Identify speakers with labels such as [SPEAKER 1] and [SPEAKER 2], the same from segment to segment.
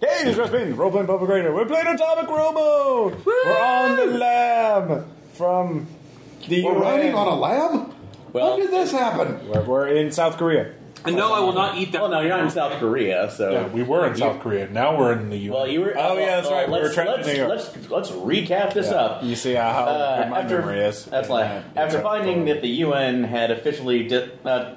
[SPEAKER 1] Hey, this is Russ Payton, role-playing Bubba Grader. We're playing Atomic Robo! We're on the lab from the
[SPEAKER 2] We're riding
[SPEAKER 1] UN.
[SPEAKER 2] on a lamb?
[SPEAKER 3] Well-
[SPEAKER 2] when did this happen?
[SPEAKER 1] We're- We're in South Korea.
[SPEAKER 4] And no, I will not eat that.
[SPEAKER 3] Well, no, you're not in South Korea, so.
[SPEAKER 5] Yeah, we were in
[SPEAKER 3] You-
[SPEAKER 5] South Korea. Now we're in the U.
[SPEAKER 3] Well, you were.
[SPEAKER 1] Oh, yeah, that's right. We
[SPEAKER 3] let's,
[SPEAKER 1] were trapped in
[SPEAKER 3] let's,
[SPEAKER 1] New York.
[SPEAKER 3] Let's, let's recap this up.
[SPEAKER 1] You see how
[SPEAKER 3] Uh,
[SPEAKER 1] good my
[SPEAKER 3] after,
[SPEAKER 1] memory is.
[SPEAKER 3] That's
[SPEAKER 1] Yeah,
[SPEAKER 3] like
[SPEAKER 1] it's
[SPEAKER 3] after
[SPEAKER 1] up
[SPEAKER 3] finding
[SPEAKER 1] for-
[SPEAKER 3] that the UN had officially di- uh,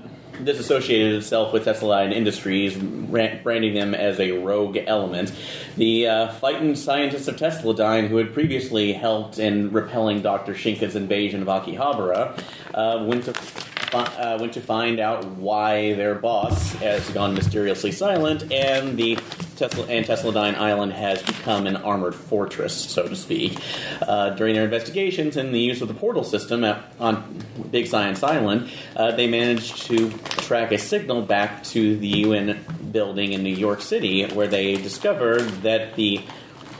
[SPEAKER 3] disassociated itself with Tesseline Industries, ran- branding them as a rogue element, the uh, fighting scientists of Tesladine, who had previously helped in repelling Dr. Shinka's invasion of Akihabara, uh, went to. fi- Uh, went to find out why their boss has gone mysteriously silent, and the Tesla and Tesladine Island has become an armored fortress, so to speak. Uh, during their investigations and the use of the portal system at, on Big Science Island, uh, they managed to track a signal back to the UN building in New York City, where they discovered that the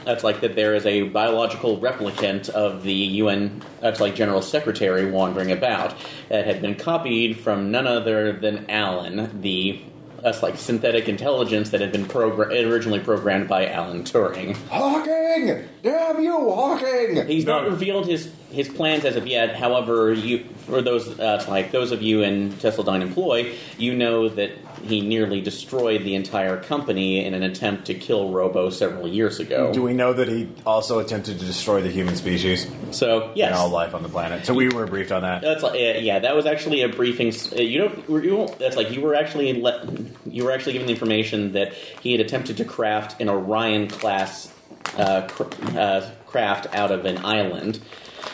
[SPEAKER 3] that's like that there is a biological replicant of the UN that's like General Secretary wandering about that had been copied from none other than Alan, the that's like synthetic intelligence that had been progra- originally programmed by Alan Turing.
[SPEAKER 2] Hawking! Damn you, Hawking!
[SPEAKER 3] He's not
[SPEAKER 5] No.
[SPEAKER 3] revealed his his plans as of yet. However, you for those uh, like those of you in Tesseldine employ, you know that he nearly destroyed the entire company in an attempt to kill Robo several years ago.
[SPEAKER 1] Do we know that he also attempted to destroy the human species
[SPEAKER 3] so yes,
[SPEAKER 1] and all life on the planet? So we were briefed on that.
[SPEAKER 3] That's like, uh, yeah, that was actually a briefing. s- Uh, you don't, were you don't- that's like you were actually let, you were actually given the information that he had attempted to craft an Orion class uh, cr- uh, craft out of an island.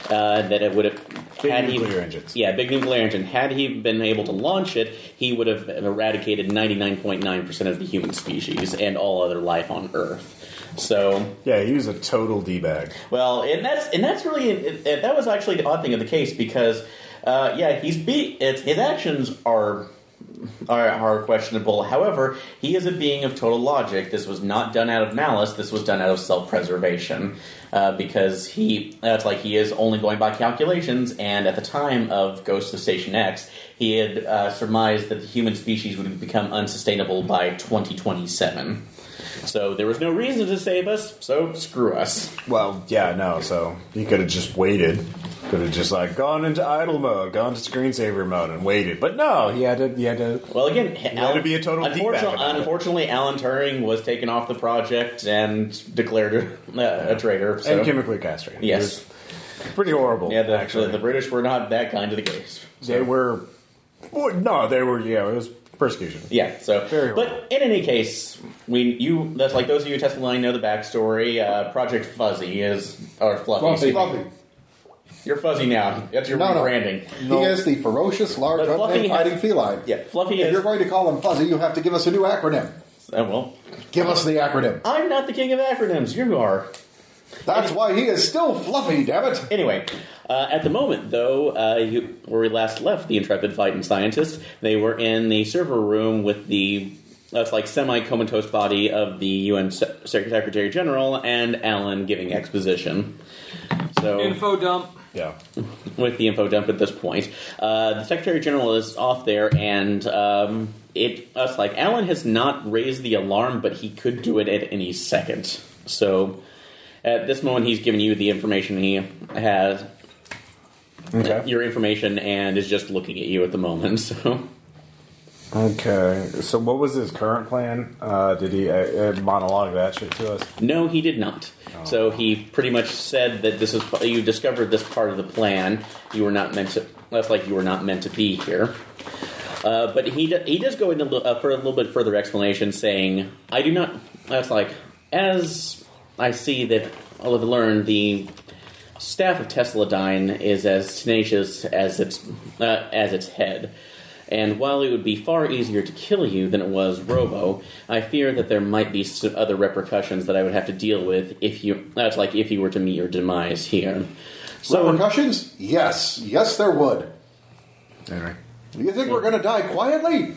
[SPEAKER 3] Uh, that it would have
[SPEAKER 1] Big
[SPEAKER 3] had
[SPEAKER 1] nuclear
[SPEAKER 3] he,
[SPEAKER 1] engines.
[SPEAKER 3] Yeah, big nuclear engine. Had he been able to launch it, he would have eradicated ninety nine point nine percent of the human species and all other life on Earth. So
[SPEAKER 1] Yeah, he was a total d bag.
[SPEAKER 3] well, and that's and that's really and that was actually the odd thing of the case because, uh, yeah, he's be it's, his actions are. Are, are questionable. However, he is a being of total logic. This was not done out of malice. This was done out of self-preservation, uh, because he that's like he is only going by calculations. And at the time of Ghost of Station X, he had uh, surmised that the human species would become unsustainable by 2027. So there was no reason to save us. So screw us.
[SPEAKER 1] Well, yeah, no. So he could have just waited. Could have just like gone into idle mode, gone to screensaver mode, and waited. But no, he had to. He had to.
[SPEAKER 3] Well, again, Alan,
[SPEAKER 1] to be a total
[SPEAKER 3] unfortunately,
[SPEAKER 1] D-bag about it.
[SPEAKER 3] unfortunately, Alan Turing was taken off the project and declared a, a traitor. So.
[SPEAKER 1] And chemically castrated. He
[SPEAKER 3] yes,
[SPEAKER 1] was pretty horrible.
[SPEAKER 3] yeah, the,
[SPEAKER 1] actually,
[SPEAKER 3] the British were not that kind to the case.
[SPEAKER 1] they were. well, No, they were. Yeah, it was persecution.
[SPEAKER 3] Yeah, so
[SPEAKER 1] Very
[SPEAKER 3] but
[SPEAKER 1] well.
[SPEAKER 3] in any case, we you that's like those of you who test the line know the backstory. Uh, Project Fuzzy is or Fluffy.
[SPEAKER 2] Fluffy.
[SPEAKER 3] excuse me. You're Fuzzy now. That's your
[SPEAKER 2] No, no.
[SPEAKER 3] rebranding.
[SPEAKER 2] He is the ferocious, large,
[SPEAKER 3] But Fluffy
[SPEAKER 2] unnamed
[SPEAKER 3] has-
[SPEAKER 2] fighting feline.
[SPEAKER 3] Yeah, Fluffy
[SPEAKER 2] If
[SPEAKER 3] is.
[SPEAKER 2] you're going to call him Fuzzy, you have to give us a new acronym.
[SPEAKER 3] Oh, well,
[SPEAKER 2] Give us the acronym.
[SPEAKER 3] I'm not the king of acronyms. You are.
[SPEAKER 2] That's why he is still Fluffy, damn it!
[SPEAKER 3] Anyway, uh, at the moment, though, uh, you, where we last left the intrepid fighting scientist, they were in the server room with the that's like semi comatose body of the UN Se- Secretary General and Alan giving exposition. So
[SPEAKER 4] Info dump.
[SPEAKER 1] Yeah.
[SPEAKER 3] with the info dump at this point. Uh, the Secretary General is off there, and um, it us like Alan has not raised the alarm, but he could do it at any second. So at this moment, he's giving you the information he has,
[SPEAKER 1] Okay.
[SPEAKER 3] your information, and is just looking at you at the moment. So
[SPEAKER 1] Okay. So, what was his current plan? Uh, did he uh, uh, monologue that shit to us?
[SPEAKER 3] no, he did not. So he pretty much said that this is you discovered this part of the plan. You were not meant to. That's like you were not meant to be here. Uh, but he do, he does go into a little- uh, for a little bit further explanation, saying, "I do not." That's like as I see that all of learned the staff of Tesladine is as tenacious as its uh, as its head. And while it would be far easier to kill you than it was Robo, I fear that there might be some other repercussions that I would have to deal with if you that's like if you were to meet your demise here. So
[SPEAKER 2] Repercussions? Yes. Yes, there would.
[SPEAKER 1] Anyway.
[SPEAKER 2] Do you think we're going to die quietly?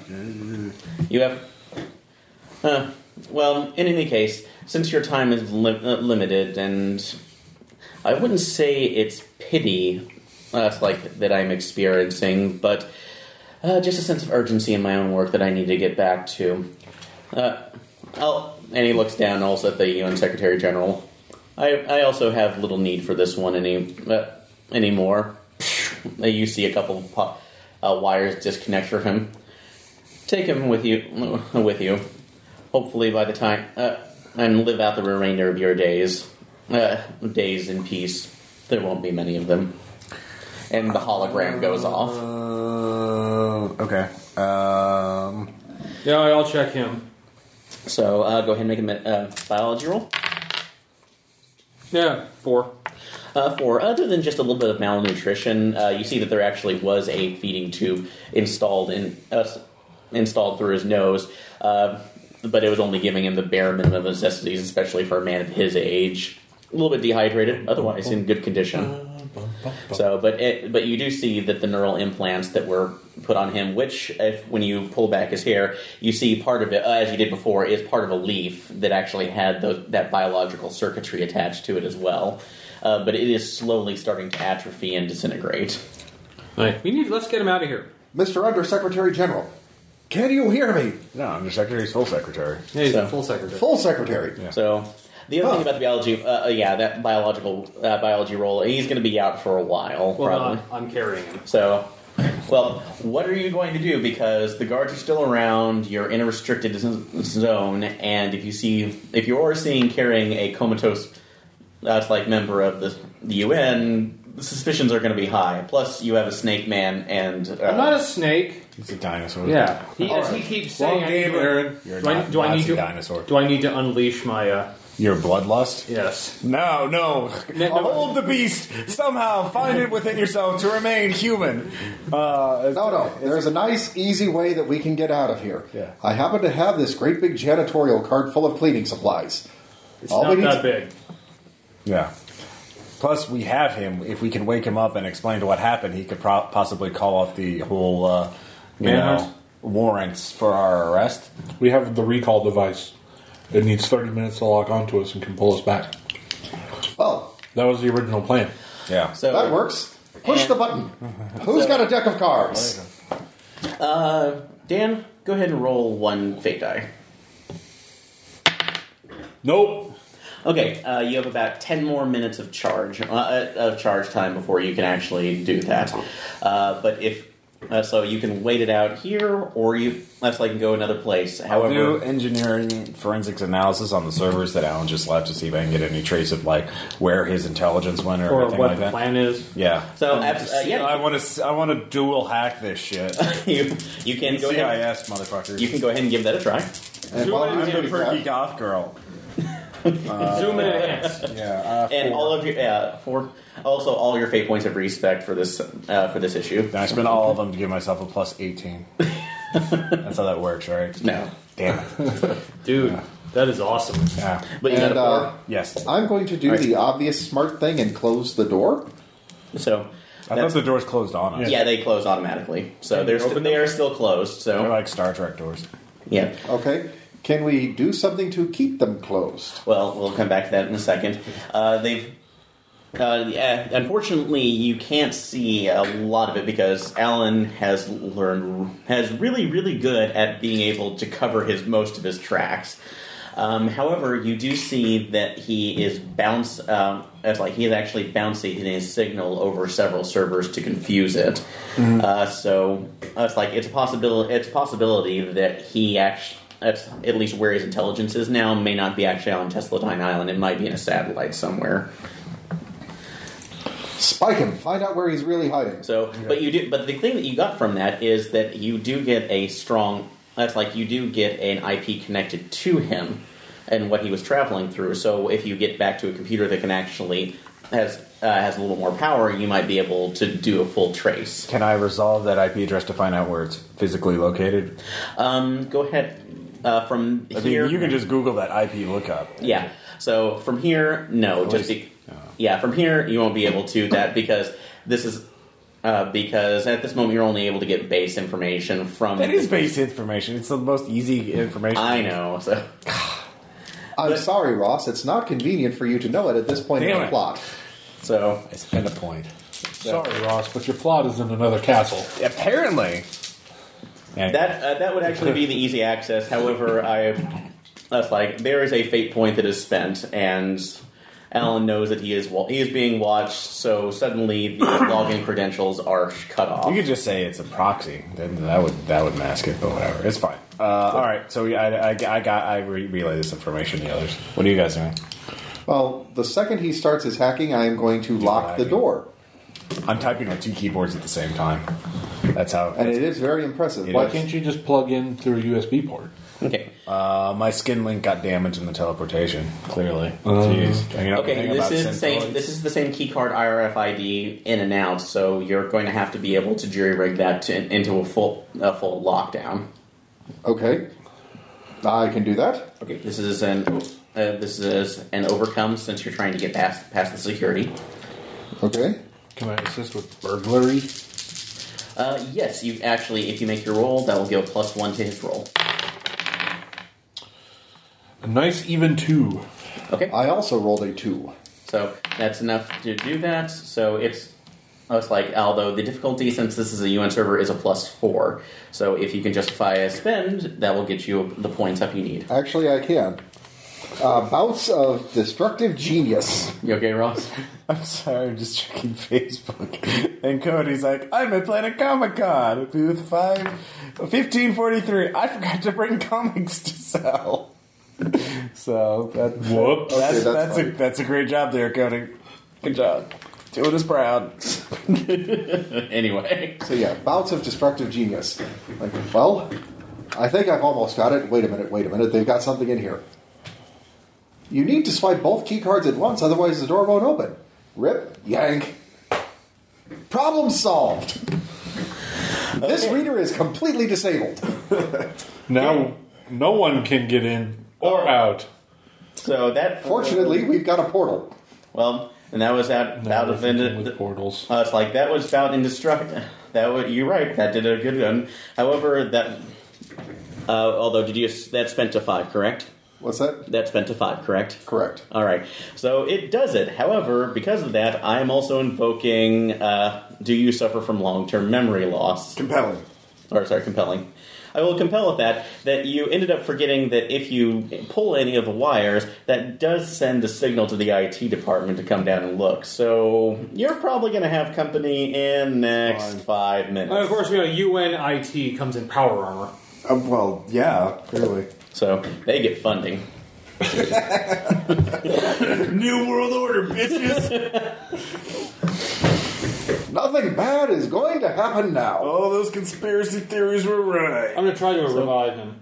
[SPEAKER 3] You have. Huh. Well, in any case, since your time is li- uh, limited, and I wouldn't say it's pity uh, like that I'm experiencing, but uh, just a sense of urgency in my own work that I need to get back to. Uh, I'll, and he looks down also at the UN Secretary General. I, I also have little need for this one any uh, anymore. you see a couple of po- uh, wires disconnect for him. Take him with you. With you, hopefully by the time uh, and live out the remainder of your days, uh, days in peace. There won't be many of them. And the hologram goes off.
[SPEAKER 1] Uh, okay. Um,
[SPEAKER 4] Yeah, I'll check him.
[SPEAKER 3] So uh, go ahead and make a mi- uh, biology roll.
[SPEAKER 4] Yeah, four.
[SPEAKER 3] Uh, for other than just a little bit of malnutrition, uh, you see that there actually was a feeding tube installed in uh, installed through his nose, uh, but it was only giving him the bare minimum of necessities, especially for a man of his age. A little bit dehydrated, otherwise in good condition. So, but it, but you do see that the neural implants that were put on him, which if when you pull back his hair, you see part of it, uh, as you did before, is part of a leaf that actually had those, that biological circuitry attached to it as well. Uh, but it is slowly starting to atrophy and disintegrate.
[SPEAKER 4] Like, we need. Let's get him out of here.
[SPEAKER 2] Mr. Undersecretary General, can you hear me?
[SPEAKER 1] no, Under Secretary's full secretary.
[SPEAKER 4] Yeah, he's
[SPEAKER 3] So-
[SPEAKER 4] a full secretary.
[SPEAKER 2] Full Secretary.
[SPEAKER 3] So the other
[SPEAKER 2] Huh.
[SPEAKER 3] thing about the biology, uh, uh, yeah, that biological uh, biology role, he's going to be out for a while,
[SPEAKER 4] well,
[SPEAKER 3] probably.
[SPEAKER 4] no, I'm carrying him.
[SPEAKER 3] So, well, what are you going to do? Because the guards are still around. You're in a restricted z- zone, and if you see, if you are seeing carrying a comatose, that's like member of the, the UN, the suspicions are going to be high. Plus, you have a snake man, and uh,
[SPEAKER 4] I'm not a snake.
[SPEAKER 1] He's a dinosaur.
[SPEAKER 4] Yeah, he,
[SPEAKER 2] All
[SPEAKER 4] as
[SPEAKER 2] right.
[SPEAKER 4] he keeps
[SPEAKER 1] Long
[SPEAKER 4] saying, I
[SPEAKER 1] game,
[SPEAKER 4] need to-
[SPEAKER 1] Aaron. You're
[SPEAKER 4] do, I,
[SPEAKER 1] not-
[SPEAKER 4] do I
[SPEAKER 1] not
[SPEAKER 4] need
[SPEAKER 1] a
[SPEAKER 4] to?
[SPEAKER 1] dinosaur.
[SPEAKER 4] Do I need to unleash my? uh
[SPEAKER 1] Your bloodlust?
[SPEAKER 4] Yes.
[SPEAKER 1] No, no.
[SPEAKER 4] No, no.
[SPEAKER 1] Hold the beast. Somehow find it within yourself to remain human. Uh,
[SPEAKER 2] No, no. There's a nice, easy way that we can get out of here.
[SPEAKER 1] Yeah.
[SPEAKER 2] I happen to have this great big janitorial cart full of cleaning supplies.
[SPEAKER 4] It's not
[SPEAKER 2] we need to-
[SPEAKER 4] that big.
[SPEAKER 1] yeah. Plus, we have him. If we can wake him up and explain to what happened, he could pro- possibly call off the whole, uh, you
[SPEAKER 4] Manhunt?
[SPEAKER 1] know, warrants for our arrest.
[SPEAKER 6] We have the recall device. It needs 30 minutes to log onto us and can pull us back.
[SPEAKER 2] Well,
[SPEAKER 6] That was the original plan.
[SPEAKER 1] Yeah.
[SPEAKER 3] so
[SPEAKER 2] that works. Push the button. Who's got a deck of cards?
[SPEAKER 3] Dan, go ahead and roll one fate die.
[SPEAKER 6] Nope.
[SPEAKER 3] Okay, uh, you have about ten more minutes of charge uh, uh, of charge time before you can actually do that. Uh, but if uh, so, you can wait it out here, or you that's like you can go another place. However,
[SPEAKER 1] I'll do engineering forensics analysis on the servers that Alan just left to see if I can get any trace of like where his intelligence went or,
[SPEAKER 4] Or
[SPEAKER 1] anything
[SPEAKER 4] what
[SPEAKER 1] like
[SPEAKER 4] the
[SPEAKER 1] that.
[SPEAKER 4] plan is?
[SPEAKER 1] Yeah.
[SPEAKER 3] so abs- uh,
[SPEAKER 1] I
[SPEAKER 3] yeah,
[SPEAKER 1] want to. I want to dual hack this shit.
[SPEAKER 3] you, you can go ahead.
[SPEAKER 1] CIS motherfuckers.
[SPEAKER 3] You can go ahead and give that a try.
[SPEAKER 2] And
[SPEAKER 4] Zoom
[SPEAKER 2] while
[SPEAKER 4] in
[SPEAKER 2] I'm
[SPEAKER 4] and
[SPEAKER 1] I'm a
[SPEAKER 2] doing
[SPEAKER 1] perky
[SPEAKER 2] that,
[SPEAKER 1] goth girl.
[SPEAKER 4] Uh, Zoom in advance.
[SPEAKER 1] Yeah. Uh,
[SPEAKER 3] And all of your uh, for also all your fate points of respect for this uh, for this issue.
[SPEAKER 1] I spent all of them to give myself a plus eighteen. That's how that works, right?
[SPEAKER 3] No,
[SPEAKER 1] Damn it.
[SPEAKER 4] Dude, that is awesome.
[SPEAKER 1] Yeah.
[SPEAKER 3] but you
[SPEAKER 2] and,
[SPEAKER 3] got a
[SPEAKER 2] uh,
[SPEAKER 3] four.
[SPEAKER 1] Yes. I
[SPEAKER 2] I'm going to do
[SPEAKER 3] All right.
[SPEAKER 2] the obvious smart thing and close the door.
[SPEAKER 3] so
[SPEAKER 1] thought
[SPEAKER 3] that's-
[SPEAKER 1] the doors closed on us.
[SPEAKER 3] yeah, they close automatically. So they're st- they are still closed.
[SPEAKER 1] They're
[SPEAKER 3] So
[SPEAKER 1] like Star Trek doors.
[SPEAKER 3] yeah.
[SPEAKER 2] Okay. Can we do something to keep them closed?
[SPEAKER 3] Well, we'll come back to that in a second. Uh, they've. Uh, yeah, unfortunately, you can't see a lot of it because Alan has learned has really, really good at being able to cover his most of his tracks. Um, however, you do see that he is bounce. Um, it's like he is actually bouncing his signal over several servers to confuse it. Uh, so uh, it's like it's a possibility. It's a possibility that he actually. That's at least where his intelligence is now. May not be actually on Tesladine Island. It might be in a satellite somewhere.
[SPEAKER 2] Spike him. Find out where he's really hiding.
[SPEAKER 3] So, but you do. But the thing that you got from that is that you do get a strong. That's like you do get an IP connected to him and what he was traveling through. So, if you get back to a computer that can actually has uh, has a little more power, you might be able to do a full trace.
[SPEAKER 1] Can I resolve that IP address to find out where it's physically located?
[SPEAKER 3] Um, go ahead. Uh, from
[SPEAKER 1] I
[SPEAKER 3] here,
[SPEAKER 1] mean, you can just Google that IP lookup.
[SPEAKER 3] Yeah. So from here, no, just
[SPEAKER 1] least- uh,
[SPEAKER 3] be, yeah, from here you won't be able to that because this is uh, because at this moment you're only able to get base information from.
[SPEAKER 1] That is base information. It's the most easy information.
[SPEAKER 3] I know. So
[SPEAKER 2] I'm
[SPEAKER 3] but-
[SPEAKER 2] sorry, Ross. It's not convenient for you to know it at this point
[SPEAKER 1] Damn
[SPEAKER 2] in the
[SPEAKER 1] it.
[SPEAKER 2] plot.
[SPEAKER 3] so
[SPEAKER 1] I spent a point.
[SPEAKER 6] Sorry, Ross, but your plot is in another castle.
[SPEAKER 1] Apparently.
[SPEAKER 3] that uh, that would actually be the easy access. However, I That's like there is a fate point that is spent, and Alan knows that he is wa- he is being watched. So suddenly, the login credentials are cut
[SPEAKER 1] You
[SPEAKER 3] off.
[SPEAKER 1] could just say it's a proxy. Then that would that would mask it, but whatever. It's fine. Uh, all right. So we, I, I, I got I re- relay this information to the others. What are you guys doing?
[SPEAKER 2] Well, the second he starts his hacking, I am going to lock the
[SPEAKER 1] hacking.
[SPEAKER 2] door.
[SPEAKER 1] I'm typing on two keyboards at the same time. That's how.
[SPEAKER 2] And it is very impressive.
[SPEAKER 1] It
[SPEAKER 2] Why
[SPEAKER 6] Why
[SPEAKER 1] is.
[SPEAKER 2] can't-
[SPEAKER 6] can't you just plug in through a USB port?
[SPEAKER 3] Okay,
[SPEAKER 1] uh, my skin link got damaged in the teleportation. Clearly.
[SPEAKER 2] Oh.
[SPEAKER 1] Jeez. I mean, I don't
[SPEAKER 3] okay.
[SPEAKER 1] think
[SPEAKER 3] This
[SPEAKER 1] about
[SPEAKER 3] is the same.
[SPEAKER 1] Synthroids.
[SPEAKER 3] This is the same keycard IRFID in and out. So you're going to have to be able to jury rig that to, into a full a full lockdown.
[SPEAKER 2] Okay. I can do that.
[SPEAKER 3] Okay, this is an uh, this is an overcome since you're trying to get past past the security.
[SPEAKER 2] Okay.
[SPEAKER 6] Can I assist with burglary?
[SPEAKER 3] Uh, yes, you actually, if you make your roll, that will give a plus one to his roll.
[SPEAKER 6] A nice even two.
[SPEAKER 3] Okay,
[SPEAKER 2] I also rolled a two.
[SPEAKER 3] so that's enough to do that. So it's oh, it's like although the difficulty since this is a UN server is a plus four. So if you can justify a spend, that will get you the points up you need.
[SPEAKER 2] Actually, I can. Uh, bouts of destructive genius.
[SPEAKER 3] You okay, Ross?
[SPEAKER 1] I'm sorry, I'm just checking Facebook. And Cody's like, I'm at Planet Comic Con, booth 5, 1543. I forgot to bring comics to sell. So that,
[SPEAKER 6] Whoops.
[SPEAKER 1] that's,
[SPEAKER 2] Okay, that's
[SPEAKER 1] that's, a,
[SPEAKER 2] funny.
[SPEAKER 1] that's a great job there, Cody. Good job. Doing us proud.
[SPEAKER 3] anyway,
[SPEAKER 2] So yeah, bouts of destructive genius. Like, well, I think I've almost got it. Wait a minute. Wait a minute. They've got something in here. You need to swipe both key cards at once, otherwise the door won't open. Rip, yank. Problem solved. This reader is completely disabled.
[SPEAKER 6] Now no one can get in or out.
[SPEAKER 3] so that
[SPEAKER 2] Fortunately, we've got a portal.
[SPEAKER 3] well, and that was out
[SPEAKER 6] Now
[SPEAKER 3] out
[SPEAKER 6] we're
[SPEAKER 3] of
[SPEAKER 6] thinking with
[SPEAKER 3] the,
[SPEAKER 6] portals.
[SPEAKER 3] Uh, it's like that was about indestructible. That wa you're right. That did a good one. However, that uh, although did you that spent to five? Correct.
[SPEAKER 2] What's that?
[SPEAKER 3] That spent to five. Correct.
[SPEAKER 2] Correct.
[SPEAKER 3] All right. So it does it. However, because of that, I am also invoking. Uh, do you suffer from long-term memory loss?
[SPEAKER 1] Compelling.
[SPEAKER 3] or sorry, compelling. I will compel with that that you ended up forgetting that if you pull any of the wires, that does send a signal to the IT department to come down and look. So you're probably going to have company in next five minutes.
[SPEAKER 4] And of course, you know, UNIT comes in power armor.
[SPEAKER 1] Uh, well, yeah, clearly.
[SPEAKER 3] So they get funding.
[SPEAKER 1] New World Order, bitches!
[SPEAKER 2] Nothing bad is going to happen now.
[SPEAKER 1] All those conspiracy theories were right.
[SPEAKER 4] I'm gonna try to revive him.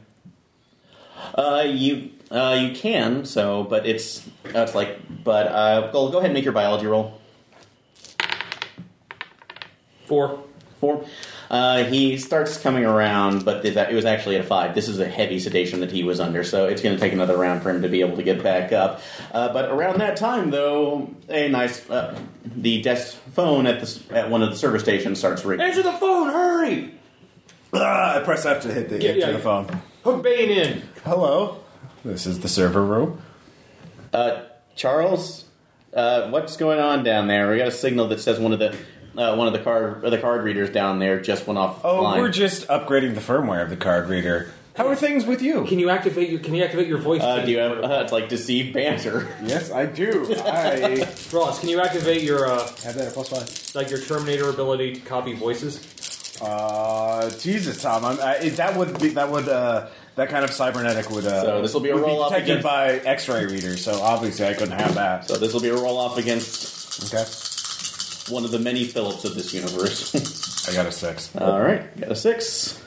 [SPEAKER 3] Uh, you uh, you can so, but it's uh, it's like but uh, go go ahead and make your biology roll.
[SPEAKER 4] Four.
[SPEAKER 3] Four. Uh, he starts coming around, but th- that- it was actually a five. This is a heavy sedation that he was under, so it's going to take another round for him to be able to get back up. Uh, but around that time, though, a nice uh, the desk phone at the s- at one of the service stations starts ringing.
[SPEAKER 4] Answer the phone, hurry!
[SPEAKER 1] Ah, I press F to hit the,
[SPEAKER 4] Yeah,
[SPEAKER 1] to
[SPEAKER 4] yeah.
[SPEAKER 1] the phone.
[SPEAKER 4] Hook Bane in.
[SPEAKER 1] Hello. This is the server room.
[SPEAKER 3] Uh, Charles, uh, what's going on down there? We got a signal that says one of the uh, one of the card the card readers down there just went off.
[SPEAKER 1] Oh, we're just upgrading the firmware of the card reader. How are things with you?
[SPEAKER 4] Can you activate your? Can you activate your voice?
[SPEAKER 3] Uh, do you have?
[SPEAKER 4] changer?
[SPEAKER 3] Uh, it's like deceive banter.
[SPEAKER 1] Yes, I do. I
[SPEAKER 4] Ross? Can you activate your uh,
[SPEAKER 1] have that at plus five.
[SPEAKER 4] like your Terminator ability to copy voices?
[SPEAKER 1] Uh, Jesus, Tom, I'm, I, it- that would be that would uh, that kind of cybernetic would. Uh,
[SPEAKER 3] So this will be a
[SPEAKER 1] would
[SPEAKER 3] roll-off
[SPEAKER 1] detected
[SPEAKER 3] against-
[SPEAKER 1] by X-ray readers. So obviously, I couldn't have that.
[SPEAKER 3] So this will be a roll off against
[SPEAKER 1] Okay,
[SPEAKER 3] one of the many Phillips of this universe.
[SPEAKER 1] I got a six.
[SPEAKER 3] All right, got a six,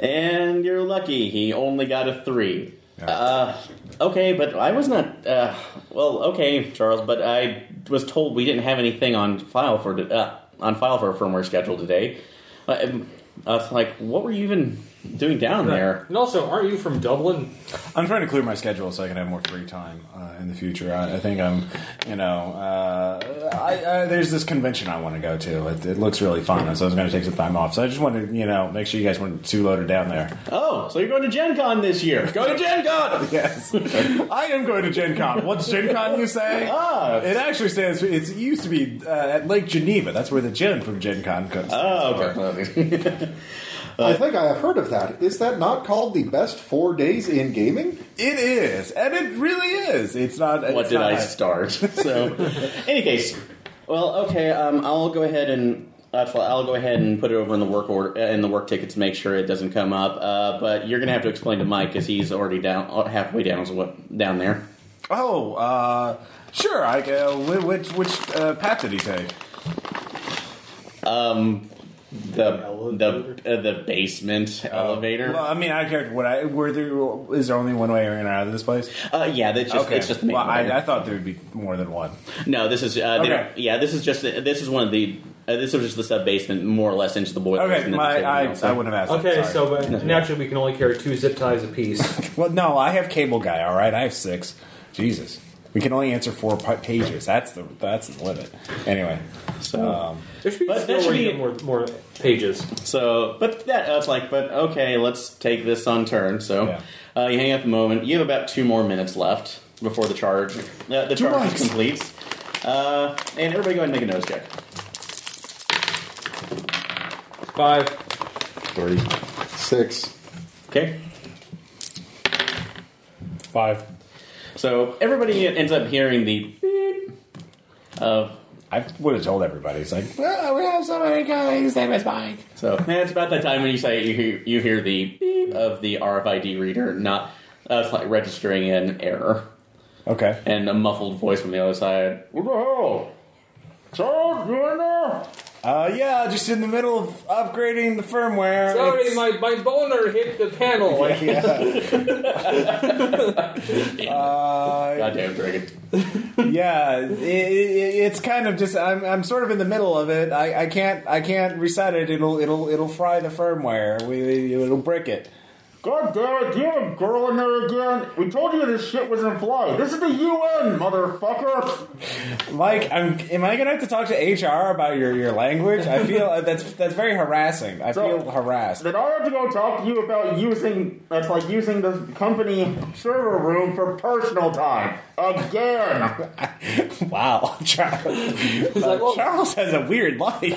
[SPEAKER 3] and you're lucky. He only got a three.
[SPEAKER 1] Yeah.
[SPEAKER 3] Uh, okay, but I was not. Uh, well, okay, Charles, but I was told we didn't have anything on file for uh, on file for a firmware schedule today. Uh, um, I was like, what were you even doing down there?
[SPEAKER 4] And also, aren't you from Dublin?
[SPEAKER 1] I'm trying to clear my schedule so I can have more free time uh, in the future. I, I think I'm, you know, uh, I, I, there's this convention I want to go to. It, it looks really fun, so I was going to take some time off. So I just wanted, you know, make sure you guys weren't too loaded down there.
[SPEAKER 3] Oh, so you're going to Gen Con this year? Go to Gen Con.
[SPEAKER 1] Yes. I am going to Gen Con. What's Gen Con, you say?
[SPEAKER 3] Ah.
[SPEAKER 1] It actually stands for, it's, it used to be uh, at Lake Geneva. That's where the Gen from Gen Con comes.
[SPEAKER 3] Oh, okay.
[SPEAKER 2] I think I have heard of that. Is that not called the best four days in gaming?
[SPEAKER 1] It is, and it really is. It's not.
[SPEAKER 3] what
[SPEAKER 1] it's
[SPEAKER 3] did I
[SPEAKER 1] not-
[SPEAKER 3] start? So, any case, well, okay. Um, I'll go ahead and uh, I'll go ahead and put it over in the work order uh, in the work ticket to make sure it doesn't come up. Uh, but you're gonna have to explain to Mike because he's already down uh, halfway down is what down there.
[SPEAKER 1] Oh, uh, sure. I uh, whi- which which uh, path did he take?
[SPEAKER 3] The the uh, the basement elevator.
[SPEAKER 1] Oh. Well, I mean, I care. What I were there? Is there only one way in and out of this place?
[SPEAKER 3] Uh, yeah, that's just it's just the main
[SPEAKER 1] well,
[SPEAKER 3] elevator.
[SPEAKER 1] I, I thought there would be more than one.
[SPEAKER 3] No, this is uh, they
[SPEAKER 1] Okay.
[SPEAKER 3] don't- yeah, this is just this is one of the uh, this was just the sub basement, more or less into the boiler.
[SPEAKER 1] Okay, my I, I wouldn't have asked. that,
[SPEAKER 4] Okay,
[SPEAKER 1] sorry.
[SPEAKER 4] so but naturally we can only carry two zip ties apiece.
[SPEAKER 1] well, no, I have cable guy. All right, I have six. Jesus, we can only answer four pa- pages. That's the that's the limit. Anyway,
[SPEAKER 3] So,
[SPEAKER 4] There should be
[SPEAKER 3] But
[SPEAKER 4] a
[SPEAKER 3] that
[SPEAKER 4] skill
[SPEAKER 3] should
[SPEAKER 4] where you
[SPEAKER 3] be-
[SPEAKER 4] get more more pages.
[SPEAKER 3] so but that uh, it's like, but okay, let's take this on turn. So
[SPEAKER 1] Yeah.
[SPEAKER 3] uh, you hang up a moment. You have about two more minutes left before the charge uh, the charge
[SPEAKER 1] months.
[SPEAKER 3] completes. Uh, and everybody, go ahead and make a nose check.
[SPEAKER 4] Five.
[SPEAKER 1] three.
[SPEAKER 2] Six.
[SPEAKER 3] Okay.
[SPEAKER 6] Five.
[SPEAKER 3] So everybody ends up hearing the beep of
[SPEAKER 1] I would have told everybody. It's like, well, we have so many guys. They miss Mike.
[SPEAKER 3] So man, it's about that time when you say you hear, you hear the beep of the RFID reader not uh, it's like registering an error
[SPEAKER 1] Okay.
[SPEAKER 3] and a muffled voice from the other side. What the hell? Charles, you in there?
[SPEAKER 1] Uh, yeah, just in the middle of upgrading the firmware.
[SPEAKER 4] Sorry,
[SPEAKER 1] It's-
[SPEAKER 4] my, my boner hit the panel.
[SPEAKER 1] Uh,
[SPEAKER 3] Goddamn dragon.
[SPEAKER 1] yeah, it, it, it's kind of just I'm, I'm sort of in the middle of it. I, I can't I can't reset it. It'll it'll it'll fry the firmware. We it'll brick it.
[SPEAKER 7] God damn it, do you have a girl in there again? We told you this shit was in flight. This is the UN, motherfucker!
[SPEAKER 1] Mike, I'm am I gonna have to talk to HR about your, your language? I feel uh, that's that's very harassing. I
[SPEAKER 7] So-
[SPEAKER 1] feel harassed.
[SPEAKER 7] Did I have to go talk to you about using, that's like using the company server room for personal time? Again!
[SPEAKER 1] Wow, Charles.
[SPEAKER 4] like, well-
[SPEAKER 1] Charles has a weird life.
[SPEAKER 6] he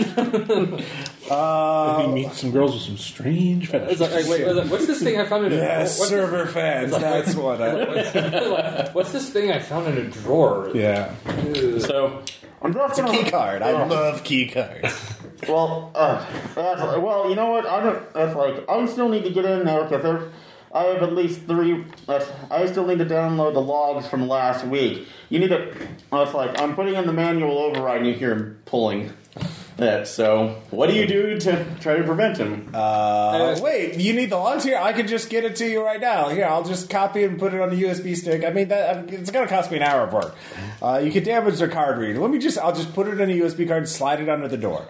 [SPEAKER 6] meets some girls with some strange
[SPEAKER 4] It's
[SPEAKER 6] fetishes.
[SPEAKER 4] like, like, wait, like, what's this thing I found in a
[SPEAKER 1] Yes,
[SPEAKER 4] what's this-
[SPEAKER 1] server fans. That's what. I,
[SPEAKER 4] like, what's this thing I found in a drawer?
[SPEAKER 1] yeah, Oh.
[SPEAKER 3] So
[SPEAKER 7] I'm Oh. just gonna.
[SPEAKER 1] key card. I love key cards.
[SPEAKER 7] Well, uh, that's, well, you know what? I don't. That's like I still need to get in there because there's. I have at least three. That's, I still need to download the logs from last week. You need to. That's like I'm putting in the manual override, and you hear him pulling.
[SPEAKER 3] that so what do you do to try to prevent him?
[SPEAKER 1] Uh, wait, you need the logs here? I can just get it to you right now. Here, I'll just copy and put it on the USB stick. I mean, that I mean, it's going to cost me an hour of work. Uh, you could damage their card reader. Let me just, I'll just put it in a USB card and slide it under the door.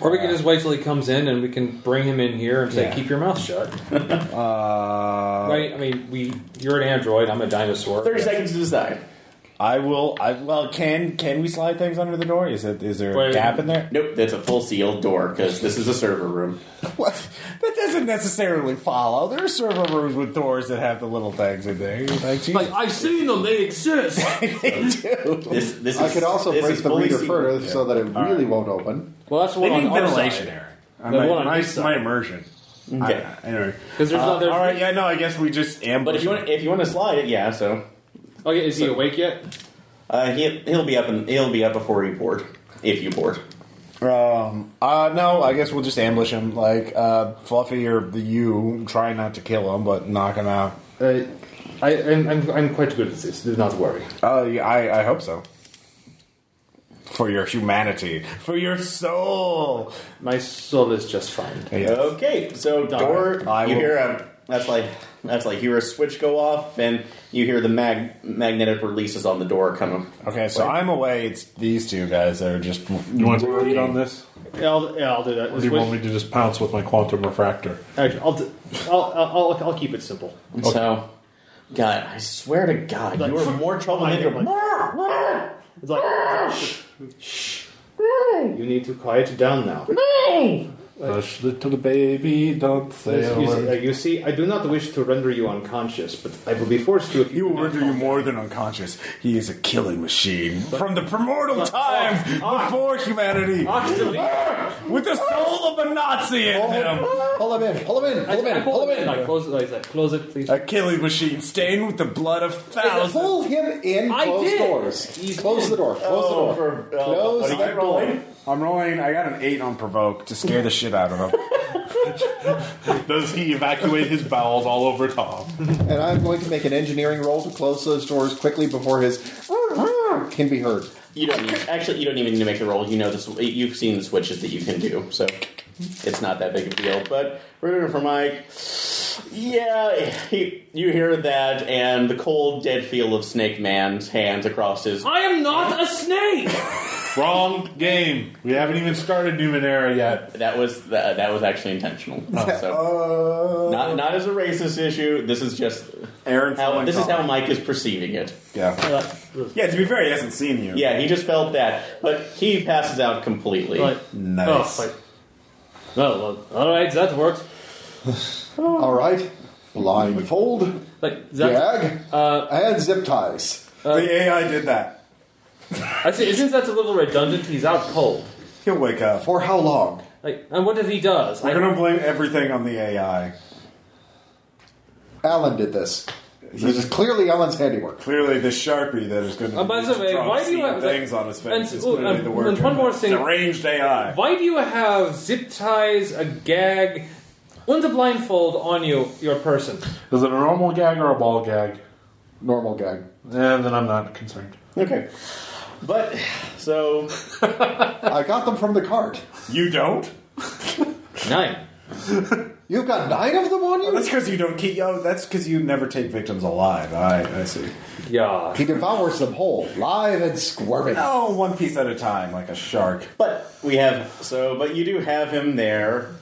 [SPEAKER 4] Or we can just wait till he comes in and we can bring him in here and say,
[SPEAKER 1] Yeah.
[SPEAKER 4] "Keep your mouth shut."
[SPEAKER 1] Uh,
[SPEAKER 4] right? I mean, we you're an android. I'm a dinosaur.
[SPEAKER 3] Thirty seconds to decide.
[SPEAKER 1] I will, I, well, can can we slide things under the door? Is it is there a
[SPEAKER 4] Wait.
[SPEAKER 1] gap in there?
[SPEAKER 3] Nope, that's a full sealed door because this is a server room.
[SPEAKER 1] What? That doesn't necessarily follow. There are server rooms with doors that have the little things in there. Like, geez,
[SPEAKER 4] I've seen them. They exist.
[SPEAKER 1] they do.
[SPEAKER 3] This this is,
[SPEAKER 2] I could also
[SPEAKER 3] this
[SPEAKER 2] break
[SPEAKER 3] is
[SPEAKER 2] the
[SPEAKER 3] fully
[SPEAKER 2] reader
[SPEAKER 3] sealed.
[SPEAKER 2] further so that it really won't open.
[SPEAKER 4] well, that's the
[SPEAKER 1] They
[SPEAKER 4] one
[SPEAKER 1] need
[SPEAKER 4] on our
[SPEAKER 1] ventilation Mm-hmm.
[SPEAKER 4] side.
[SPEAKER 1] error. I-
[SPEAKER 4] The
[SPEAKER 1] My,
[SPEAKER 4] one on
[SPEAKER 1] my,
[SPEAKER 4] each side.
[SPEAKER 1] my immersion.
[SPEAKER 3] Okay.
[SPEAKER 1] I- anyway.
[SPEAKER 4] 'Cause there's
[SPEAKER 1] Uh,
[SPEAKER 4] no- there's-
[SPEAKER 1] all right, yeah, no, I guess we just ambush.
[SPEAKER 3] But if you want if you want to slide it, yeah. So
[SPEAKER 4] Okay, is he awake yet?
[SPEAKER 3] uh, he he'll be up and he'll be up before you board if you board.
[SPEAKER 1] um, uh, no, I guess we'll just ambush him. Like uh, Fluffy or the you, try not to kill him, but knock him out.
[SPEAKER 4] Uh, I, I'm, I'm I'm quite good at this. Do not worry.
[SPEAKER 1] Uh, yeah, I, I hope so. For your humanity, for your soul.
[SPEAKER 4] My soul is just fine.
[SPEAKER 1] Yes.
[SPEAKER 3] Okay, so door.
[SPEAKER 1] I
[SPEAKER 3] you
[SPEAKER 1] will-
[SPEAKER 3] hear a that's like that's like you hear a switch go off, and you hear the mag, magnetic releases on the door coming.
[SPEAKER 1] Okay, so I'm away. It's these two guys that are just.
[SPEAKER 6] you want to read on this?
[SPEAKER 4] Yeah, I'll, yeah, I'll do that.
[SPEAKER 6] Or do you want me to just pounce with my quantum refractor?
[SPEAKER 4] Actually, I'll, do- I'll, I'll, I'll, I'll keep it simple.
[SPEAKER 3] So, God, I swear to God,
[SPEAKER 4] Like,
[SPEAKER 3] you are
[SPEAKER 4] fuck-
[SPEAKER 3] more trouble than
[SPEAKER 4] I
[SPEAKER 3] your
[SPEAKER 4] know, It's like, shh, you need to quiet down now.
[SPEAKER 6] Hush, little baby, don't say a
[SPEAKER 4] You see, uh,
[SPEAKER 6] word.
[SPEAKER 4] you see, I do not wish to render you unconscious, but I will be forced to if
[SPEAKER 1] He
[SPEAKER 4] you
[SPEAKER 1] will render you more than unconscious. He is a killing machine from the primordial times
[SPEAKER 4] ah.
[SPEAKER 1] before humanity.
[SPEAKER 4] Actually,
[SPEAKER 1] with the soul of a Nazi in him.
[SPEAKER 2] Pull him in. Pull him in. Pull him in. Pull him
[SPEAKER 4] I
[SPEAKER 2] in.
[SPEAKER 4] close it. I said, close it, please.
[SPEAKER 1] A killing machine stained with the blood of thousands.
[SPEAKER 2] Pull him in.
[SPEAKER 4] I
[SPEAKER 2] Close
[SPEAKER 4] did.
[SPEAKER 2] doors.
[SPEAKER 4] He's
[SPEAKER 2] Close
[SPEAKER 4] in.
[SPEAKER 2] the door. Close the
[SPEAKER 8] Oh,
[SPEAKER 2] door.
[SPEAKER 8] for, oh,
[SPEAKER 2] Close
[SPEAKER 8] what are
[SPEAKER 2] the
[SPEAKER 8] you
[SPEAKER 2] door.
[SPEAKER 8] rolling?
[SPEAKER 1] I'm rolling. I got an eight on provoke to scare the shit out of him.
[SPEAKER 6] Does he evacuate his bowels all over Tom?
[SPEAKER 2] And I'm going to make an engineering roll to close those doors quickly before his can be heard.
[SPEAKER 3] You don't need, actually. You don't even need to make the roll. You know this. You've seen the switches that you can do, so it's not that big of a deal. But Ritter for Mike, yeah, he, you hear that, and the cold, dead feel of Snake Man's hands across his.
[SPEAKER 4] I am not a snake.
[SPEAKER 6] Wrong game. We haven't even started Numenera yet.
[SPEAKER 3] That was that, that was actually intentional. So
[SPEAKER 1] Uh,
[SPEAKER 3] not not as a racist issue. This is just
[SPEAKER 1] Aaron,
[SPEAKER 3] how
[SPEAKER 1] Flynn
[SPEAKER 3] this is
[SPEAKER 1] called.
[SPEAKER 3] how Mike is perceiving it.
[SPEAKER 1] Yeah. Yeah. To be fair, he hasn't seen you.
[SPEAKER 3] Yeah, he just felt that, but he passes out completely.
[SPEAKER 4] Right.
[SPEAKER 1] Nice.
[SPEAKER 4] Oh, right. Well, well, all right, that works.
[SPEAKER 2] All right. Blindfold,
[SPEAKER 4] Like that.
[SPEAKER 2] gag,
[SPEAKER 4] Uh,
[SPEAKER 2] and zip ties.
[SPEAKER 1] the AI did that.
[SPEAKER 4] I say, isn't that a little redundant? He's out cold.
[SPEAKER 1] He'll wake up.
[SPEAKER 2] For how long?
[SPEAKER 4] Like, and what if he does?
[SPEAKER 1] We're
[SPEAKER 4] I-
[SPEAKER 1] gonna blame everything on the AI.
[SPEAKER 2] Alan did this. This is clearly Alan's handiwork.
[SPEAKER 1] Clearly, the sharpie that is going to
[SPEAKER 4] Uh, by
[SPEAKER 1] be
[SPEAKER 4] the way,
[SPEAKER 1] draw
[SPEAKER 4] why do you
[SPEAKER 1] obscene
[SPEAKER 4] have-
[SPEAKER 1] things on his face?
[SPEAKER 4] and-
[SPEAKER 1] is
[SPEAKER 4] oh,
[SPEAKER 1] clearly
[SPEAKER 4] um,
[SPEAKER 1] the word
[SPEAKER 4] and one more thing.
[SPEAKER 1] Deranged AI.
[SPEAKER 4] Why do you have zip ties, a gag, and a blindfold on you, your person?
[SPEAKER 6] Is it a normal gag or a ball gag?
[SPEAKER 2] Normal gag.
[SPEAKER 6] And then I'm not concerned.
[SPEAKER 3] Okay, but so
[SPEAKER 2] I got them from the cart.
[SPEAKER 1] You don't?
[SPEAKER 4] Nine.
[SPEAKER 2] You've got nine of them on you?
[SPEAKER 1] That's because you don't keep. Oh, that's because you never take victims alive. I I see.
[SPEAKER 4] Yeah.
[SPEAKER 2] He devours them whole, live and squirming.
[SPEAKER 1] No, Oh, one piece at a time, like a shark.
[SPEAKER 3] But we have so, but you do have him there.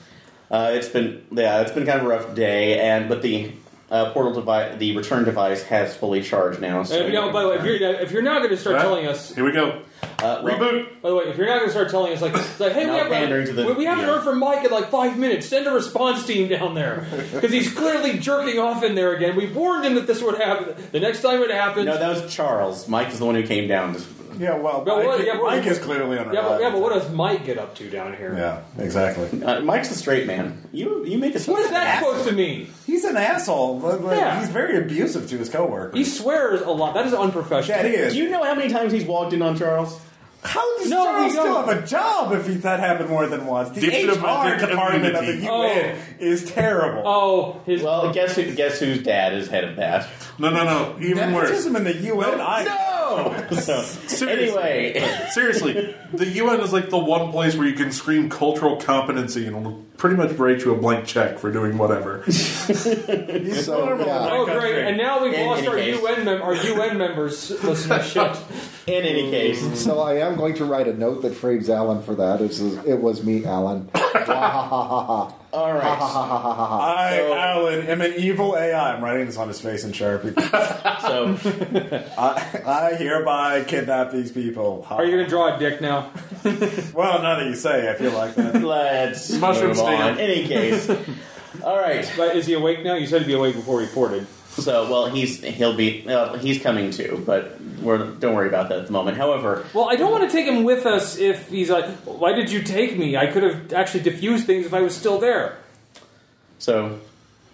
[SPEAKER 3] Uh, it's been yeah, it's been kind of a rough day, and but the uh, portal device, the return device, has fully charged now. So
[SPEAKER 4] Uh, you know, by the way, if you're, if you're now going to start
[SPEAKER 6] Right?
[SPEAKER 4] telling us,
[SPEAKER 6] Here we go.
[SPEAKER 3] uh, well,
[SPEAKER 6] Reboot.
[SPEAKER 4] by the way, if you're now going to start telling us, like, it's like hey,
[SPEAKER 3] Now
[SPEAKER 4] we,
[SPEAKER 3] pandering
[SPEAKER 4] have,
[SPEAKER 3] to the-
[SPEAKER 4] we, we haven't
[SPEAKER 3] yeah.
[SPEAKER 4] heard from Mike in like five minutes. Send a response team down there because he's clearly jerking off in there again. We warned him that this would happen. The next time it happens,
[SPEAKER 3] no, that was Charles. Mike is the one who came down. To,
[SPEAKER 1] Yeah, well,
[SPEAKER 4] But
[SPEAKER 1] Mike,
[SPEAKER 4] what- yeah, but-
[SPEAKER 1] Mike is clearly on
[SPEAKER 4] yeah, but, yeah, but what does Mike get up to down here?
[SPEAKER 1] Yeah, exactly.
[SPEAKER 3] uh, Mike's the straight man. You you make a
[SPEAKER 4] What is that supposed to mean?
[SPEAKER 1] He's an asshole. but, like,
[SPEAKER 4] Yeah.
[SPEAKER 1] He's very abusive to his coworkers.
[SPEAKER 4] He swears a lot. That is unprofessional.
[SPEAKER 1] yeah, he is.
[SPEAKER 3] Do you know how many times he's walked in on Charles?
[SPEAKER 1] How does
[SPEAKER 4] No,
[SPEAKER 1] Charles
[SPEAKER 4] we don't.
[SPEAKER 1] still have a job if he, that happened more than once? The
[SPEAKER 6] Diplomatic
[SPEAKER 1] HR department of the
[SPEAKER 6] immunity.
[SPEAKER 1] UN
[SPEAKER 4] Oh.
[SPEAKER 1] is terrible.
[SPEAKER 4] Oh, his
[SPEAKER 3] Well, guess who? Guess whose dad is head of that?
[SPEAKER 6] No, no, no. Even worse.
[SPEAKER 1] Nepotism in the UN. I,
[SPEAKER 3] So,
[SPEAKER 6] Seriously.
[SPEAKER 3] anyway,
[SPEAKER 6] Seriously, the UN is like the one place where you can scream cultural competency and it'll pretty much write you a blank check for doing whatever.
[SPEAKER 2] So, yeah.
[SPEAKER 4] Oh great! And now we've
[SPEAKER 3] In
[SPEAKER 4] lost
[SPEAKER 3] any
[SPEAKER 4] our
[SPEAKER 3] case.
[SPEAKER 4] UN mem- our UN members listenership.
[SPEAKER 3] in any case,
[SPEAKER 2] So I am going to write a note that frames Alan for that. It says, it was me, Alan.
[SPEAKER 3] all right.
[SPEAKER 1] I,
[SPEAKER 3] So-
[SPEAKER 1] Alan, am an evil AI. I'm writing this on his face in Sharpie.
[SPEAKER 3] So
[SPEAKER 1] I, I hereby kidnap these people.
[SPEAKER 4] Are you going to draw a dick now?
[SPEAKER 1] Well, now that you say, it, I feel like that.
[SPEAKER 3] let's
[SPEAKER 6] Mushroom
[SPEAKER 3] move on.
[SPEAKER 6] stand.
[SPEAKER 3] Any case, all right.
[SPEAKER 4] But is he awake now? You said he'd be awake before reported.
[SPEAKER 3] So, well, he's he'll be uh, he's coming too, but we're don't worry about that at the moment. However,
[SPEAKER 4] Well, I don't want to take him with us if he's like, "Why did you take me? I could have actually diffused things if I was still there."
[SPEAKER 3] so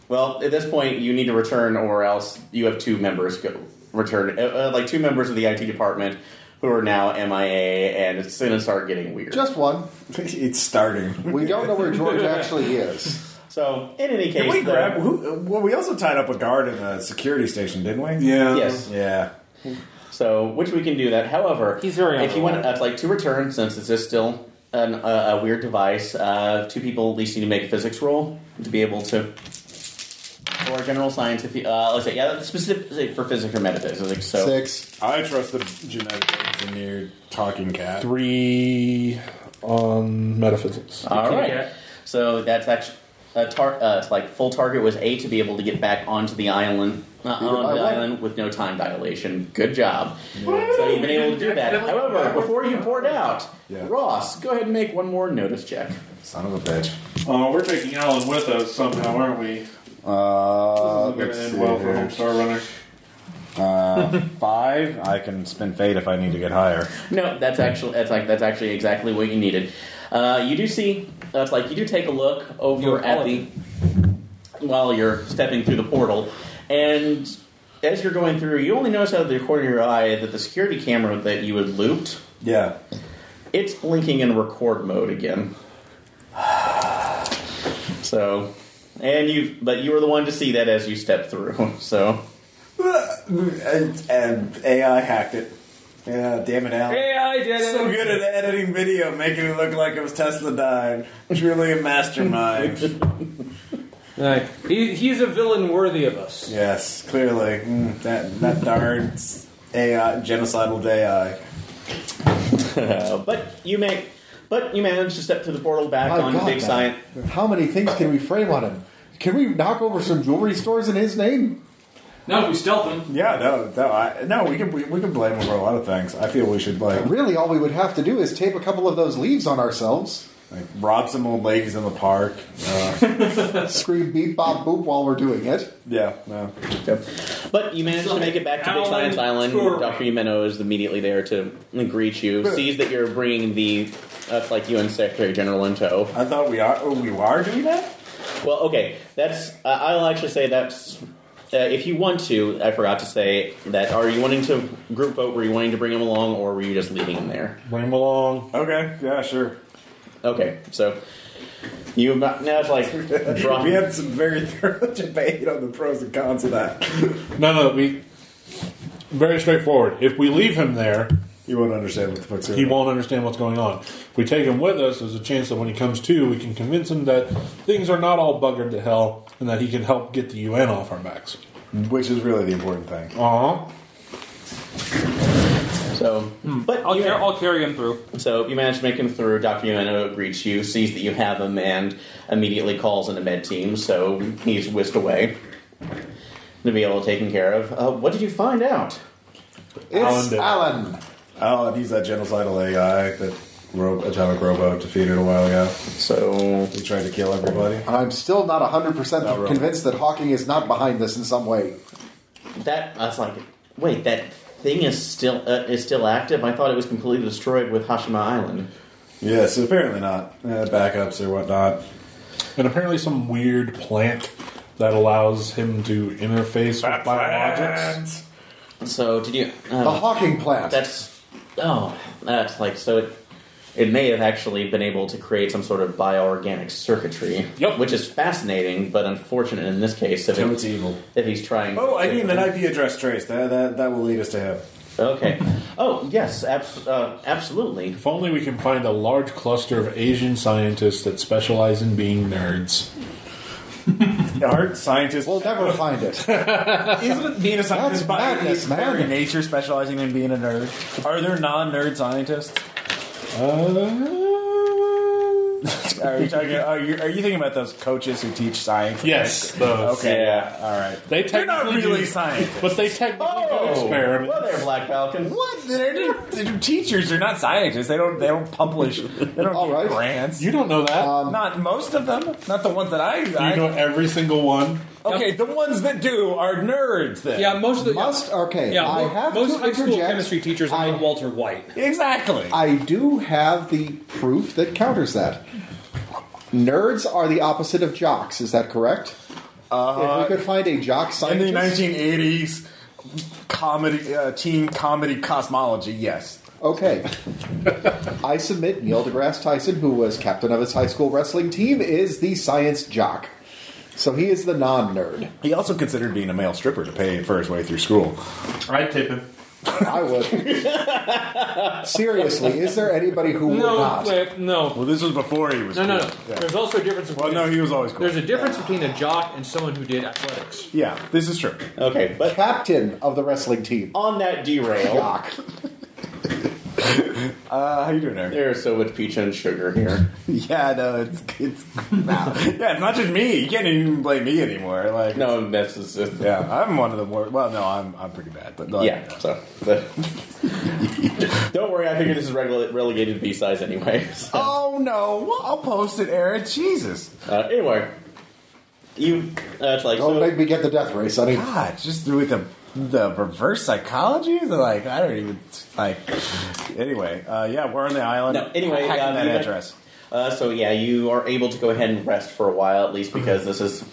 [SPEAKER 3] well at this point you need to return, or else you have two members go return, uh, uh, like two members of the IT department who are now MIA, and it's going to start getting weird.
[SPEAKER 2] Just one.
[SPEAKER 1] it's starting.
[SPEAKER 2] We don't know where George actually is.
[SPEAKER 3] so, in any case,
[SPEAKER 1] Did we
[SPEAKER 3] the-
[SPEAKER 1] grab? Who, well, we also tied up a guard in the security station, didn't we?
[SPEAKER 6] Yeah.
[SPEAKER 3] yes.
[SPEAKER 1] Yeah.
[SPEAKER 3] So, which we can do that. However,
[SPEAKER 4] He's very
[SPEAKER 3] if you want,
[SPEAKER 4] unreliable.
[SPEAKER 3] that's like to return since it's just still an, uh, a weird device. Uh, two people at least need to make a physics roll to be able to, or general science. If you, uh, let's say, yeah, specifically for physics or metaphysics. So,
[SPEAKER 2] Six.
[SPEAKER 1] I trust the genetic engineered talking cat.
[SPEAKER 6] Three on metaphysics.
[SPEAKER 3] all
[SPEAKER 4] Okay.
[SPEAKER 3] right. So that's actually. A tar- uh, it's like full target was A to be able to get back onto the island, uh,
[SPEAKER 2] Either by
[SPEAKER 3] on the
[SPEAKER 2] one.
[SPEAKER 3] island with no time dilation. Good job. So you've been able to do that. However, before you poured out,
[SPEAKER 1] Yeah.
[SPEAKER 3] Ross, go ahead and make one more notice check.
[SPEAKER 1] Son of a bitch.
[SPEAKER 6] Uh, we're taking Alan with us somehow, aren't we?
[SPEAKER 1] Uh,
[SPEAKER 6] This
[SPEAKER 1] let's
[SPEAKER 6] isn't
[SPEAKER 1] see
[SPEAKER 6] gonna end well for
[SPEAKER 1] here.
[SPEAKER 6] Homestar
[SPEAKER 1] Uh,
[SPEAKER 6] Runner.
[SPEAKER 1] five. I can spin fate if I need to get higher.
[SPEAKER 3] No, that's actually that's like that's actually exactly what you needed. Uh, you do see that's like you do take a look over
[SPEAKER 4] You're
[SPEAKER 3] at the while you're stepping through the portal, and as you're going through, you only notice out of the corner of your eye that the security camera that you had looped
[SPEAKER 1] Yeah.
[SPEAKER 3] it's blinking in record mode again. So, and you but you were the one to see that as you stepped through. So
[SPEAKER 1] And, Uh, and AI hacked it. Yeah, damn it, Alan.
[SPEAKER 4] Hey, I did it.
[SPEAKER 1] So good at editing video, making it look like it was Tesla dying. Truly a mastermind.
[SPEAKER 4] Like, he, he's a villain worthy of us.
[SPEAKER 1] yes, clearly. Mm, that that darn s- AI genocidal AI.
[SPEAKER 3] Uh, but you make but you managed to step through the portal back
[SPEAKER 2] My
[SPEAKER 3] onto
[SPEAKER 2] God,
[SPEAKER 3] Big
[SPEAKER 2] man.
[SPEAKER 3] Science.
[SPEAKER 2] How many things can we frame on him? Can we knock over some jewelry stores in his name?
[SPEAKER 4] Now if we stealth him,
[SPEAKER 1] Yeah, no, no, I, no. We can we, we can blame him for a lot of things. I feel we should blame
[SPEAKER 2] Really, all we would have to do is tape a couple of those leaves on ourselves,
[SPEAKER 1] like rob some old ladies in the park. Uh,
[SPEAKER 2] scream beep bop boop while we're doing it.
[SPEAKER 1] yeah, no.
[SPEAKER 3] But you managed to make it back to Big
[SPEAKER 4] Alan
[SPEAKER 3] Science Island.
[SPEAKER 4] Turing.
[SPEAKER 3] Dr. Umeno is immediately there to greet you, sees that you're bringing the that's like UN Secretary General in tow.
[SPEAKER 1] I thought we are oh, we are doing that.
[SPEAKER 3] Well, okay, that's uh, I'll actually say that's uh, if you want to. I forgot to say that. Are you wanting to group vote? Were you wanting to bring him along, or were you just leaving him there?
[SPEAKER 6] Bring him along.
[SPEAKER 1] Okay, yeah, sure.
[SPEAKER 3] Okay, so you about now it's like
[SPEAKER 1] We had some very thorough debate on the pros and cons of that.
[SPEAKER 6] No, no, we. Very straightforward. If we leave him there,
[SPEAKER 1] You won't understand what the fuck's going
[SPEAKER 6] he
[SPEAKER 1] on.
[SPEAKER 6] won't understand what's going on. If we take him with us, there's a chance that when he comes to, we can convince him that things are not all buggered to hell and that he can help get the UN off our backs.
[SPEAKER 1] Which is really the important thing. Uh-huh.
[SPEAKER 6] Aw.
[SPEAKER 3] so. But
[SPEAKER 4] I'll,
[SPEAKER 3] you
[SPEAKER 4] car- I'll carry him through.
[SPEAKER 3] so you manage to make him through. Doctor Umeno greets you, sees that you have him, and immediately calls in a med team. So he's whisked away to be all taken care of. Uh, what did you find out?
[SPEAKER 2] It's
[SPEAKER 6] Alan did.
[SPEAKER 2] Alan.
[SPEAKER 1] Oh, and he's that genocidal AI that ro- Atomic Robo defeated a while ago.
[SPEAKER 3] So
[SPEAKER 1] He tried to kill everybody.
[SPEAKER 2] And I'm still not 100%
[SPEAKER 1] Not really.
[SPEAKER 2] convinced that Hawking is not behind this in some way.
[SPEAKER 3] That I was like, wait, that thing is still uh, is still active. I thought it was completely destroyed with Hashima Island.
[SPEAKER 1] Yes, apparently not. Uh, backups or whatnot.
[SPEAKER 6] And apparently, some weird plant that allows him to interface with biologics.
[SPEAKER 3] So did you?
[SPEAKER 2] The
[SPEAKER 3] Uh,
[SPEAKER 2] Hawking plant.
[SPEAKER 3] that's oh, that's like so. It it may have actually been able to create some sort of bioorganic circuitry,
[SPEAKER 6] Yep.
[SPEAKER 3] which is fascinating, but unfortunate in this case if,
[SPEAKER 1] So
[SPEAKER 3] it-
[SPEAKER 1] it's evil.
[SPEAKER 3] if he's trying.
[SPEAKER 1] Oh, I need an IP address trace. That, that, that will lead us to him.
[SPEAKER 3] Okay. Oh yes, abs- uh, absolutely.
[SPEAKER 6] If only we can find a large cluster of Asian scientists that specialize in being nerds.
[SPEAKER 1] Art scientist.
[SPEAKER 2] We'll never find it.
[SPEAKER 1] isn't being a
[SPEAKER 2] scientist by madness, its very man.
[SPEAKER 1] nature specializing in being a nerd? Are there non-nerd scientists?
[SPEAKER 6] Uh,
[SPEAKER 1] Are you, talking, are, you, are you thinking about those coaches who teach science?
[SPEAKER 6] yes, those.
[SPEAKER 1] Okay. Yeah. All right.
[SPEAKER 6] They
[SPEAKER 1] They're not
[SPEAKER 6] technically
[SPEAKER 1] really
[SPEAKER 6] do-
[SPEAKER 1] scientists.
[SPEAKER 6] But they technically do
[SPEAKER 3] Oh,
[SPEAKER 6] experiments.
[SPEAKER 3] well there, Black Falcon.
[SPEAKER 1] What? They're, they're teachers. They're not scientists. They don't. They don't publish. They don't
[SPEAKER 2] All
[SPEAKER 1] get
[SPEAKER 2] right.
[SPEAKER 1] grants.
[SPEAKER 6] You don't know that.
[SPEAKER 1] not most of them. Not the ones that I.
[SPEAKER 6] you
[SPEAKER 1] I-
[SPEAKER 6] know every single one.
[SPEAKER 1] okay, the ones that do are nerds. Then.
[SPEAKER 4] Yeah, most of the
[SPEAKER 2] Must, okay.
[SPEAKER 4] Yeah,
[SPEAKER 2] I
[SPEAKER 4] mo-
[SPEAKER 2] have
[SPEAKER 4] most
[SPEAKER 2] to
[SPEAKER 4] high school
[SPEAKER 2] interject.
[SPEAKER 4] chemistry teachers are
[SPEAKER 2] I-
[SPEAKER 4] like Walter White.
[SPEAKER 1] Exactly.
[SPEAKER 2] I do have the proof that counters that. Nerds are the opposite of jocks, is that correct? if we could find a jock
[SPEAKER 1] Uh, In
[SPEAKER 2] scientist.
[SPEAKER 1] the 1980s, comedy uh, teen comedy cosmology. Yes.
[SPEAKER 2] Okay. I submit Neil deGrasse Tyson, who was captain of his high school wrestling team, is the science jock. So he is the non nerd.
[SPEAKER 1] He also considered being a male stripper to pay for his way through school.
[SPEAKER 6] I'd tip him.
[SPEAKER 2] I would. Seriously, is there anybody who would
[SPEAKER 4] No,
[SPEAKER 2] not?
[SPEAKER 4] wait, no,
[SPEAKER 1] Well, this was before he was.
[SPEAKER 4] no, no,
[SPEAKER 1] cool.
[SPEAKER 4] no. There's also a difference.
[SPEAKER 1] Well,
[SPEAKER 4] Between,
[SPEAKER 1] no, he was always cool.
[SPEAKER 4] there's a difference between a jock and someone who did athletics.
[SPEAKER 1] yeah, this is true.
[SPEAKER 3] Okay, but
[SPEAKER 2] Captain of the wrestling team.
[SPEAKER 3] on that derail,
[SPEAKER 2] Jock.
[SPEAKER 1] Uh, how you doing, Eric?
[SPEAKER 3] there's so much peach and sugar here.
[SPEAKER 1] Yeah, no, it's it's wow. yeah, it's not just me. You can't even blame me anymore. Like,
[SPEAKER 3] No, that's just,
[SPEAKER 1] yeah, I'm one of the worst. Well, no, I'm I'm pretty bad, but like,
[SPEAKER 3] Yeah, so. Don't worry, I figure this is rele- relegated to B size anyway. So,
[SPEAKER 1] Oh no, well, I'll post it, Eric. Jesus,
[SPEAKER 3] uh, anyway, you. That's like.
[SPEAKER 2] Don't
[SPEAKER 3] So,
[SPEAKER 2] make me get the death race. I mean,
[SPEAKER 1] God, Ah, just with the the reverse psychology? They're like, I don't even like. Anyway, uh, yeah, we're on the island.
[SPEAKER 3] No, anyway,
[SPEAKER 1] Hacking
[SPEAKER 3] uh,
[SPEAKER 1] that
[SPEAKER 3] you-
[SPEAKER 1] address.
[SPEAKER 3] Uh, so yeah, you are able to go ahead and rest for a while at least because this is.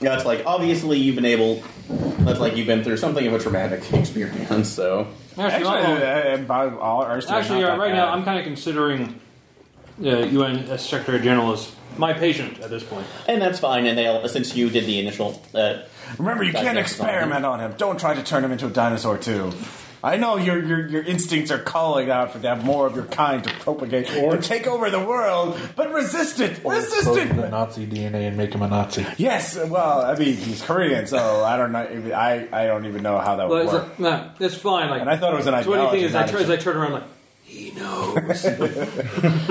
[SPEAKER 3] Yeah, it's like obviously you've been able. That's like you've been through something of a traumatic experience. So
[SPEAKER 1] Actually,
[SPEAKER 4] not wrong.
[SPEAKER 1] uh, uh, by all honesty,
[SPEAKER 4] Actually,
[SPEAKER 1] not
[SPEAKER 4] uh,
[SPEAKER 1] that
[SPEAKER 4] right
[SPEAKER 1] bad.
[SPEAKER 4] now, I'm kind of considering the UN Secretary General as my patient at this point.
[SPEAKER 3] and that's fine. And they since you did the initial. Uh,
[SPEAKER 1] Remember, you
[SPEAKER 3] That
[SPEAKER 1] can't
[SPEAKER 3] guy's
[SPEAKER 1] experiment on him. Don't try to turn him into a dinosaur too. I know your your, your instincts are calling out for to have more of your kind to propagate or take over the world, but resist it. Resist
[SPEAKER 6] Clone the
[SPEAKER 1] it.
[SPEAKER 6] Nazi DNA and make him a Nazi.
[SPEAKER 1] Yes. Well, I mean, he's Korean, so I don't know. if- I I don't even know how that
[SPEAKER 4] Well,
[SPEAKER 1] would
[SPEAKER 4] it's
[SPEAKER 1] work.
[SPEAKER 4] like, no, it's fine. Like,
[SPEAKER 1] And I thought it was an
[SPEAKER 4] so what do you think
[SPEAKER 1] ideology,
[SPEAKER 4] is I,
[SPEAKER 1] not a
[SPEAKER 4] turn- as I turn around, like he knows.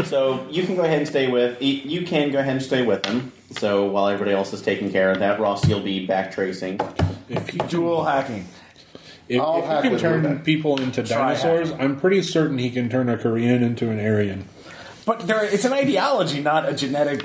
[SPEAKER 3] so you can go ahead and stay with. You you can go ahead and stay with them. So while everybody else is taking care of that, Ross, you'll be back tracing.
[SPEAKER 6] If you,
[SPEAKER 1] Dual hacking.
[SPEAKER 6] if,
[SPEAKER 2] I'll
[SPEAKER 6] if
[SPEAKER 2] hack
[SPEAKER 6] you can
[SPEAKER 2] with
[SPEAKER 6] turn
[SPEAKER 2] Ruben.
[SPEAKER 6] people into
[SPEAKER 1] Try
[SPEAKER 6] dinosaurs, I'm pretty certain he can turn a Korean into an Aryan.
[SPEAKER 1] But there, it's an ideology, not a genetic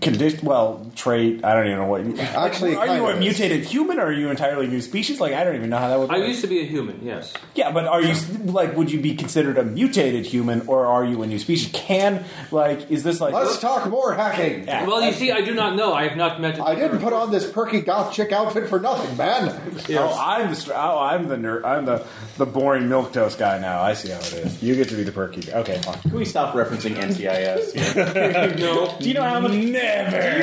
[SPEAKER 1] condition. Well, trait. I don't even know what.
[SPEAKER 2] Actually, it
[SPEAKER 1] are you
[SPEAKER 2] kind
[SPEAKER 1] a
[SPEAKER 2] of is.
[SPEAKER 1] mutated human, or are you entirely new species? Like, I don't even know how that would.
[SPEAKER 4] I
[SPEAKER 1] work.
[SPEAKER 4] used to be a human. Yes.
[SPEAKER 1] Yeah, but are you like? Would you be considered a mutated human, or are you a new species? Can like, is this like?
[SPEAKER 2] Let's talk more hacking.
[SPEAKER 1] Yeah.
[SPEAKER 4] Well, you see, I do not know. I have not met.
[SPEAKER 2] I didn't put on this perky goth chick outfit for nothing, man.
[SPEAKER 1] Oh, I'm the str- oh, I'm the nerd. I'm the the boring milk toast guy now. I see how it is. You get to be the perky. Okay, fine.
[SPEAKER 3] Can we stop referencing NCIS? Here?
[SPEAKER 4] no.
[SPEAKER 3] Do you know how much?
[SPEAKER 1] Never.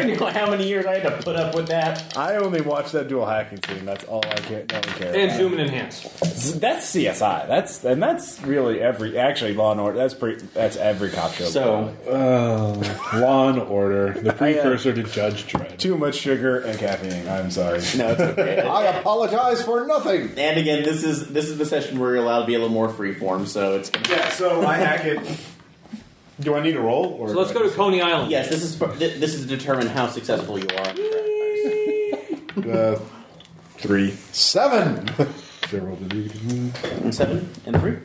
[SPEAKER 3] Do you know how many years I had to put up with that?
[SPEAKER 1] I only watch that dual hacking scene. That's all I care. No one cares.
[SPEAKER 4] And human enhanced.
[SPEAKER 1] That's CSI. That's and that's really every actually Law and Order. That's pretty. That's every cop show.
[SPEAKER 3] So
[SPEAKER 6] Oh, Law and Order, the precursor to Judge Dredd.
[SPEAKER 1] too much sugar and caffeine. I'm sorry.
[SPEAKER 3] no, it's okay.
[SPEAKER 2] I apologize for nothing.
[SPEAKER 3] And again, this is this is the session where you're allowed to be a little more freeform. So it's
[SPEAKER 1] Yeah. So I hack it. Do I need a roll? Or
[SPEAKER 4] So let's go to Coney Island.
[SPEAKER 3] yes, this is for, th- this is to determine how successful you are. on the
[SPEAKER 2] Uh,
[SPEAKER 1] three.
[SPEAKER 2] seven.
[SPEAKER 3] track. And seven and three.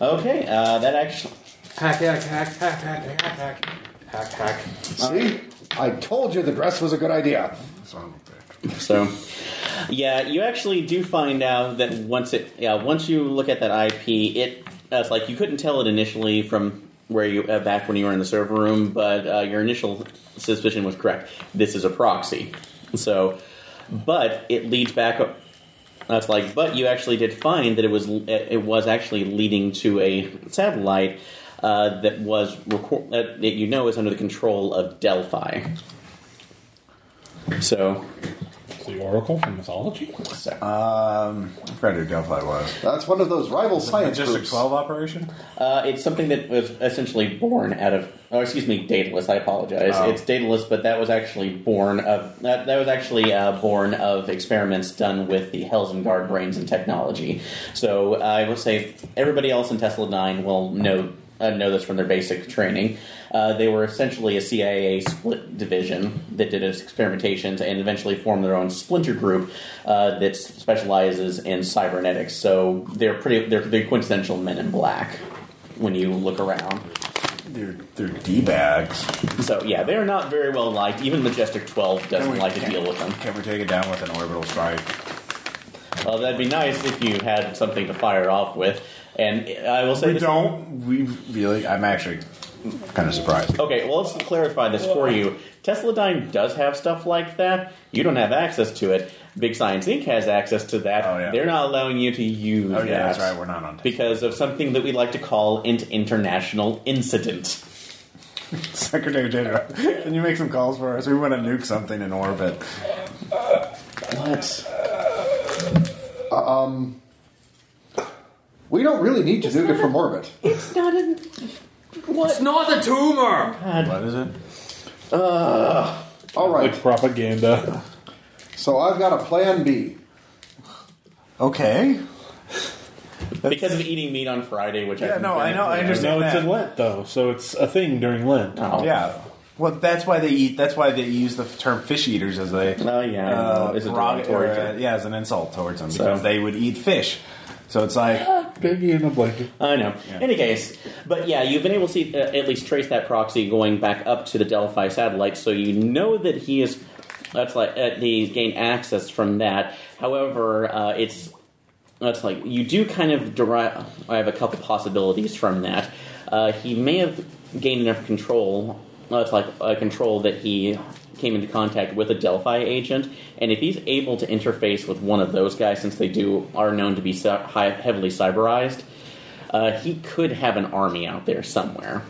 [SPEAKER 3] Okay, uh, that actually.
[SPEAKER 4] Hack, hack, hack, hack, hack, hack, hack, hack, hack.
[SPEAKER 2] See, I told you the dress was a good idea.
[SPEAKER 3] So, yeah, you actually do find out that once it, yeah, once you look at that IP, it uh, it's like you couldn't tell it initially from where you uh, back when you were in the server room, but uh, your initial suspicion was correct. This is a proxy. So, but it leads back. up- That's like, but you actually did find that it was uh, it was actually leading to a satellite. Uh, that was record- that that you know is under the control of Delphi. So
[SPEAKER 6] The Oracle from mythology?
[SPEAKER 1] Um, I forgot who Delphi was.
[SPEAKER 2] That's one of those rival science
[SPEAKER 1] Just a
[SPEAKER 2] groups.
[SPEAKER 1] twelve operation.
[SPEAKER 3] Uh, it's something that was essentially born out of, oh, excuse me, Daedalus. I apologize.
[SPEAKER 1] Oh.
[SPEAKER 3] It's Daedalus, but that was actually born of that, that was actually uh, born of experiments done with the Helsingard brains and technology. So I will say everybody else in Tesla Nine will know uh, know this from their basic training. Uh, they were essentially a CIA split division that did its experimentations and eventually formed their own splinter group uh, that s- specializes in cybernetics. So they're pretty they're, they're quintessential Men in Black when you look around.
[SPEAKER 1] They're they're d bags.
[SPEAKER 3] So yeah, they're not very well liked. Even Majestic Twelve doesn't like to deal with them.
[SPEAKER 1] Can we take it down with an orbital strike?
[SPEAKER 3] Well, Uh, that'd be nice if you had something to fire off with. And I will say
[SPEAKER 1] We
[SPEAKER 3] this-
[SPEAKER 1] don't. We really. I'm actually kind of surprised.
[SPEAKER 3] Okay, well, let's clarify this for you. Tesla Dime does have stuff like that. You don't have access to it. Big Science Inc. has access to that.
[SPEAKER 1] Oh, yeah.
[SPEAKER 3] They're not allowing you to use
[SPEAKER 1] Oh yeah,
[SPEAKER 3] that
[SPEAKER 1] that's right. We're not on. Tesla.
[SPEAKER 3] because of something that we like to call an international incident.
[SPEAKER 1] Secretary General, can you make some calls for us? We want to nuke something in orbit.
[SPEAKER 3] What?
[SPEAKER 2] We don't really need to nuke it from orbit.
[SPEAKER 3] It's not an.
[SPEAKER 4] It's not the tumor.
[SPEAKER 1] What is it?
[SPEAKER 2] All right.
[SPEAKER 6] Like propaganda.
[SPEAKER 2] So I've got a plan B.
[SPEAKER 1] Okay.
[SPEAKER 3] Because of eating meat on Friday, which
[SPEAKER 1] Yeah,
[SPEAKER 3] I
[SPEAKER 1] no, I know, I understand.
[SPEAKER 6] No, it's
[SPEAKER 1] that.
[SPEAKER 6] in Lent, though, so it's a thing during Lent.
[SPEAKER 3] Oh.
[SPEAKER 1] Yeah. Well, that's why they eat. That's why they use the term "fish eaters" as they.
[SPEAKER 3] Oh, yeah, I know.
[SPEAKER 1] uh,
[SPEAKER 3] It's a
[SPEAKER 1] derog-
[SPEAKER 3] derogatory
[SPEAKER 1] or, uh,
[SPEAKER 3] term.
[SPEAKER 1] yeah, as an insult towards them because they would eat fish. So it's like
[SPEAKER 6] Piggy in a blanket.
[SPEAKER 3] I know. Any case, but yeah, you've been able to see, uh, at least trace that proxy going back up to the Delphi satellite, so you know that he is. That's like uh, he's gained access from that. However, uh, it's
[SPEAKER 9] that's like you do kind of derive. I have a couple possibilities from that. Uh, he may have gained enough control. That's like uh, control that he came into contact with a Delphi agent, and if he's able to interface with one of those guys, since they do are known to be so, high, heavily cyberized, uh, he could have an army out there somewhere.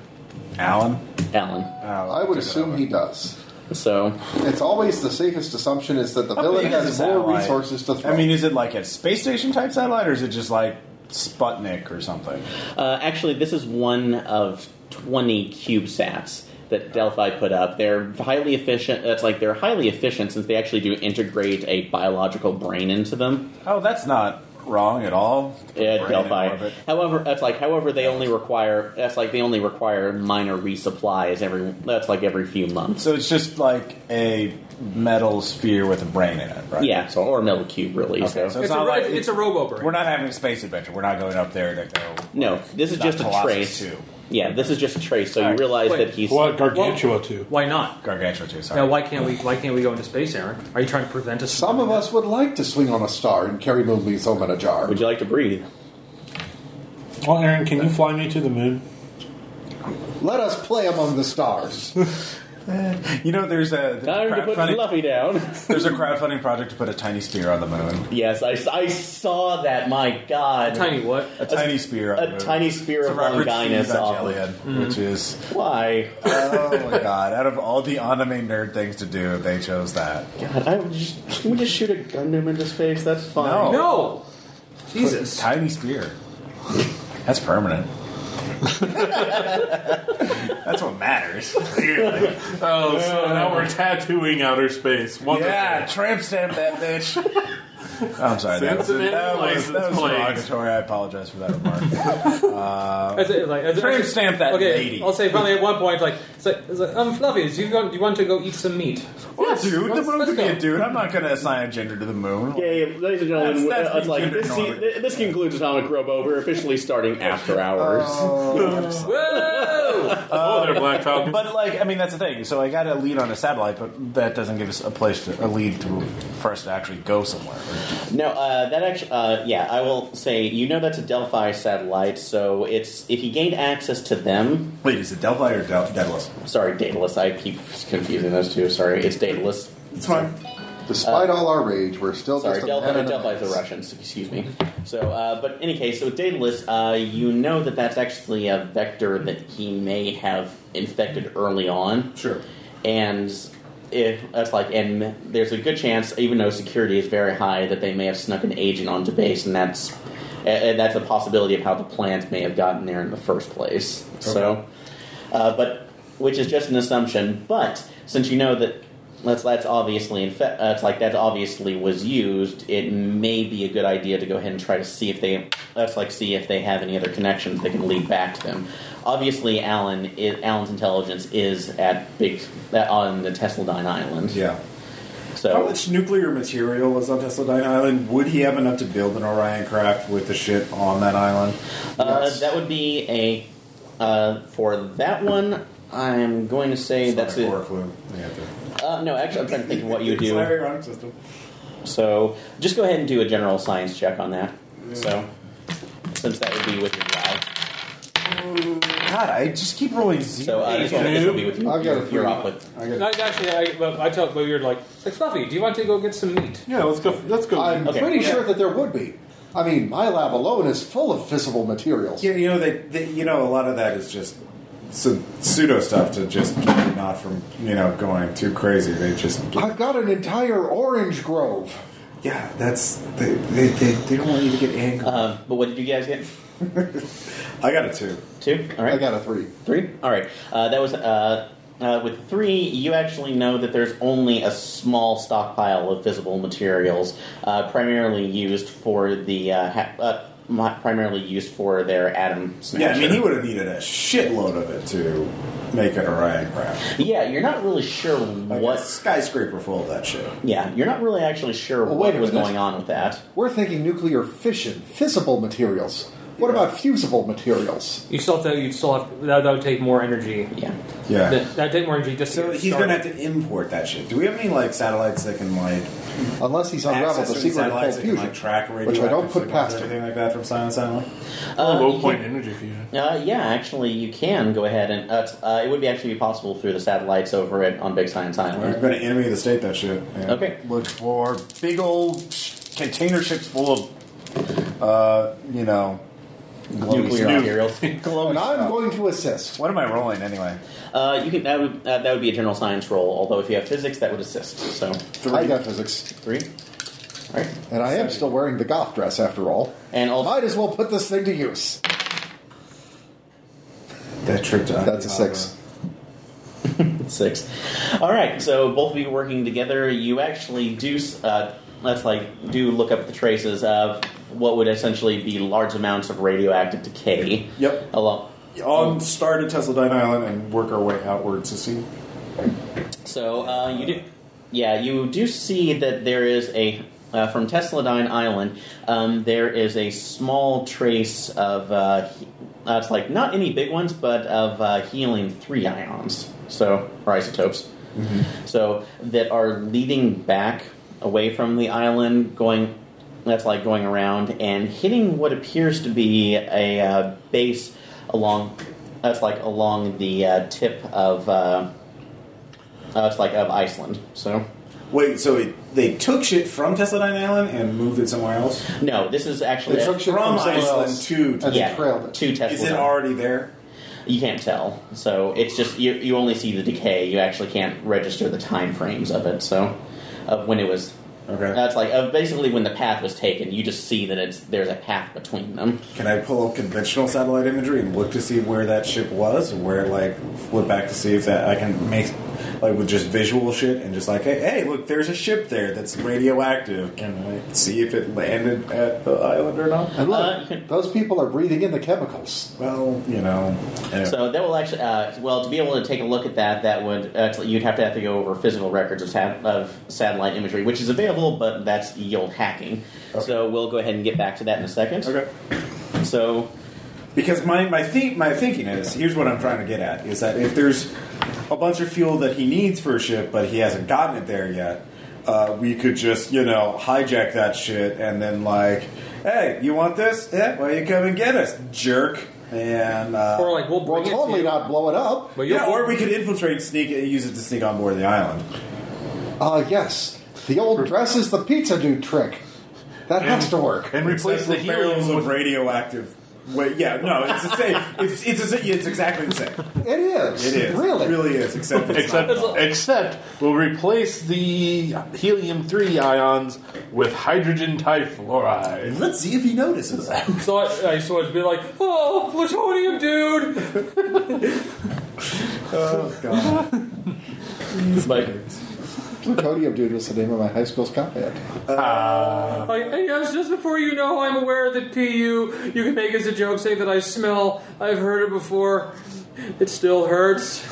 [SPEAKER 1] Alan? Oh,
[SPEAKER 9] Alan.
[SPEAKER 2] I would assume he does.
[SPEAKER 9] So
[SPEAKER 2] It's always the safest assumption is that the
[SPEAKER 1] How
[SPEAKER 2] villain
[SPEAKER 1] big is
[SPEAKER 2] has
[SPEAKER 1] the
[SPEAKER 2] more
[SPEAKER 1] satellite?
[SPEAKER 2] resources to throw.
[SPEAKER 1] I mean, is it like a space station type satellite, or is it just like Sputnik or something?
[SPEAKER 9] Uh, actually, this is one of 20 CubeSats that Delphi put up. They're highly efficient. That's like they're highly efficient since they actually do integrate a biological brain into them
[SPEAKER 1] Oh, that's not wrong at all. Brain
[SPEAKER 9] at
[SPEAKER 1] in
[SPEAKER 9] Delphi.
[SPEAKER 1] orbit.
[SPEAKER 9] However, that's like however they only require that's like they only require minor resupplies every that's like every few months.
[SPEAKER 1] So it's just like a metal sphere with a brain in it, right?
[SPEAKER 9] Yeah, so or metal cube really.
[SPEAKER 1] Okay,
[SPEAKER 9] so.
[SPEAKER 1] so it's,
[SPEAKER 4] It's, a,
[SPEAKER 1] not
[SPEAKER 4] ro-
[SPEAKER 1] like
[SPEAKER 4] it's, a robo bird.
[SPEAKER 1] We're not having a space adventure. We're not going up there to go.
[SPEAKER 9] No, this is
[SPEAKER 1] Not
[SPEAKER 9] just a
[SPEAKER 1] Colossus
[SPEAKER 9] trace.
[SPEAKER 1] two.
[SPEAKER 9] Yeah, this is just a trace. So you
[SPEAKER 1] Alright,
[SPEAKER 9] realize
[SPEAKER 4] wait.
[SPEAKER 9] that he's
[SPEAKER 6] What Gargantua too?
[SPEAKER 4] Why not?
[SPEAKER 1] Gargantua too. Sorry.
[SPEAKER 4] Now, why can't we? Why can't we go into space, Aaron? Are you trying to prevent us?
[SPEAKER 2] Some of us would like to swing on a star and carry Moonbeam's home in a jar.
[SPEAKER 9] Would you like to breathe?
[SPEAKER 6] Well, Aaron, can you fly me to the moon?
[SPEAKER 2] Let us play among the stars.
[SPEAKER 1] You know, there's a
[SPEAKER 9] Time to put
[SPEAKER 1] crowdfunding,
[SPEAKER 9] Fluffy down.
[SPEAKER 1] there's a crowdfunding project to put a tiny spear on the moon.
[SPEAKER 9] Yes, I, I saw that. My God,
[SPEAKER 4] Tiny what?
[SPEAKER 1] A tiny spear. On
[SPEAKER 9] a
[SPEAKER 1] the moon.
[SPEAKER 9] tiny spear
[SPEAKER 1] It's a
[SPEAKER 9] of
[SPEAKER 1] reference to
[SPEAKER 9] Longinus off of-
[SPEAKER 1] Evangelion, which is
[SPEAKER 9] Why?
[SPEAKER 1] oh my god! Out of all the anime nerd things to do, they chose that.
[SPEAKER 9] God, I would just, can we just shoot a Gundam into space? That's fine.
[SPEAKER 1] No.
[SPEAKER 4] No. Jesus.
[SPEAKER 1] Tiny spear. That's permanent. That's what matters. Clearly.
[SPEAKER 6] Oh, so now we're tattooing outer space. Wonderful.
[SPEAKER 1] yeah, tramp stamp that bitch. I'm sorry. That was,
[SPEAKER 6] Sensitive
[SPEAKER 1] that was, that was
[SPEAKER 6] license plates.
[SPEAKER 1] derogatory. I apologize for that remark.
[SPEAKER 4] As it- like, as it-
[SPEAKER 1] Tramp stamp that
[SPEAKER 4] okay,
[SPEAKER 1] lady.
[SPEAKER 4] I'll say finally at one point, like, it's like, it's like um, Fluffy, do you, want, do you want to go eat some meat?
[SPEAKER 1] Well, Oh, dude, the
[SPEAKER 4] let's-
[SPEAKER 1] moon
[SPEAKER 4] let's
[SPEAKER 1] could be
[SPEAKER 4] go.
[SPEAKER 1] a dude. I'm not going to assign a gender to the moon.
[SPEAKER 9] Okay, ladies and
[SPEAKER 1] That's-
[SPEAKER 9] gentlemen,
[SPEAKER 1] that's
[SPEAKER 9] uh, it's like,
[SPEAKER 1] gender Oh.
[SPEAKER 9] this, se-
[SPEAKER 1] normative.
[SPEAKER 9] th- this concludes Atomic Robo. We're officially starting after hours.
[SPEAKER 4] Whoa!
[SPEAKER 6] Oh, there, Black Falcon.
[SPEAKER 1] But like, I mean, that's the thing. So I got a lead on a satellite, but that doesn't give us a place to a lead to for us to actually go somewhere.
[SPEAKER 9] No, uh, that actually, uh, yeah, I will say, you know, that's a Delphi satellite, so it's if you gained access to them.
[SPEAKER 1] Wait, is it Delphi or Del- Daedalus?
[SPEAKER 9] Sorry, Daedalus. I keep confusing those two. Sorry, it's Daedalus.
[SPEAKER 1] It's fine.
[SPEAKER 2] Despite all our rage, we're still
[SPEAKER 9] Uh, Sorry,
[SPEAKER 2] just a
[SPEAKER 9] Del-
[SPEAKER 2] man in a
[SPEAKER 9] Delphi is
[SPEAKER 2] maze.
[SPEAKER 9] the Russians. Excuse me. So, uh, but in any case, so with Daedalus, uh, you know that that's actually a vector that he may have infected early on,
[SPEAKER 1] Sure.
[SPEAKER 9] and if that's like, and there's a good chance, even though security is very high, that they may have snuck an agent onto base, and that's and- and that's a possibility of how the plant may have gotten there in the first place. So, uh, but which is just an assumption. But since you know that that's, that's obviously in fact, uh, it's like that obviously was used, it may be a good idea to go ahead and try to see if they that's like see if they have any other connections that can lead back to them. Obviously, Alan is, Alan's intelligence is at big that on the Tesladine Island.
[SPEAKER 1] Yeah. How
[SPEAKER 9] So
[SPEAKER 1] much nuclear material is on Tesladine Island? Would he have enough to build an Orion craft with the ship on that island?
[SPEAKER 9] uh, that would be a uh, for that one. I'm going to say that's
[SPEAKER 1] Sonic
[SPEAKER 9] it.
[SPEAKER 1] Or clue. We have to-
[SPEAKER 9] Uh, no, actually, I'm trying to think of what you
[SPEAKER 1] It's
[SPEAKER 9] do.
[SPEAKER 1] an ironic system.
[SPEAKER 9] So just go ahead and do a general science check on that. So since that would be with your lab,
[SPEAKER 1] God, I just keep rolling zero.
[SPEAKER 9] so uh, this, will, this will be with you.
[SPEAKER 2] I've got a
[SPEAKER 9] You're
[SPEAKER 2] three.
[SPEAKER 9] off with.
[SPEAKER 2] I got
[SPEAKER 4] No, actually, I, well, I told, well, you're like, it's like, Fluffy, do you want to go get some meat?
[SPEAKER 6] yeah, let's go. Let's go.
[SPEAKER 2] I'm
[SPEAKER 9] Okay.
[SPEAKER 2] pretty
[SPEAKER 9] Yeah.
[SPEAKER 2] sure that there would be. I mean, my lab alone is full of fissile materials.
[SPEAKER 1] Yeah, you know that. that- You know, a lot of that is just some pseudo stuff to just keep it not from you know going too crazy. They just
[SPEAKER 6] Uh,
[SPEAKER 2] I've got an entire orange grove.
[SPEAKER 1] yeah, that's they they, they, they don't want you to get angry.
[SPEAKER 9] Uh, but what did you guys get?
[SPEAKER 1] I got it too.
[SPEAKER 9] Two. All
[SPEAKER 2] I
[SPEAKER 9] right.
[SPEAKER 2] got a three.
[SPEAKER 9] Three. All right. Uh, that was. Uh, uh, with three, you actually know that there's only a small stockpile of visible materials, uh, primarily used for the uh, ha- uh, mi- primarily used for their atom snatcher.
[SPEAKER 1] Yeah, I mean, he would have needed a shitload of it to make an Orion craft.
[SPEAKER 9] Yeah, you're not really sure
[SPEAKER 2] Oh,
[SPEAKER 1] Like
[SPEAKER 9] what
[SPEAKER 1] a skyscraper full of that shit?
[SPEAKER 9] Yeah, you're not really actually sure
[SPEAKER 2] Well,
[SPEAKER 9] what
[SPEAKER 2] wait a
[SPEAKER 9] was
[SPEAKER 2] minute.
[SPEAKER 9] going on with that.
[SPEAKER 2] We're thinking nuclear fission, fissile materials. What about fusible materials?
[SPEAKER 4] You still have to, you'd still have, that, that would take more energy.
[SPEAKER 9] Yeah.
[SPEAKER 1] Yeah.
[SPEAKER 4] That, that'd take more energy just to
[SPEAKER 1] So
[SPEAKER 4] get
[SPEAKER 1] he's going to
[SPEAKER 4] started.
[SPEAKER 1] have to import that shit. Do we have any like satellites that can like
[SPEAKER 2] unless he's unraveled the
[SPEAKER 1] Access to
[SPEAKER 2] secret of cold
[SPEAKER 1] satellites that can,
[SPEAKER 2] fusion,
[SPEAKER 1] like, track
[SPEAKER 2] which I don't
[SPEAKER 1] radioactive
[SPEAKER 2] put
[SPEAKER 1] signals,
[SPEAKER 2] past him.
[SPEAKER 1] anything like that from Silent Satellite.
[SPEAKER 6] Or
[SPEAKER 9] Uh,
[SPEAKER 6] low
[SPEAKER 9] you
[SPEAKER 6] point energy fusion.
[SPEAKER 9] Uh, yeah, actually, you can go ahead and uh, it's- uh, it would be actually be possible through the satellites over at on Big Science
[SPEAKER 1] We're
[SPEAKER 9] Island.
[SPEAKER 1] going to enemy of the state that shit. and
[SPEAKER 9] Okay.
[SPEAKER 1] Look for big old sh- container ships full of, uh, you know, glowy
[SPEAKER 9] Nuclear
[SPEAKER 1] stuff.
[SPEAKER 9] materials.
[SPEAKER 1] Glowy
[SPEAKER 2] And I'm
[SPEAKER 1] stuff.
[SPEAKER 2] going to assist.
[SPEAKER 1] What am I rolling anyway?
[SPEAKER 9] Uh, you can that would uh, that would be a general science role. Although if you have physics, that would assist. So
[SPEAKER 2] I got physics,
[SPEAKER 9] three. All right,
[SPEAKER 2] and I am still wearing the goth dress after all.
[SPEAKER 9] and also
[SPEAKER 2] Might as well put this thing to use.
[SPEAKER 1] That trip to
[SPEAKER 2] That's a six.
[SPEAKER 1] Uh,
[SPEAKER 9] Six. All right. So both of you working together, you actually do. Uh, let's like do look up the traces of what would essentially be large amounts of radioactive decay.
[SPEAKER 1] Yep.
[SPEAKER 9] Along.
[SPEAKER 1] On start at Tesla Dine Island and work our way outwards to see.
[SPEAKER 9] So uh, you do. Yeah, you do see that there is a. Uh, from Tesladine Island, um, there is a small trace of. Uh, he- uh, it's like not any big ones, but of uh, helium 3 ions. So, or isotopes. so that are leading back away from the island, going that's like going around and hitting what appears to be a uh, base along that's like along the uh, tip of uh, uh, it's like of Iceland. So
[SPEAKER 1] Wait, so it, they took shit from Tesla Dine Island and moved it somewhere else?
[SPEAKER 9] no, this is actually
[SPEAKER 2] They took shit from,
[SPEAKER 1] From
[SPEAKER 2] someone
[SPEAKER 1] Iceland
[SPEAKER 2] else,
[SPEAKER 1] to-
[SPEAKER 2] and
[SPEAKER 9] yeah,
[SPEAKER 2] they trailed it.
[SPEAKER 9] two Tesla.
[SPEAKER 1] Is it already there?
[SPEAKER 9] you can't tell. So it's just you, you only see the decay. You actually can't register the time frames of it. So of when it was
[SPEAKER 1] Okay.
[SPEAKER 9] That's like uh, basically when the path was taken. You just see that it's there's a path between them.
[SPEAKER 1] Can I pull up conventional satellite imagery and look to see where that ship was? Where like flip back to see if that I can make like with just visual shit and just like hey, hey look there's a ship there that's radioactive. Can I see if it landed at the island or not?
[SPEAKER 2] And look,
[SPEAKER 9] Uh, you can-
[SPEAKER 2] those people are breathing in the chemicals.
[SPEAKER 1] Well, you know. anyway.
[SPEAKER 9] So that will actually uh, well to be able to take a look at that. That would uh, you'd have to have to go over physical records of, sat- of satellite imagery, which is available, but that's yield hacking. So we'll go ahead and get back to that in a second.
[SPEAKER 1] okay.
[SPEAKER 9] So
[SPEAKER 1] Because my my thi- my thinking is here's what I'm trying to get at is that if there's a bunch of fuel that he needs for a ship but he hasn't gotten it there yet, uh, we could just you know hijack that shit and then like, hey, you want this? Yeah, well you come and get us, jerk. And uh,
[SPEAKER 4] Or like we'll
[SPEAKER 2] We'll
[SPEAKER 4] bring it to
[SPEAKER 2] totally
[SPEAKER 4] you.
[SPEAKER 2] not blow it up.
[SPEAKER 4] But you'll-
[SPEAKER 1] yeah, or we could infiltrate, sneak, and use it to sneak on board the island.
[SPEAKER 2] Uh, yes. The old dress is the pizza dude trick. That has to work.
[SPEAKER 6] And replace the
[SPEAKER 1] Except for barrels
[SPEAKER 6] helium
[SPEAKER 1] of
[SPEAKER 6] with
[SPEAKER 1] radioactive. Wait, yeah, no, it's the same. It's it's, a, it's exactly the same.
[SPEAKER 2] It is.
[SPEAKER 1] It is
[SPEAKER 2] Really?
[SPEAKER 1] it really is. Except it's not.
[SPEAKER 6] Except, except we'll replace the helium three ions with hydrogen
[SPEAKER 1] And
[SPEAKER 6] difluoride.
[SPEAKER 1] Let's see if he notices.
[SPEAKER 4] So I, I so I'd be like, oh, plutonium, dude.
[SPEAKER 1] oh god.
[SPEAKER 9] but
[SPEAKER 2] Plutonium dude was the name of my high school's cop band.
[SPEAKER 4] Like, hey guys, just before you know, I'm aware that PU you can make as a joke, say that I smell. I've heard it before. It still hurts.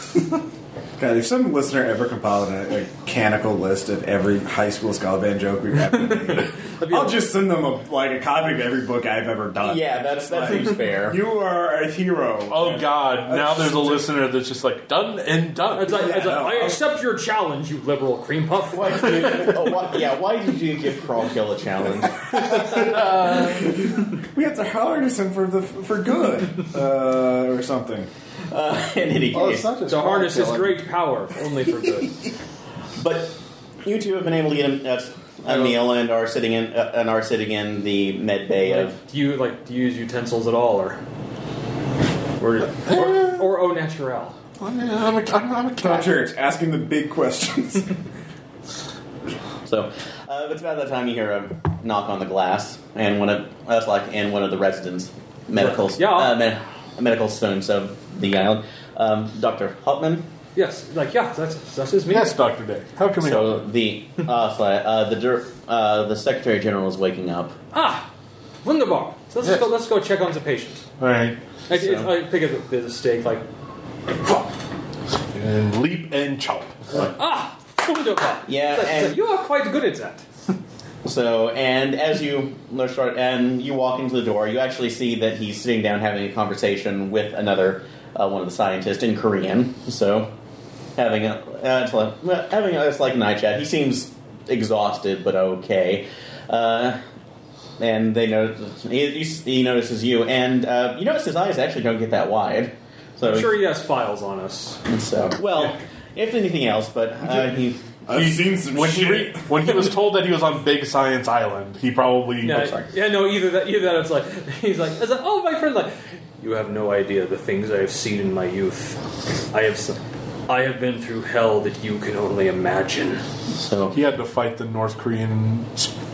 [SPEAKER 1] God, if some listener ever compiled a, a canonical list of every high school ska band joke we've ever made, I'll just send them a, like a copy of every book I've ever done.
[SPEAKER 9] yeah, that's that seems fair.
[SPEAKER 1] You are a hero.
[SPEAKER 6] Oh God! Now there's a listener that's just like done and
[SPEAKER 4] It's
[SPEAKER 6] done.
[SPEAKER 4] like, it's like,
[SPEAKER 1] Yeah, no,
[SPEAKER 4] I
[SPEAKER 1] I'll-
[SPEAKER 4] accept your challenge, you liberal cream puff.
[SPEAKER 9] Why did you, oh, why, yeah, why did you give Crawkill a challenge?
[SPEAKER 1] We have to harness him for the for good uh, or something.
[SPEAKER 9] Uh, in any case,
[SPEAKER 2] Oh, it's not just
[SPEAKER 4] To harness his
[SPEAKER 2] Crawford.
[SPEAKER 4] great power, only for good.
[SPEAKER 9] But you two have been able to get a, a, a meal and are sitting in uh, and are sitting in the med bay of.
[SPEAKER 4] Like, uh, do you like do you use utensils at all, or or or, or au naturel?
[SPEAKER 6] I'm a, I'm, I'm a
[SPEAKER 1] Tom
[SPEAKER 6] cat.
[SPEAKER 1] Church asking the big questions.
[SPEAKER 9] So uh, it's about that time you hear a knock on the glass, and one of that's like and one of the residents, medical
[SPEAKER 4] Yeah.
[SPEAKER 9] uh, med, medical students of the island, um, Doctor Hopman.
[SPEAKER 4] Yes, like yeah, that's that's just me.
[SPEAKER 6] Yes, Doctor Day. How can we
[SPEAKER 9] So
[SPEAKER 6] help?
[SPEAKER 9] the uh, sorry, uh, the dir- uh, the Secretary General is waking up.
[SPEAKER 4] Ah, wunderbar. So let's
[SPEAKER 6] Yes.
[SPEAKER 4] go. Let's go check on the patient.
[SPEAKER 6] All right,
[SPEAKER 4] I, I pick up a bit of steak. Like
[SPEAKER 6] and leap and chop.
[SPEAKER 4] ah, wunderbar.
[SPEAKER 9] Yeah,
[SPEAKER 4] That's-
[SPEAKER 9] and-
[SPEAKER 4] you are quite good at that.
[SPEAKER 9] So, and as you start, and you walk into the door, you actually see that he's sitting down having a conversation with another uh, one of the scientists in Korean. So, having a uh, it's like, well, having a, it's like an eye chat. He seems exhausted but okay. Uh, and they notice he, he notices you, and uh, you notice his eyes actually don't get that wide. So
[SPEAKER 4] I'm sure he has files on us.
[SPEAKER 9] so well, if anything else, but uh, he
[SPEAKER 3] I've seen some
[SPEAKER 6] when
[SPEAKER 3] shit.
[SPEAKER 6] He re- when he was told that he was on Big Science Island, he probably
[SPEAKER 4] Yeah,
[SPEAKER 9] sorry.
[SPEAKER 4] yeah, no, either that, either that. It's like he's like, it's like, oh, my friend, like, you have no idea the things I have seen in my youth. I have, s- I have been through hell that you can only imagine.
[SPEAKER 9] so
[SPEAKER 6] he had to fight the North Korean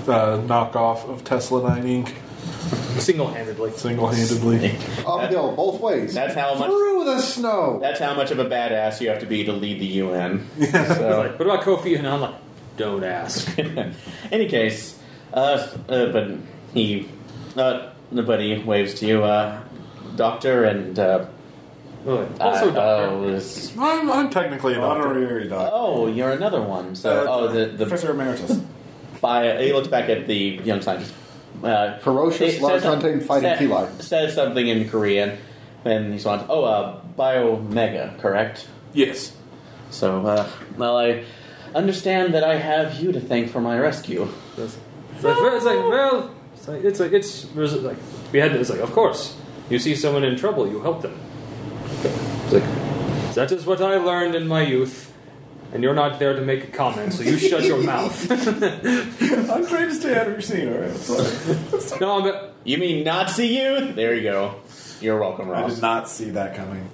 [SPEAKER 6] uh, knockoff of Tesla 9 Inc.
[SPEAKER 4] Single-handedly.
[SPEAKER 6] single-handedly.
[SPEAKER 2] Uphill, both ways.
[SPEAKER 9] that's how much
[SPEAKER 2] Through the snow.
[SPEAKER 9] that's how much of a badass you have to be to lead the UN. So.
[SPEAKER 4] What about Kofi Annan? Like, don't ask.
[SPEAKER 9] Any case, uh, uh, but he, uh, but he waves to you, uh, doctor, and uh,
[SPEAKER 4] Really?
[SPEAKER 9] I-
[SPEAKER 4] Also,
[SPEAKER 9] oh,
[SPEAKER 4] doctor.
[SPEAKER 9] this-
[SPEAKER 6] I'm, I'm technically an honorary.
[SPEAKER 1] Honorary doctor.
[SPEAKER 9] oh, you're another one. So,
[SPEAKER 4] Uh,
[SPEAKER 9] oh, the the
[SPEAKER 1] Professor Emeritus.
[SPEAKER 9] bio, he looks back at the young scientist. Uh,
[SPEAKER 2] Ferocious,
[SPEAKER 9] it
[SPEAKER 2] large,
[SPEAKER 9] says-
[SPEAKER 2] untamed fighting
[SPEAKER 9] sa-
[SPEAKER 2] feline.
[SPEAKER 9] Says something in Korean, and he's on. Oh, uh, bio mega, correct?
[SPEAKER 6] Yes.
[SPEAKER 9] So, uh, well, I understand that I have you to thank for my rescue.
[SPEAKER 4] It's like, well, it's like, well, it's like, it's like, it's it was like, we had, it's like, of course, you see someone in trouble, you help them. It's like, that is what I learned in my youth, and you're not there to make a comment, so you shut your mouth.
[SPEAKER 1] I'm trying to stay out of your scene, alright?
[SPEAKER 4] No, but
[SPEAKER 9] You mean Nazi youth? There you go. You're welcome,
[SPEAKER 1] I
[SPEAKER 9] Ross.
[SPEAKER 1] did not see that coming.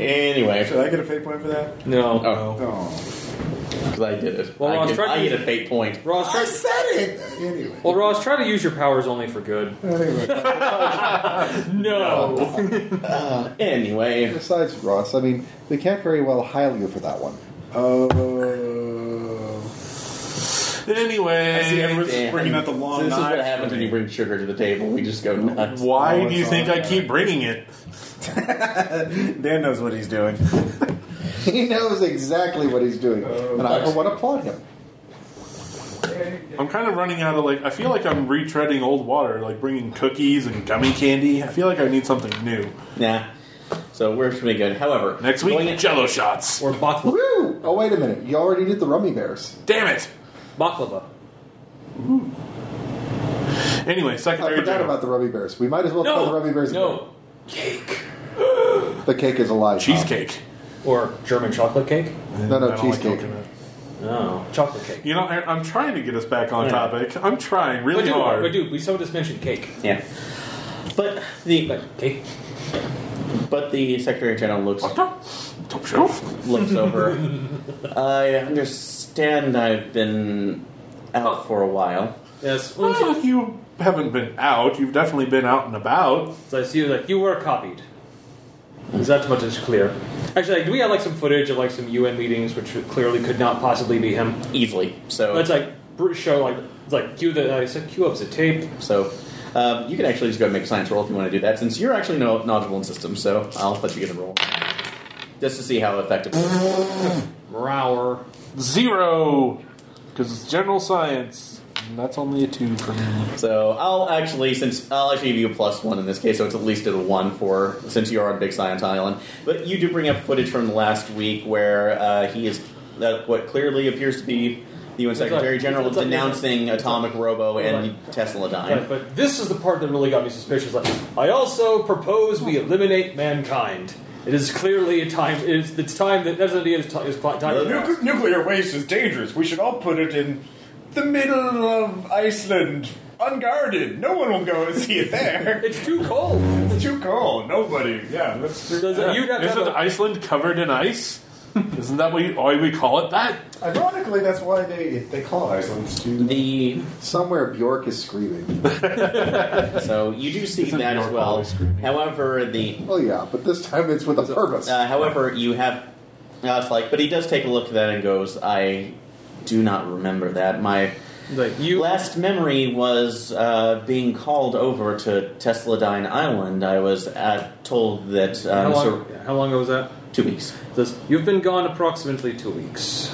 [SPEAKER 9] Anyway,
[SPEAKER 1] Should I get a fake point for that?
[SPEAKER 4] no.
[SPEAKER 9] oh,
[SPEAKER 1] Oh.
[SPEAKER 9] because I did it.
[SPEAKER 4] Well,
[SPEAKER 9] I,
[SPEAKER 4] Ross,
[SPEAKER 9] get-
[SPEAKER 4] try to
[SPEAKER 9] I
[SPEAKER 4] use-
[SPEAKER 9] get a fate point.
[SPEAKER 4] Ross,
[SPEAKER 1] I
[SPEAKER 4] try,
[SPEAKER 1] said it! Anyway.
[SPEAKER 4] well, Ross, try to use your powers only for good.
[SPEAKER 1] anyway.
[SPEAKER 4] No.
[SPEAKER 9] Anyway,
[SPEAKER 2] Besides, Ross, I mean, they can't very well hire you for that one.
[SPEAKER 1] Uh, Oh.
[SPEAKER 6] Anyway,
[SPEAKER 1] I see everyone's
[SPEAKER 9] Damn.
[SPEAKER 1] bringing out the long
[SPEAKER 9] so this is
[SPEAKER 1] knives
[SPEAKER 9] what happens
[SPEAKER 1] for
[SPEAKER 9] when
[SPEAKER 1] me.
[SPEAKER 9] you bring sugar to the table. We just go nuts.
[SPEAKER 6] why
[SPEAKER 1] Oh,
[SPEAKER 6] do you
[SPEAKER 1] it's
[SPEAKER 6] think
[SPEAKER 1] all
[SPEAKER 6] I keep bringing it?
[SPEAKER 1] Dan knows what he's doing.
[SPEAKER 2] He knows exactly what he's doing, and I for one applaud him.
[SPEAKER 6] I'm kind of running out of like. I feel like I'm retreading old water, like bringing cookies and gummy candy. I feel like I need something new.
[SPEAKER 9] Nah. So we're pretty good. However,
[SPEAKER 6] Next week,
[SPEAKER 9] going in-
[SPEAKER 6] Jello shots.
[SPEAKER 4] Or baklava.
[SPEAKER 2] Woo! Oh, wait a minute. You already did the Rummy Bears.
[SPEAKER 6] Damn it.
[SPEAKER 4] baklava.
[SPEAKER 6] Anyway,
[SPEAKER 2] I
[SPEAKER 6] secondary.
[SPEAKER 2] forgot
[SPEAKER 6] general.
[SPEAKER 2] about the Rummy Bears. We might as well tell the Rummy Bears
[SPEAKER 4] no.
[SPEAKER 2] again. The cake is alive. Tom.
[SPEAKER 6] cheesecake.
[SPEAKER 4] Or German chocolate cake?
[SPEAKER 2] No, no,
[SPEAKER 6] I don't like
[SPEAKER 2] cheesecake.
[SPEAKER 6] coconut.
[SPEAKER 4] No. Chocolate cake.
[SPEAKER 6] you know, I, I'm trying to get us back on
[SPEAKER 9] Yeah.
[SPEAKER 6] topic. I'm trying
[SPEAKER 4] But
[SPEAKER 6] really
[SPEAKER 4] dude,
[SPEAKER 6] hard.
[SPEAKER 4] but dude, we so just mentioned cake.
[SPEAKER 9] Yeah. But the
[SPEAKER 4] Like, cake?
[SPEAKER 9] but the secretary general looks
[SPEAKER 6] Top, top shelf.
[SPEAKER 9] looks over. I understand. I've been out
[SPEAKER 4] Oh.
[SPEAKER 9] for a while.
[SPEAKER 4] Yes.
[SPEAKER 6] Well, you haven't been out. You've definitely been out and about.
[SPEAKER 4] So I see you like you were copied. Is that much is clear? Actually, like, do we have like some footage of like some UN meetings, which clearly could not possibly be him?
[SPEAKER 9] Easily. So
[SPEAKER 4] Let's like br- show like it's like cue the I said cue up the tape.
[SPEAKER 9] So um, you can actually just go and make a science roll if you want to do that, since you're actually no, knowledgeable in systems. So I'll let you get a roll just to see how effective.
[SPEAKER 4] Rower.
[SPEAKER 6] Zero, because it's general science. And that's only a two for me.
[SPEAKER 9] so I'll actually, since I'll actually give you a plus one in this case, so it's at least a one for since you are on Big Science Island. But you do bring up footage from last week where uh, he is that what clearly appears to be. The UN
[SPEAKER 4] like-
[SPEAKER 9] Secretary General
[SPEAKER 4] it's like-
[SPEAKER 9] denouncing atomic robo and
[SPEAKER 4] like-
[SPEAKER 9] Tesla
[SPEAKER 4] Right,
[SPEAKER 9] dying.
[SPEAKER 4] but this is the part that really got me suspicious. Like I also propose we eliminate mankind. It is clearly a time. It is the time that that's the idea is ti- is quite time.
[SPEAKER 1] Nuclear, nuclear waste is dangerous. We should all put it in the middle of Iceland, unguarded. No one will go and see it there.
[SPEAKER 4] It's too cold.
[SPEAKER 1] It's too cold. Nobody. Yeah, let's do
[SPEAKER 4] Does it- you'd have to have
[SPEAKER 6] Isn't
[SPEAKER 4] a-
[SPEAKER 6] Iceland covered in ice? Isn't that why, why we call it that?
[SPEAKER 1] Ironically, that's why they they call it Iceland. too.
[SPEAKER 9] The
[SPEAKER 2] Somewhere Bjork is screaming.
[SPEAKER 9] so you do see that as
[SPEAKER 6] York
[SPEAKER 9] well.
[SPEAKER 6] always screaming?
[SPEAKER 9] However, the
[SPEAKER 2] well, yeah, but this time it's with a purpose.
[SPEAKER 9] Uh, however, you have. Uh, it's like, but he does take a look at that and goes, "I do not remember that. My
[SPEAKER 4] Like you.
[SPEAKER 9] last memory was uh, being called over to Tesladine Island. I was uh, told that uh,
[SPEAKER 4] how long?
[SPEAKER 9] Mr.
[SPEAKER 4] yeah, How long ago was that?
[SPEAKER 9] two weeks.
[SPEAKER 4] Says, You've been gone approximately two weeks.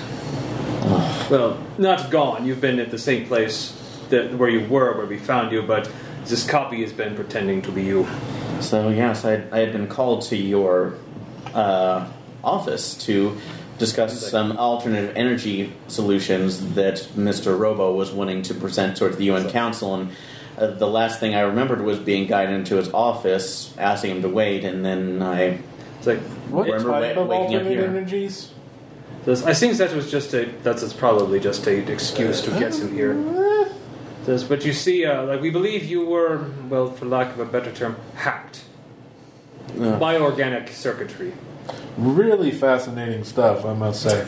[SPEAKER 4] well, not gone. You've been at the same place that where you were, where we found you, but this copy has been pretending to be you.
[SPEAKER 9] So yes, I, I had been called to your uh, office to discuss some alternative energy solutions that Mr. Robo was wanting to present towards the UN Council. And uh, the last thing I remembered was being guided into his office, asking him to wait, and then I
[SPEAKER 4] It's like
[SPEAKER 6] What
[SPEAKER 9] Remember
[SPEAKER 6] type
[SPEAKER 9] wa-
[SPEAKER 6] of
[SPEAKER 9] waking up
[SPEAKER 6] alternate
[SPEAKER 9] here.
[SPEAKER 6] energies?
[SPEAKER 4] This, I think that was just a. That's it's probably just a excuse to get him here. This, but you see, uh, like we believe you were, well, for lack of a better term, hacked by organic circuitry.
[SPEAKER 6] Really fascinating stuff, I must say.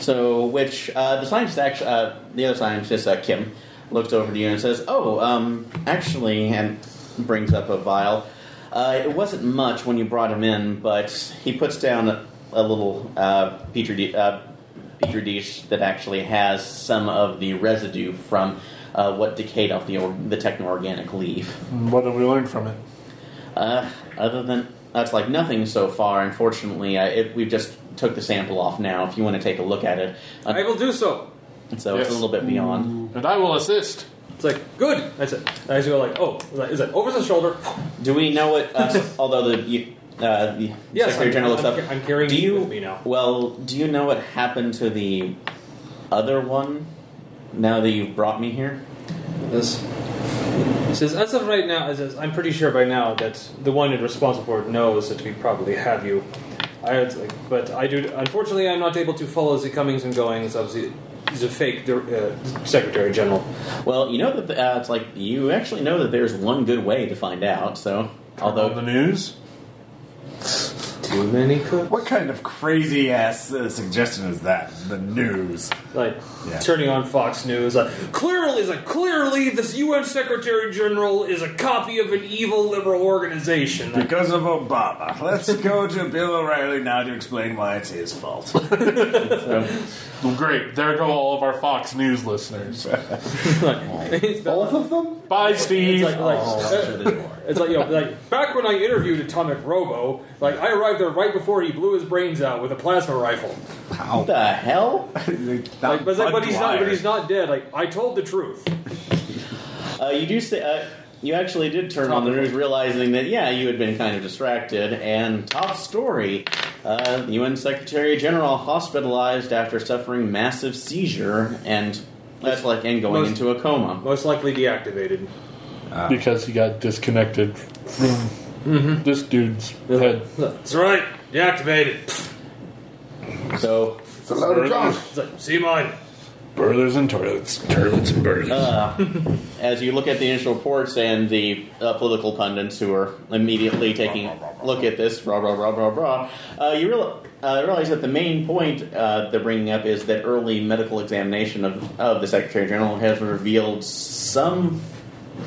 [SPEAKER 9] So, which uh, the scientist, actually, uh, the other scientist, uh, Kim, looks over to you and says, "Oh, um, actually," and brings up a vial. Uh, it wasn't much when you brought him in, but he puts down a, a little uh, petri di- uh, petri dish that actually has some of the residue from uh, what decayed off the or- the techno organic leaf.
[SPEAKER 6] what did we learn from it?
[SPEAKER 9] Uh, other than that's like nothing so far. Unfortunately, uh, it, we've just took the sample off now. If you want to take a look at it, Uh,
[SPEAKER 4] I will do so.
[SPEAKER 9] so it's a
[SPEAKER 6] Yes.
[SPEAKER 9] little bit beyond.
[SPEAKER 6] And I will assist.
[SPEAKER 4] It's like good. That's it. I just go like, oh, like, is that over the shoulder?
[SPEAKER 9] Do we know what? Uh, although the you, uh, the
[SPEAKER 4] Yes,
[SPEAKER 9] Secretary
[SPEAKER 4] I'm-
[SPEAKER 9] General looks
[SPEAKER 4] I'm-
[SPEAKER 9] up.
[SPEAKER 4] I'm carrying
[SPEAKER 9] do
[SPEAKER 4] it
[SPEAKER 9] you,
[SPEAKER 4] with me now.
[SPEAKER 9] Well, do you know what happened to the other one? Now that you've brought me here,
[SPEAKER 4] This. It says as of right now, it says I'm pretty sure by now that the one in responsible for it knows that we probably have you. I it's like, but I do. Unfortunately, I'm not able to follow the comings and goings of the the fake uh, Secretary General.
[SPEAKER 9] well, you know that uh, it's like you actually know that there's one good way to find out. So,
[SPEAKER 6] On
[SPEAKER 9] although
[SPEAKER 6] the news?
[SPEAKER 4] Too many cooks.
[SPEAKER 1] What kind of crazy ass uh, suggestion is that? The news.
[SPEAKER 4] Like
[SPEAKER 1] Yeah.
[SPEAKER 4] turning on Fox News. Like, clearly, it's like clearly, this UN Secretary General is a copy of an evil liberal organization. Like,
[SPEAKER 1] Because of Obama. Let's go to Bill O'Reilly now to explain why it's his fault.
[SPEAKER 6] Well, great. There go all of our Fox News listeners.
[SPEAKER 4] it's
[SPEAKER 2] Both of them?
[SPEAKER 6] Bye, Steve. Oh,
[SPEAKER 4] like, like,
[SPEAKER 1] there's more.
[SPEAKER 4] It's like, you know, like back when I interviewed Atomic Robo, like I arrived there right before he blew his brains out with a plasma rifle. Oh.
[SPEAKER 9] what the hell?
[SPEAKER 4] Like, but, it's like, but he's not, but he's not dead. Like I told the truth.
[SPEAKER 9] Uh, you do say uh, you actually did turn on the news, realizing that yeah, you had been kind of distracted. And top story: uh, the UN Secretary General hospitalized after suffering massive seizure, and that's like and going
[SPEAKER 4] Most-
[SPEAKER 9] into a coma.
[SPEAKER 4] Most likely deactivated.
[SPEAKER 6] Ah. because he got disconnected from this dude's head.
[SPEAKER 4] That's right, deactivated.
[SPEAKER 9] So
[SPEAKER 2] It's a load of junk.
[SPEAKER 4] It's like, see mine.
[SPEAKER 6] Burlers and toilets. Toilets and burlers.
[SPEAKER 9] as you look at the initial reports and the uh, political pundits who are immediately taking a look at this, rah, rah, rah, rah, rah, uh, you real, uh, realize that the main point uh, they're bringing up is that early medical examination of, of the Secretary General has revealed some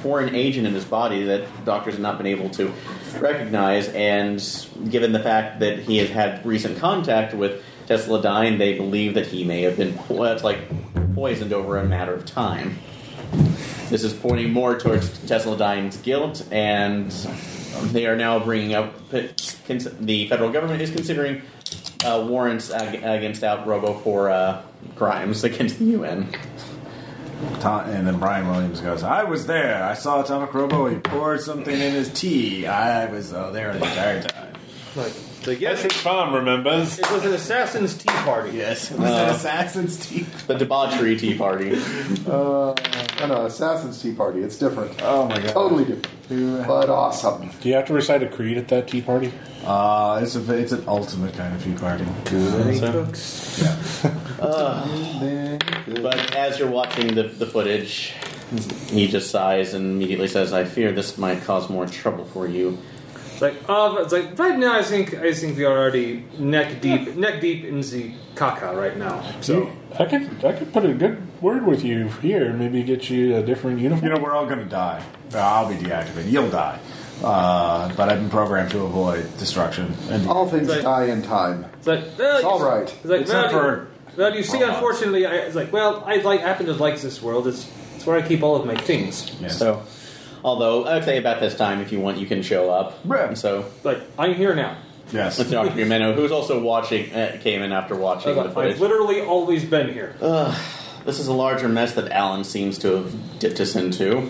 [SPEAKER 9] foreign agent in his body that doctors have not been able to recognize, and given the fact that he has had recent contact with Tesla Dine, they believe that he may have been po- that's like poisoned over a matter of time. This is pointing more towards Tesla Dine's guilt, and they are now bringing up cons- the federal government is considering uh, warrants ag- against Out Robo for uh, crimes against the UN.
[SPEAKER 1] Tom, and then Brian Williams goes, I was there. I saw Atomic Robo. He poured something in his tea. I was uh, there the entire time.
[SPEAKER 4] Like, it's like yes,
[SPEAKER 6] That's
[SPEAKER 4] it
[SPEAKER 6] what Tom remembers.
[SPEAKER 4] was an assassin's tea party.
[SPEAKER 1] Yes. Was
[SPEAKER 4] Uh,
[SPEAKER 1] that Assassin's Tea?
[SPEAKER 9] The debauchery tea party.
[SPEAKER 2] Uh, no, no, Assassin's Tea Party. It's different.
[SPEAKER 1] Oh my god.
[SPEAKER 2] Totally different. But awesome.
[SPEAKER 6] Do you have to recite a creed at that tea party?
[SPEAKER 1] Uh, it's, a, it's an ultimate kind of tea party.
[SPEAKER 9] But as you're watching the, the footage, he just sighs and immediately says, I fear this might cause more trouble for you.
[SPEAKER 4] It's like, uh, it's like right now. I think I think we are already neck deep, neck deep in the caca right now. So
[SPEAKER 6] You- I could I could put a good word with you here. Maybe get you a different
[SPEAKER 1] You
[SPEAKER 6] uniform.
[SPEAKER 1] know, we're all going to die. Uh, I'll be deactivated. You'll die. Uh, but I've been programmed to avoid destruction. And
[SPEAKER 6] Oh,
[SPEAKER 2] All things
[SPEAKER 4] Right.
[SPEAKER 2] die in time.
[SPEAKER 4] it's like, well,
[SPEAKER 2] It's
[SPEAKER 4] you-
[SPEAKER 2] all right.
[SPEAKER 4] It's like,
[SPEAKER 1] Except
[SPEAKER 4] well,
[SPEAKER 1] for-
[SPEAKER 4] you- well, you see,
[SPEAKER 1] Robots.
[SPEAKER 4] unfortunately, I, it's like, well, I like happen to like this world. It's it's where I keep all of my things.
[SPEAKER 1] yes.
[SPEAKER 9] So, although I would say about this time, if you want, you can show up.
[SPEAKER 1] Yeah.
[SPEAKER 9] So,
[SPEAKER 4] Like I'm here now.
[SPEAKER 1] yes.
[SPEAKER 9] with Dr. Yumeno, who's also watching, uh, came in after watching the
[SPEAKER 4] I've, I've
[SPEAKER 9] footage.
[SPEAKER 4] literally always been here.
[SPEAKER 9] This is a larger mess that Alan seems to have dipped us into.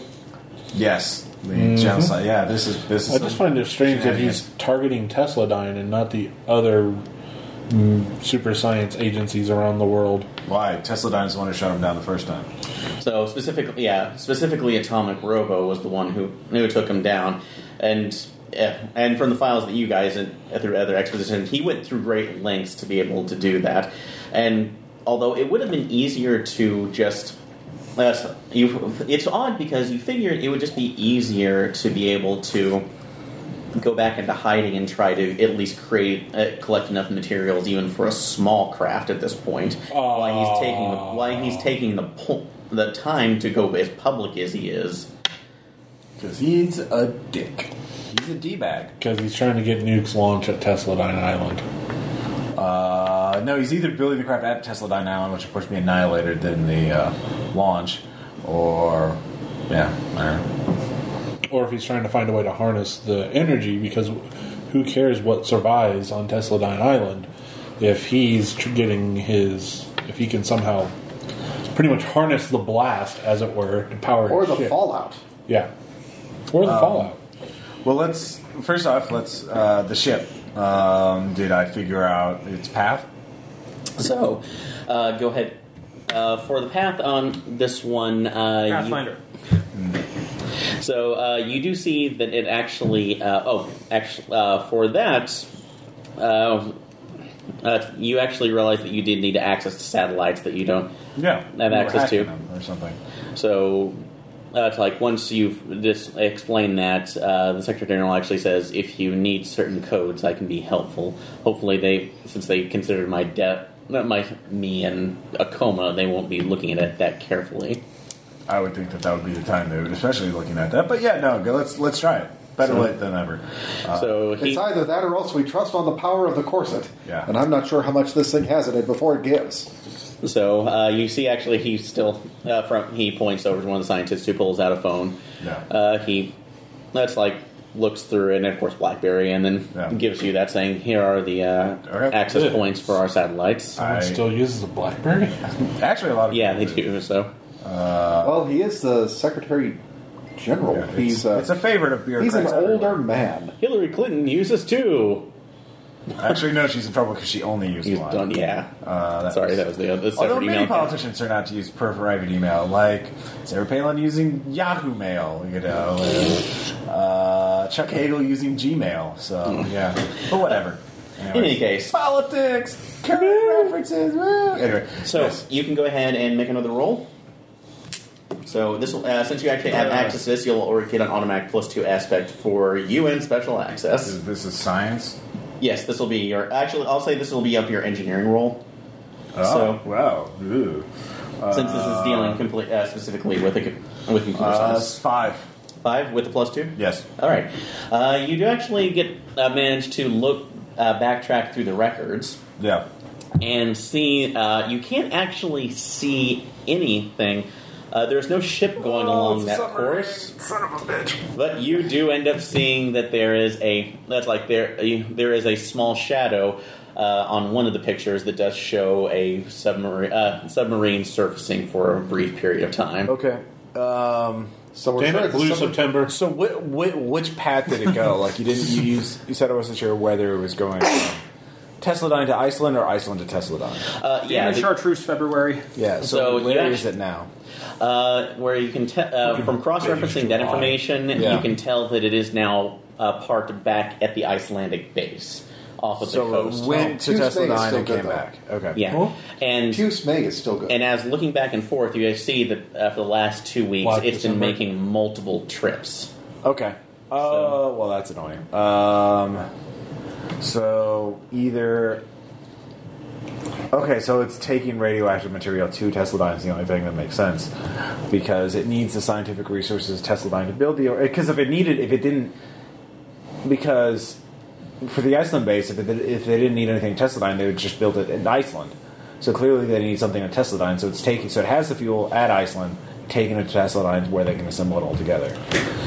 [SPEAKER 1] Yes. The genocide. Yeah, this is this is
[SPEAKER 6] Mm-hmm. I just
[SPEAKER 1] some-
[SPEAKER 6] find it strange that he's targeting Tesla Dyne and not the other mm, super science agencies around the world.
[SPEAKER 1] Why? Tesla Dyne's the one who shot him down the first time.
[SPEAKER 9] So specifically, yeah, specifically, Atomic Robo was the one who who took him down, and eh, and from the files that you guys and through other exposition, he went through great lengths to be able to do that, and although it would have been easier to just. Uh, you, it's odd because you figure it would just be easier to be able to go back into hiding and try to at least create uh, collect enough materials even for a small craft at this point while he's taking the, while he's taking the po- the time to go as public as he is
[SPEAKER 1] Because he's a dick. He's a D bag.
[SPEAKER 6] Because he's trying to get nukes launched at Tesla Dine Island.
[SPEAKER 1] Uh, no, he's either building the craft at Tesla Dine Island, which of course be annihilated in the uh, launch, or. Yeah, I don't know.
[SPEAKER 6] Or if he's trying to find a way to harness the energy, because who cares what survives on Tesla Dine Island if he's tr- getting his. if he can somehow pretty much harness the blast, as it were, to power
[SPEAKER 2] Or
[SPEAKER 6] his
[SPEAKER 2] the
[SPEAKER 6] ship.
[SPEAKER 2] fallout.
[SPEAKER 6] Yeah. Or the fallout.
[SPEAKER 1] Well, let's. First off, let's. Uh, the ship. Um, did I figure out its path?
[SPEAKER 9] so uh, go ahead uh, for the path on this one uh, you-
[SPEAKER 4] Pathfinder.
[SPEAKER 9] So uh, you do see that it actually. Uh, oh, actually, uh, for that, uh, uh, you actually realize that you did need access to satellites that you don't.
[SPEAKER 1] Yeah.
[SPEAKER 9] Have
[SPEAKER 1] We were
[SPEAKER 9] access to.
[SPEAKER 1] hacking them Or something.
[SPEAKER 9] So, uh, it's like once you've dis- explained that, uh, the Secretary General actually says, "If you need certain codes, I can be helpful." Hopefully, they since they considered my debt. My me and a coma. They won't be looking at it that carefully.
[SPEAKER 1] I would think that that would be the time they would, especially looking at that. But yeah, no, go- let's let's try it. Better late than ever. Uh,
[SPEAKER 9] so he,
[SPEAKER 2] It's either that or else we trust on the power of the corset.
[SPEAKER 1] Yeah.
[SPEAKER 2] And I'm not sure how much this thing has in it before it gives.
[SPEAKER 9] So uh, you see, actually, he still uh, from he points over to one of the scientists who pulls out a phone.
[SPEAKER 1] Yeah.
[SPEAKER 9] Uh, he that's like looks through it, and of course BlackBerry, and then
[SPEAKER 1] Yeah.
[SPEAKER 9] gives you that saying, "Here are the uh,
[SPEAKER 1] Okay.
[SPEAKER 9] access
[SPEAKER 6] Yeah.
[SPEAKER 9] points for our satellites."
[SPEAKER 6] Someone
[SPEAKER 1] I-
[SPEAKER 6] still uses a Blackberry?
[SPEAKER 1] actually, a lot of
[SPEAKER 9] yeah, they
[SPEAKER 1] people
[SPEAKER 9] do. So
[SPEAKER 2] well, he is the Secretary General.
[SPEAKER 1] Yeah, it's,
[SPEAKER 2] he's uh,
[SPEAKER 1] it's a favorite of
[SPEAKER 2] he's
[SPEAKER 1] bureaucrats.
[SPEAKER 2] an
[SPEAKER 1] everywhere.
[SPEAKER 2] older man.
[SPEAKER 9] Hillary Clinton uses two.
[SPEAKER 1] Actually, no, she's in trouble because she only used
[SPEAKER 9] He's
[SPEAKER 1] one.
[SPEAKER 9] done. Yeah.
[SPEAKER 1] Uh, that
[SPEAKER 9] Sorry,
[SPEAKER 1] was-
[SPEAKER 9] that was the other.
[SPEAKER 1] Although
[SPEAKER 9] separate
[SPEAKER 1] many
[SPEAKER 9] email.
[SPEAKER 1] politicians turn out to use per private email, like Sarah Palin using Yahoo Mail, you know, and, uh, Chuck Hagel using Gmail. So yeah, but whatever.
[SPEAKER 9] In any
[SPEAKER 1] Anyways.
[SPEAKER 9] case,
[SPEAKER 1] politics, current references. woo. Anyway,
[SPEAKER 9] So
[SPEAKER 1] yes.
[SPEAKER 9] you can go ahead and make another roll. So this, will- uh, since you actually have access to this, you'll already get an automatic plus two aspect for you and special
[SPEAKER 1] This
[SPEAKER 9] access.
[SPEAKER 1] is, this is science.
[SPEAKER 9] Yes, this will be your. Actually, I'll say this will be up your engineering roll So-
[SPEAKER 1] Oh, wow. Ooh.
[SPEAKER 9] since this is dealing complete uh, specifically with a co- with computer
[SPEAKER 1] Uh,
[SPEAKER 9] science.
[SPEAKER 1] five.
[SPEAKER 9] Five with the plus two.
[SPEAKER 1] Yes.
[SPEAKER 9] All right, uh, you do actually get uh, manage to look uh, backtrack through the records.
[SPEAKER 1] Yeah.
[SPEAKER 9] and see. Uh, you can't actually see anything. Uh, there's no ship going along that course. Son of a bitch! But you do end up seeing that there is a that's like there you- there is a small shadow uh, on one of the pictures that does show a submarine uh, submarine surfacing for a brief period of time.
[SPEAKER 1] Okay. Um,
[SPEAKER 2] So we're
[SPEAKER 6] Damn
[SPEAKER 2] sure
[SPEAKER 6] it,
[SPEAKER 2] it's a
[SPEAKER 6] Blue
[SPEAKER 2] sub-
[SPEAKER 6] September.
[SPEAKER 1] so whi whi which path did it go? like you didn't you use, you said I wasn't sure whether it was going from Tesladine to Iceland or Iceland to Tesladine.
[SPEAKER 9] Uh, yeah,
[SPEAKER 4] Damage
[SPEAKER 9] the-
[SPEAKER 4] Chartreuse February.
[SPEAKER 1] Yeah. So,
[SPEAKER 9] So you
[SPEAKER 1] where
[SPEAKER 9] actu-
[SPEAKER 1] is it now?
[SPEAKER 9] uh, where you can te- uh, from cross referencing that information,
[SPEAKER 1] Yeah.
[SPEAKER 9] you can tell that it is now uh, parked back at the Icelandic base off of the
[SPEAKER 1] So uh,
[SPEAKER 9] coast.
[SPEAKER 1] it went to
[SPEAKER 2] Tuesday is
[SPEAKER 1] Tesladine
[SPEAKER 2] Oh, still
[SPEAKER 1] and
[SPEAKER 2] good,
[SPEAKER 1] came
[SPEAKER 2] though.
[SPEAKER 1] back. Okay.
[SPEAKER 9] Yeah,
[SPEAKER 6] Cool.
[SPEAKER 9] and
[SPEAKER 2] Puce May is still good.
[SPEAKER 9] and as looking back and forth, you guys see that uh, for the last two weeks,
[SPEAKER 6] Like
[SPEAKER 9] it's
[SPEAKER 6] December.
[SPEAKER 9] been making multiple trips.
[SPEAKER 1] Okay. Oh well, that's annoying. Um, so either. Okay, so it's taking radioactive material to Tesladine is the only thing that makes sense because it needs the scientific resources Tesladine to build the. Because if it needed, if it didn't, because for the Iceland base, if, it, if they didn't need anything in Tesladine, they would just build it in Iceland. So clearly, they need something in Tesladine. So it's taking, so it has the fuel at Iceland, taking it to Tesladine where they can assemble it all together.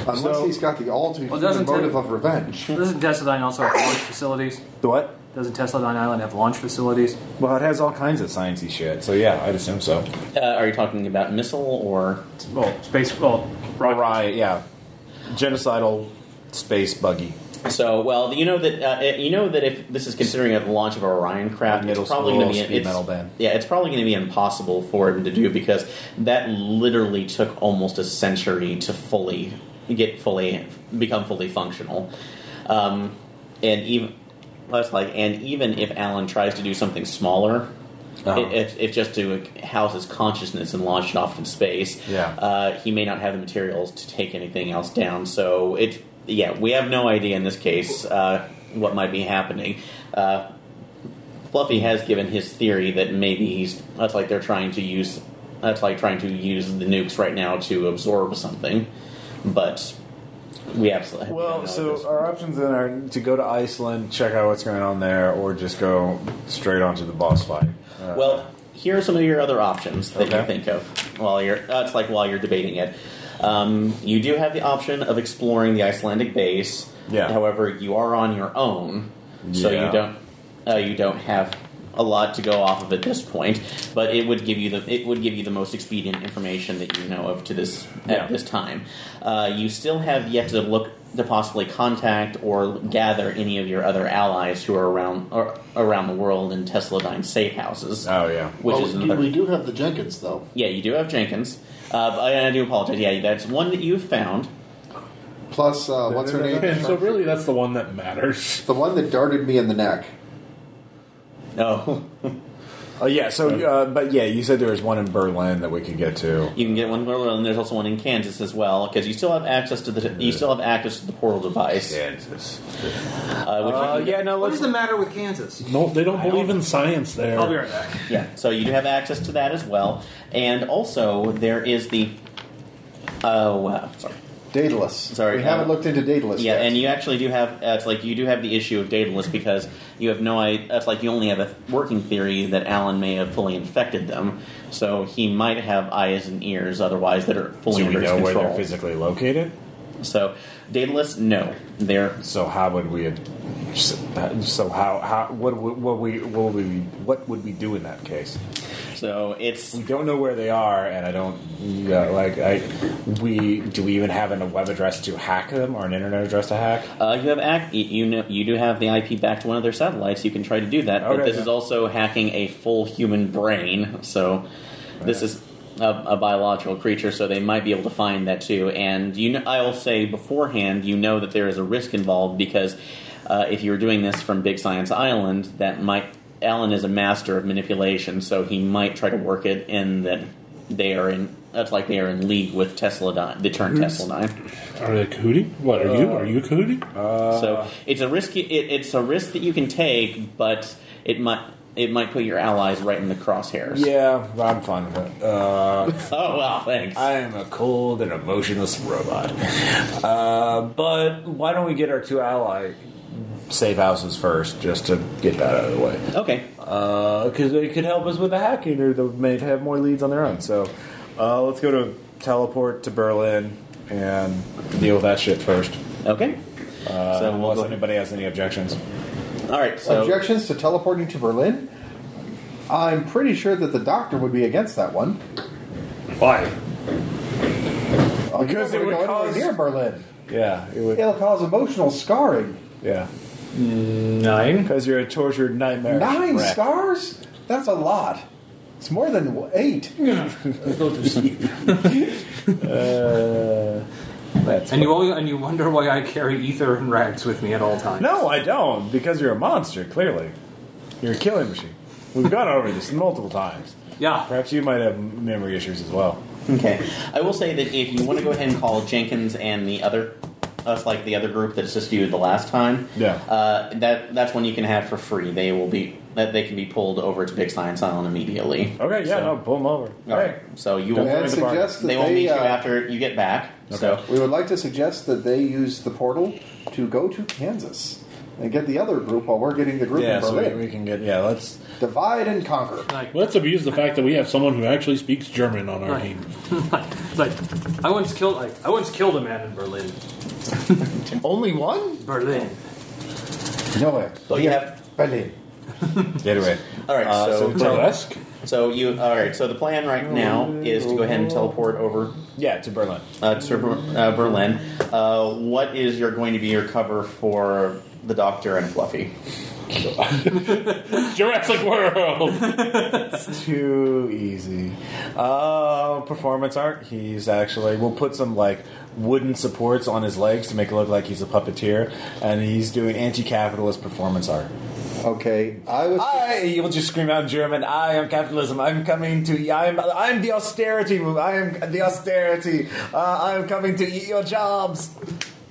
[SPEAKER 2] Unless
[SPEAKER 1] so-
[SPEAKER 2] he's got the ultimate
[SPEAKER 4] Well, doesn't
[SPEAKER 2] motive
[SPEAKER 4] it-
[SPEAKER 2] of revenge.
[SPEAKER 4] Doesn't Tesladine also have launch facilities?
[SPEAKER 1] The what?
[SPEAKER 4] Doesn't Tesladine Island have launch facilities?
[SPEAKER 1] Well, it has all kinds of sciencey shit, so yeah, I'd assume so.
[SPEAKER 9] Uh, are you talking about missile or?
[SPEAKER 4] Well, space. Well,
[SPEAKER 1] Right, yeah. Genocidal space buggy.
[SPEAKER 9] So, well, you know that uh, eh, you know that if this is considering a launch of Orion craft,
[SPEAKER 1] Middle
[SPEAKER 9] it's probably
[SPEAKER 1] school
[SPEAKER 9] going to be
[SPEAKER 1] speed
[SPEAKER 9] it's-
[SPEAKER 1] metal band.
[SPEAKER 9] Yeah, it's probably going to be impossible for him to do because that literally took almost a century to fully get fully become fully functional, um, and even that's like and even if Alan tries to do something smaller.
[SPEAKER 1] Uh-huh.
[SPEAKER 9] i- If, if just to house his consciousness and launch it off in space,
[SPEAKER 1] Yeah.
[SPEAKER 9] uh, he may not have the materials to take anything else down. So it, yeah, we have no idea in this case uh, what might be happening. Uh, Fluffy has given his theory that maybe he's that's like they're trying to use that's like trying to use the nukes right now to absorb something, but we absolutely have
[SPEAKER 1] Well,
[SPEAKER 9] no
[SPEAKER 1] so
[SPEAKER 9] idea.
[SPEAKER 1] our options then are to go to Iceland, check out what's going on there, or just go straight onto the boss fight. Uh,
[SPEAKER 9] well, here are some of your other options that you
[SPEAKER 1] Okay.
[SPEAKER 9] think of while you're that's like while you're debating it. Um, you do have the option of exploring the Icelandic base.
[SPEAKER 1] Yeah.
[SPEAKER 9] However, you are on your own, so you
[SPEAKER 1] Yeah.
[SPEAKER 9] don't uh, you don't have a lot to go off of at this point. But it would give you the it would give you the most expedient information that you know of to this
[SPEAKER 1] Yeah.
[SPEAKER 9] at this time. Uh, you still have yet to look to possibly contact or gather any of your other allies who are around or around the world in Tesladine safe houses,
[SPEAKER 1] oh yeah,
[SPEAKER 9] which
[SPEAKER 2] Well,
[SPEAKER 9] is
[SPEAKER 2] we, do,
[SPEAKER 9] another
[SPEAKER 2] we do have the Jenkins, though.
[SPEAKER 9] yeah, you do have Jenkins. Uh, but I, I do apologize. Yeah, that's one that you've found.
[SPEAKER 2] Plus, uh, what's her name?
[SPEAKER 6] And so really, that's the one that matters.
[SPEAKER 2] The one that darted me in the neck.
[SPEAKER 9] No,
[SPEAKER 1] oh yeah. So, uh, but yeah, you said there was one in Berlin that we could get to.
[SPEAKER 9] you can get one in Berlin. and There's also one in Kansas as well because you still have access to the you still have access to the portal device.
[SPEAKER 1] Kansas.
[SPEAKER 9] Uh, which
[SPEAKER 1] Uh,
[SPEAKER 9] you can
[SPEAKER 1] yeah, no,
[SPEAKER 10] What is
[SPEAKER 1] let's.
[SPEAKER 10] the matter with Kansas?
[SPEAKER 6] No, they don't believe in science there.
[SPEAKER 10] I'll be right back.
[SPEAKER 9] get- yeah. So you do have access to that as well, and also there is the. Oh wow, sorry.
[SPEAKER 2] Daedalus.
[SPEAKER 9] Sorry,
[SPEAKER 2] we
[SPEAKER 9] uh,
[SPEAKER 2] haven't looked into Daedalus.
[SPEAKER 9] Yeah,
[SPEAKER 2] yet.
[SPEAKER 9] and you actually do have. Uh, it's like you do have the issue of Daedalus because you have no. i- That's like you only have a working theory that Alan may have fully infected them, so he might have eyes and ears otherwise that are fully
[SPEAKER 1] Do we
[SPEAKER 9] under his
[SPEAKER 1] know where
[SPEAKER 9] control.
[SPEAKER 1] they're physically located?
[SPEAKER 9] so Daedalus, no, they're
[SPEAKER 1] So how would we? So how how what would- what we what would we what would we do in that case?
[SPEAKER 9] so it's
[SPEAKER 1] We don't know where they are, and I don't yeah, like I. We do we even have a web address to hack them or an internet address to hack?
[SPEAKER 9] Uh, you have ac- you know you do have the IP back to one of their satellites. You can try to do that, but
[SPEAKER 1] Okay,
[SPEAKER 9] this
[SPEAKER 1] yeah.
[SPEAKER 9] is also hacking a full human brain. So this is a, a biological creature, so they might be able to find that too. And you, know, I will say beforehand, you know that there is a risk involved because uh, if you're doing this from Big Science Island, that might Alan is a master of manipulation, so he might try to work it in that they are in. That's like they are in league with Tesla, Di- the turn Tesla nine.
[SPEAKER 6] Are they cahooting? What are
[SPEAKER 1] Uh,
[SPEAKER 6] you? Are you cahooting?
[SPEAKER 9] So it's a risk. It, it's a risk that you can take, but it might it might put your allies right in the crosshairs.
[SPEAKER 1] Yeah, I'm fine with it. Uh,
[SPEAKER 9] Oh well, thanks.
[SPEAKER 1] I am a cold and emotionless robot. Uh, but why don't we get our two ally safe houses first, just to get that out of the way?
[SPEAKER 9] okay.
[SPEAKER 1] because Uh, they could help us with the hacking, or they may have more leads on their own. So uh, let's go to teleport to Berlin and deal with that shit first.
[SPEAKER 9] Okay.
[SPEAKER 1] Uh,
[SPEAKER 9] so we'll
[SPEAKER 1] unless
[SPEAKER 9] go.
[SPEAKER 1] anybody has any objections,
[SPEAKER 9] All right. So
[SPEAKER 2] Objections to teleporting to Berlin? I'm pretty sure that the doctor would be against that one.
[SPEAKER 1] why?
[SPEAKER 2] Uh,
[SPEAKER 1] Because it
[SPEAKER 2] you're never
[SPEAKER 1] would
[SPEAKER 2] gonna go anywhere
[SPEAKER 1] cause-
[SPEAKER 2] near Berlin.
[SPEAKER 1] Yeah, it would.
[SPEAKER 2] It'll cause emotional scarring.
[SPEAKER 1] Yeah,
[SPEAKER 4] Nine.
[SPEAKER 1] because you're a tortured nightmare.
[SPEAKER 2] Nine
[SPEAKER 1] wreck.
[SPEAKER 2] scars? That's a lot. It's more than eight.
[SPEAKER 1] Uh, that's
[SPEAKER 4] And you always, and you wonder why I carry ether and rags with me at all times.
[SPEAKER 1] No, I don't, because you're a monster, clearly. You're a killing machine. We've gone over this multiple times.
[SPEAKER 4] Yeah.
[SPEAKER 1] Perhaps you might have memory issues as well.
[SPEAKER 9] okay, I will say that if you want to go ahead and call Jenkins and the other us like the other group that assisted you the last time,
[SPEAKER 1] Yeah.
[SPEAKER 9] uh, that that's one you can have for free. They will be that they can be pulled over to Big Science Island immediately.
[SPEAKER 1] Okay, yeah,
[SPEAKER 9] So-
[SPEAKER 1] no, pull them over.
[SPEAKER 9] All right. So you
[SPEAKER 1] Go
[SPEAKER 9] will.
[SPEAKER 1] ahead.
[SPEAKER 2] And
[SPEAKER 1] Where's the bar?
[SPEAKER 2] suggest that
[SPEAKER 9] They will meet you
[SPEAKER 2] uh,
[SPEAKER 9] after you get back. So
[SPEAKER 2] We would like to suggest that they use the portal to go to Kansas and get the other group while we're getting the group
[SPEAKER 1] Yeah,
[SPEAKER 2] in
[SPEAKER 1] so we,
[SPEAKER 2] Berlin.
[SPEAKER 1] we can get, yeah, let's,
[SPEAKER 2] Divide and conquer.
[SPEAKER 4] Like,
[SPEAKER 6] Let's abuse the fact that we have someone who actually speaks German on our
[SPEAKER 4] Right.
[SPEAKER 6] team.
[SPEAKER 4] like, I once killed, like, I once killed a man in Berlin.
[SPEAKER 2] Only one?
[SPEAKER 4] Berlin.
[SPEAKER 2] No way.
[SPEAKER 9] so you have
[SPEAKER 2] Berlin.
[SPEAKER 1] Anyway,
[SPEAKER 9] All right,
[SPEAKER 1] Uh,
[SPEAKER 9] so,
[SPEAKER 1] so-
[SPEAKER 6] Burlesque.
[SPEAKER 9] so you all right? So the plan right now is to go ahead and teleport over
[SPEAKER 1] yeah, to Berlin.
[SPEAKER 9] uh, to Ber- uh, Berlin. Uh, what is your going to be your cover for the Doctor and Fluffy?
[SPEAKER 6] Jurassic World.
[SPEAKER 1] Too easy. Uh, performance art. He's actually. We'll put some like wooden supports on his legs to make it look like he's a puppeteer, and he's doing anti-capitalist performance art.
[SPEAKER 2] Okay, I was.
[SPEAKER 1] I. He will just scream out in German. I am capitalism. I'm coming to. e-, I'm. I'm the austerity move. I am the austerity. Uh, I'm coming to eat your jobs.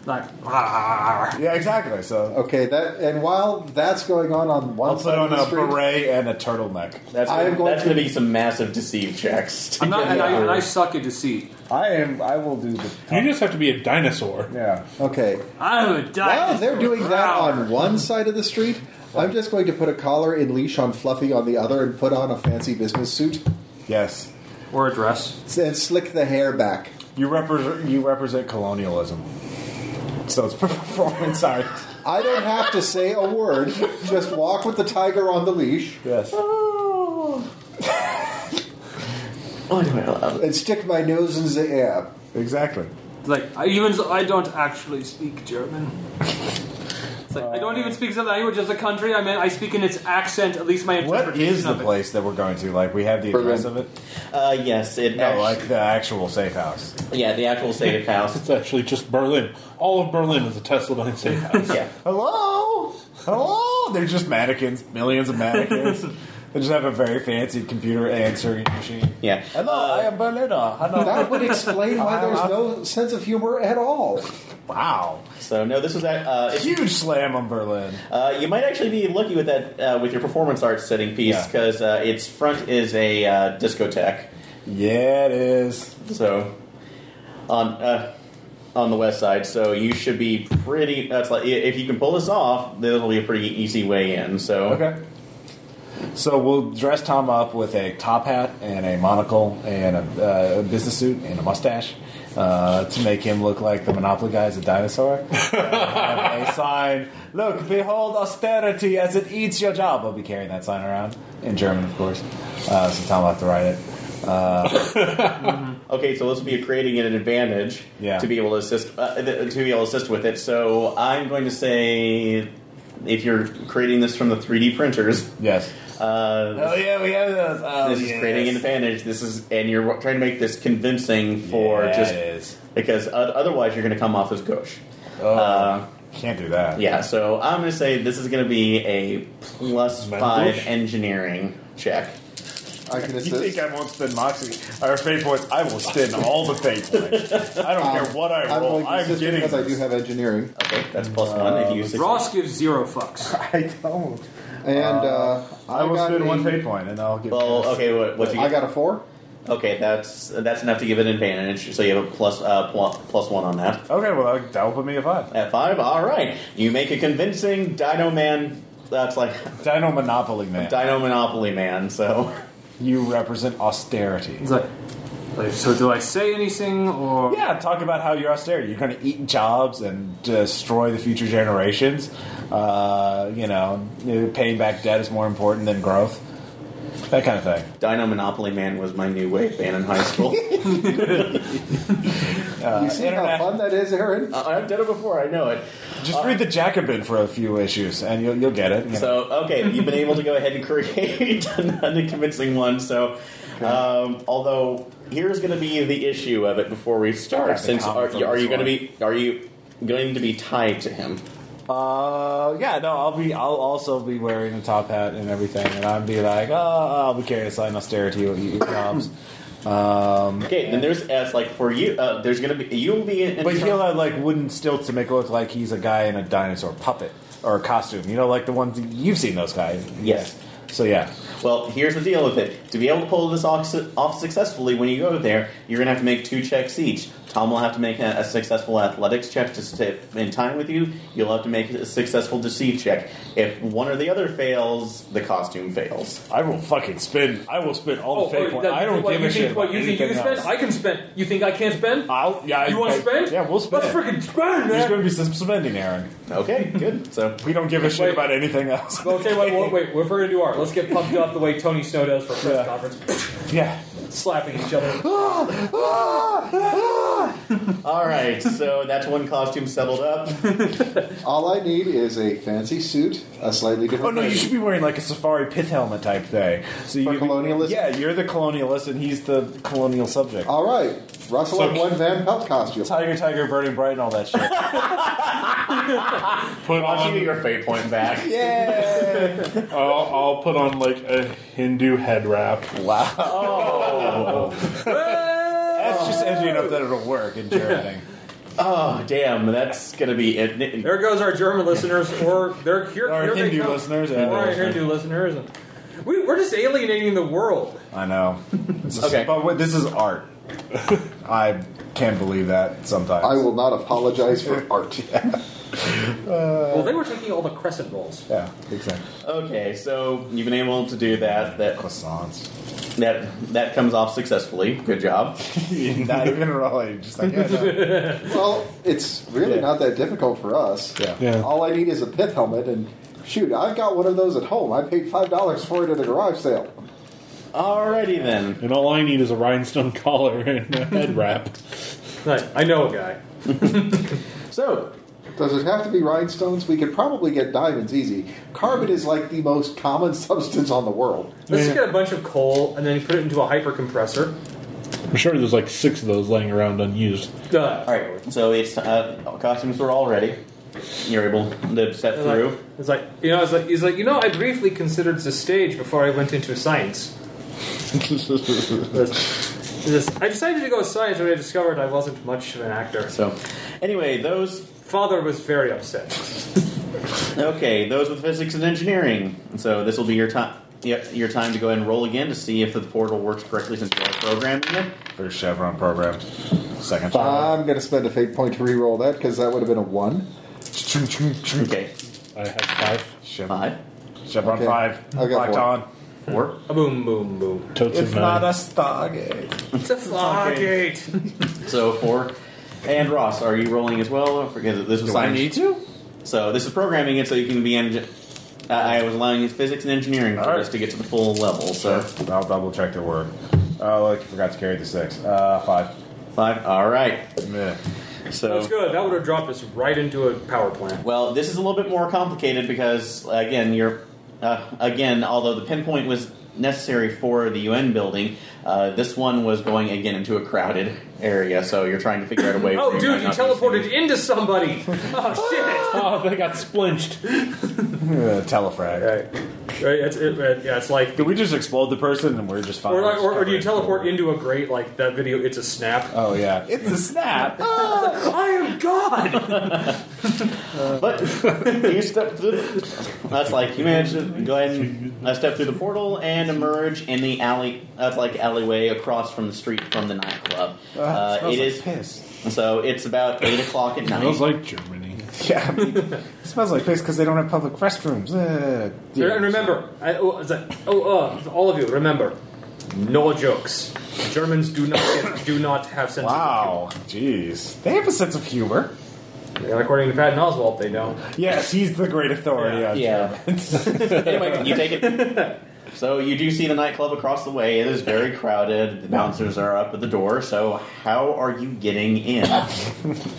[SPEAKER 4] Like, ah.
[SPEAKER 1] Yeah, exactly. So.
[SPEAKER 2] Okay, that and while that's going on on one
[SPEAKER 1] I'll put
[SPEAKER 2] side of
[SPEAKER 1] on
[SPEAKER 2] the
[SPEAKER 1] a
[SPEAKER 2] street,
[SPEAKER 1] beret and a turtleneck.
[SPEAKER 9] That's
[SPEAKER 2] I
[SPEAKER 9] gonna,
[SPEAKER 2] am going
[SPEAKER 9] that's
[SPEAKER 2] to-
[SPEAKER 9] going to be some massive deceive checks. to
[SPEAKER 4] I'm not,
[SPEAKER 9] get
[SPEAKER 4] and,
[SPEAKER 9] the
[SPEAKER 4] I, and
[SPEAKER 9] other-
[SPEAKER 4] I suck at deceit.
[SPEAKER 1] I am. I will do the.
[SPEAKER 6] You just have to be a dinosaur.
[SPEAKER 1] yeah.
[SPEAKER 2] Okay,
[SPEAKER 4] I'm a
[SPEAKER 2] while
[SPEAKER 4] dinosaur.
[SPEAKER 2] they're doing that
[SPEAKER 4] Wow.
[SPEAKER 2] on one side of the street, I'm just going to put a collar and leash on Fluffy on the other, and put on a fancy business suit
[SPEAKER 1] Yes.
[SPEAKER 4] Or a dress.
[SPEAKER 2] and slick the hair back.
[SPEAKER 1] You represent you represent colonialism. So it's performance art.
[SPEAKER 2] I don't have to say a word. Just walk with the tiger on the leash
[SPEAKER 1] Yes.
[SPEAKER 2] and stick my nose in the air.
[SPEAKER 1] Exactly.
[SPEAKER 4] Like, I, even so, I don't actually speak German. It's like, I don't even speak the language of the country. I mean, I speak in its accent, at least my
[SPEAKER 1] What
[SPEAKER 4] interpretation
[SPEAKER 1] is the
[SPEAKER 4] of it.
[SPEAKER 1] place that we're going to? Like we have the address of it?
[SPEAKER 9] Uh, yes, it.
[SPEAKER 1] No,
[SPEAKER 9] actu-
[SPEAKER 1] like the actual safe house.
[SPEAKER 9] yeah, the actual safe house.
[SPEAKER 6] It's actually just Berlin. All of Berlin is a Tesla safe house.
[SPEAKER 9] Yeah.
[SPEAKER 1] Hello? Hello? They're just mannequins, millions of mannequins. they just have a very fancy computer answering machine.
[SPEAKER 9] Yeah.
[SPEAKER 1] Hello, I am Berliner. Hello.
[SPEAKER 2] That would explain why there's no sense of humor at all.
[SPEAKER 1] wow.
[SPEAKER 9] So no, this was at. Uh, if-
[SPEAKER 1] Huge slam on Berlin.
[SPEAKER 9] uh, you might actually be lucky with that uh, with your performance art setting piece
[SPEAKER 1] Yeah.
[SPEAKER 9] because uh, its front is a uh, discotheque.
[SPEAKER 1] Yeah, it is.
[SPEAKER 9] So on uh, on the west side. So you should be pretty. That's like if you can pull this off, this will be a pretty easy way in. So
[SPEAKER 1] Okay. So we'll dress Tom up with a top hat and a monocle and a uh, business suit and a mustache uh, to make him look like the Monopoly guy is a dinosaur. And have a sign, look, behold austerity as it eats your job. I'll be carrying that sign around in German, of course. Uh, so Tom will have to write it.
[SPEAKER 9] Okay, so this will be creating an advantage
[SPEAKER 1] Yeah.
[SPEAKER 9] to be able to assist uh, th- to be able to assist with it. So I'm going to say, if you're creating this from the 3D printers,
[SPEAKER 1] Yes.
[SPEAKER 9] uh,
[SPEAKER 1] Oh yeah, we have those. Oh,
[SPEAKER 9] this is
[SPEAKER 1] yes.
[SPEAKER 9] creating an advantage. This is, and you're trying to make this convincing for
[SPEAKER 1] Yeah,
[SPEAKER 9] just
[SPEAKER 1] it is.
[SPEAKER 9] because o- otherwise you're going to come off as gauche.
[SPEAKER 1] Oh,
[SPEAKER 9] Uh,
[SPEAKER 1] can't do that.
[SPEAKER 9] yeah, so I'm going to say this is going to be a plus
[SPEAKER 6] Man,
[SPEAKER 9] five
[SPEAKER 6] gauche?
[SPEAKER 9] engineering check.
[SPEAKER 2] I can
[SPEAKER 1] You think
[SPEAKER 2] assist.
[SPEAKER 1] I won't spend moxie or fate points? I will spend all the fate points. I don't care what I
[SPEAKER 2] Um, I'm
[SPEAKER 1] roll.
[SPEAKER 2] going to
[SPEAKER 1] I'm
[SPEAKER 2] assist
[SPEAKER 1] getting.
[SPEAKER 2] because I do
[SPEAKER 1] this.
[SPEAKER 2] have engineering.
[SPEAKER 9] Okay, that's plus one if you use
[SPEAKER 4] Ross gives zero fucks.
[SPEAKER 1] I don't.
[SPEAKER 2] And uh,
[SPEAKER 1] I will
[SPEAKER 2] got
[SPEAKER 1] spend
[SPEAKER 2] a-
[SPEAKER 1] one fate point, and I'll get.
[SPEAKER 9] Well, okay, what, what you get?
[SPEAKER 2] I got a four.
[SPEAKER 9] Okay, that's that's enough to give it an advantage. So you have a plus uh, pl- plus one on that.
[SPEAKER 1] Okay, well that- that will put me at five.
[SPEAKER 9] At five, all right. You make a convincing Dino Man. That's like
[SPEAKER 1] Dino Monopoly Man,
[SPEAKER 9] Dino Monopoly Man. So
[SPEAKER 1] you represent austerity.
[SPEAKER 4] He's like, like, so do I say anything, or...
[SPEAKER 1] Yeah, talk about how you're austerity. You're going to eat jobs and destroy the future generations. Uh, you know, paying back debt is more important than growth. That kind of thing.
[SPEAKER 9] Dino Monopoly Man was my new wave band in high school.
[SPEAKER 2] you see how
[SPEAKER 1] internet-
[SPEAKER 2] fun that is, Aaron?
[SPEAKER 1] Uh-huh.
[SPEAKER 9] I- I've done it before. I know it.
[SPEAKER 1] Just read the Jacobin for a few issues, and you'll you'll get it. you know.
[SPEAKER 9] So okay, you've been able to go ahead and create a convincing one. So, um, although here's going to be the issue of it before we
[SPEAKER 1] Grab
[SPEAKER 9] start.
[SPEAKER 1] the
[SPEAKER 9] Since are,
[SPEAKER 1] comic from
[SPEAKER 9] are
[SPEAKER 1] this
[SPEAKER 9] you going to
[SPEAKER 1] one.
[SPEAKER 9] be are you going to be tied to him?
[SPEAKER 1] Uh, yeah, no, I'll be, I'll also be wearing a top hat and everything, and I'll be like, oh, I'll be carrying a sign austerity with you jobs. Um,
[SPEAKER 9] Okay, then there's as like for you, uh, there's gonna be you'll be in.
[SPEAKER 1] but he'll have like wooden stilts to make it look like he's a guy in a dinosaur puppet or a costume. You know, like the ones you've seen those guys.
[SPEAKER 9] Yes.
[SPEAKER 1] So yeah,
[SPEAKER 9] Well, here's the deal with it: to be able to pull this off, off successfully when you go there, you're gonna have to make two checks each. Tom will have to make a, a successful athletics check to stay in time with you. You'll have to make a successful deceive check. If one or the other fails, the costume fails.
[SPEAKER 1] I will fucking spin. I will spin all the fake
[SPEAKER 4] oh,
[SPEAKER 1] ones.
[SPEAKER 4] that-
[SPEAKER 1] I don't
[SPEAKER 4] what,
[SPEAKER 1] give
[SPEAKER 4] you
[SPEAKER 1] a
[SPEAKER 4] think,
[SPEAKER 1] shit.
[SPEAKER 4] What you
[SPEAKER 1] about
[SPEAKER 4] think you can
[SPEAKER 1] anything
[SPEAKER 4] spend?
[SPEAKER 1] else.
[SPEAKER 4] I can spend. You think I can't spend?
[SPEAKER 1] I'll, yeah,
[SPEAKER 4] you
[SPEAKER 1] I-
[SPEAKER 4] want
[SPEAKER 1] I-
[SPEAKER 4] to spend?
[SPEAKER 1] Yeah, we'll spend.
[SPEAKER 4] Let's freaking spend,
[SPEAKER 1] There's
[SPEAKER 4] man.
[SPEAKER 1] going to be some spending, Aaron.
[SPEAKER 9] Okay, good. So
[SPEAKER 1] We don't give a shit
[SPEAKER 4] Wait.
[SPEAKER 1] about anything else.
[SPEAKER 4] Well, okay, wait, wait, wait. We're going to do art. Let's get pumped up the way Tony Snow does for a press
[SPEAKER 1] Yeah.
[SPEAKER 4] conference,
[SPEAKER 1] Yeah.
[SPEAKER 4] slapping each other.
[SPEAKER 9] all right, so that's one costume settled up.
[SPEAKER 2] All I need is a fancy suit, a slightly
[SPEAKER 1] Oh
[SPEAKER 2] different.
[SPEAKER 1] no, you should be wearing like a safari pith helmet type thing. So
[SPEAKER 2] For
[SPEAKER 1] you
[SPEAKER 2] colonialist?
[SPEAKER 1] Yeah, you're the colonialist, and he's the colonial subject.
[SPEAKER 2] All right, Russell
[SPEAKER 6] So-
[SPEAKER 2] in one Van Pelt costume.
[SPEAKER 1] Tiger, tiger, burning bright, and all that shit.
[SPEAKER 6] Put
[SPEAKER 9] I'll give you
[SPEAKER 6] on,
[SPEAKER 9] your fate point back.
[SPEAKER 1] yeah.
[SPEAKER 6] I'll, I'll put on like a Hindu head wrap.
[SPEAKER 1] Wow. Oh. That's just edgy enough that it'll work in Germany.
[SPEAKER 9] Oh, damn, that's gonna be it.
[SPEAKER 4] There goes our German listeners, or they're here.
[SPEAKER 1] Our
[SPEAKER 4] here they
[SPEAKER 1] Hindu
[SPEAKER 4] come.
[SPEAKER 1] listeners,
[SPEAKER 4] or
[SPEAKER 1] and-
[SPEAKER 4] our Hindu listeners. We, we're just alienating the world.
[SPEAKER 1] I know. It's a-
[SPEAKER 9] Okay.
[SPEAKER 1] But wait, this is art. I can't believe that sometimes.
[SPEAKER 2] I will not apologize for art.
[SPEAKER 9] Uh,
[SPEAKER 4] well, they were taking all the crescent rolls.
[SPEAKER 1] Yeah, exactly.
[SPEAKER 9] Okay, so you've been able to do that. That
[SPEAKER 1] Croissants.
[SPEAKER 9] that that comes off successfully. Good job.
[SPEAKER 1] Not even really. Just like, yeah, no.
[SPEAKER 2] well, it's really
[SPEAKER 1] Yeah.
[SPEAKER 2] not that difficult for us.
[SPEAKER 1] yeah.
[SPEAKER 6] Yeah.
[SPEAKER 2] All I need is a pith helmet, and shoot, I've got one of those at home. I paid five dollars for it at a garage sale.
[SPEAKER 9] Alrighty then.
[SPEAKER 6] And all I need is a rhinestone collar and a head wrap.
[SPEAKER 4] Right, I know a guy.
[SPEAKER 9] So
[SPEAKER 2] Does it have to be rhinestones? We could probably get diamonds easy. Carbon is like the most common substance on the world.
[SPEAKER 4] Let's
[SPEAKER 6] Yeah.
[SPEAKER 4] just get a bunch of coal and then put it into a hyper compressor.
[SPEAKER 6] I'm sure there's like six of those laying around unused.
[SPEAKER 4] Done.
[SPEAKER 9] all right, so it's uh, costumes were all ready. You're able to set
[SPEAKER 4] It's
[SPEAKER 9] through.
[SPEAKER 4] like, it's like you know, it's like he's like you know, I briefly considered the stage before I went into science. It's- it's- I decided to go with science when I discovered I wasn't much of an actor.
[SPEAKER 9] So anyway, those
[SPEAKER 4] Father was very upset.
[SPEAKER 9] okay, those with physics and engineering. So this will be your time. Yep, your time to go ahead and roll again to see if the portal works correctly since you are programming it.
[SPEAKER 1] First Chevron program. Second
[SPEAKER 2] I'm going to spend a fate point to re-roll that because that would have been a one.
[SPEAKER 1] Chevron.
[SPEAKER 9] Okay,
[SPEAKER 6] I have
[SPEAKER 1] Chevron,
[SPEAKER 9] five,
[SPEAKER 1] Chevron
[SPEAKER 2] Okay.
[SPEAKER 1] 5.
[SPEAKER 2] I'll go
[SPEAKER 1] Locked
[SPEAKER 2] for it.
[SPEAKER 1] on.
[SPEAKER 9] four.
[SPEAKER 4] A boom, boom, boom.
[SPEAKER 6] five totes
[SPEAKER 1] It's
[SPEAKER 6] of mine.
[SPEAKER 1] not a Stargate.
[SPEAKER 4] It's a floodgate.
[SPEAKER 9] So four. And Ross, are you rolling as well? I forget that this was
[SPEAKER 1] Do I
[SPEAKER 9] science.
[SPEAKER 1] need to?
[SPEAKER 9] So this is programming it so you can be. Enge- I I was allowing his physics and engineering for
[SPEAKER 1] All right.
[SPEAKER 9] this to get to the full level. So
[SPEAKER 1] I'll double check their work. Oh, look, you forgot to carry the six. Uh, five.
[SPEAKER 9] five. All right.
[SPEAKER 1] Meh.
[SPEAKER 9] So
[SPEAKER 4] That's good. That would have dropped us right into a power plant.
[SPEAKER 9] well, this is a little bit more complicated because again, you're uh, again, although the pinpoint was necessary for the UN building, uh, this one was going again into a crowded area. So you're trying to figure out a way.
[SPEAKER 4] Oh,
[SPEAKER 9] where
[SPEAKER 4] dude,
[SPEAKER 9] might
[SPEAKER 4] you
[SPEAKER 9] not be seen.
[SPEAKER 4] teleported into somebody. Oh
[SPEAKER 6] Oh, they got splinched.
[SPEAKER 1] Uh, telefrag.
[SPEAKER 4] shit. Right. Right. It's it, right, yeah. It's like
[SPEAKER 1] Did we just explode the person and we're just fine?
[SPEAKER 4] or, like, or, or do you teleport into a grate like that video? It's a snap.
[SPEAKER 1] Oh yeah, it's a snap.
[SPEAKER 4] I am God.
[SPEAKER 9] But you step through. The, that's like you manage to go ahead and uh, step through the portal and emerge in the alley. That's like alleyway across from the street from the nightclub. Uh, it is
[SPEAKER 1] piss.
[SPEAKER 9] so. It's about eight o'clock at night.
[SPEAKER 6] Smells like Germany.
[SPEAKER 1] Yeah, I mean, it smells like piss because they don't have public restrooms. Uh, yeah.
[SPEAKER 4] And remember, I, oh, it's like, oh, uh, all of you, remember, no jokes. Germans do not get, do not have sense.
[SPEAKER 1] Wow, jeez, they have a sense of humor.
[SPEAKER 4] Of humor. And according to Patton Oswalt, they don't.
[SPEAKER 1] Yes, he's the great authority on
[SPEAKER 9] Yeah.
[SPEAKER 1] Germans.
[SPEAKER 9] anyway, you take it. So you do see the nightclub across the way. It is very crowded. The bouncers are up at the door. So how are you getting in?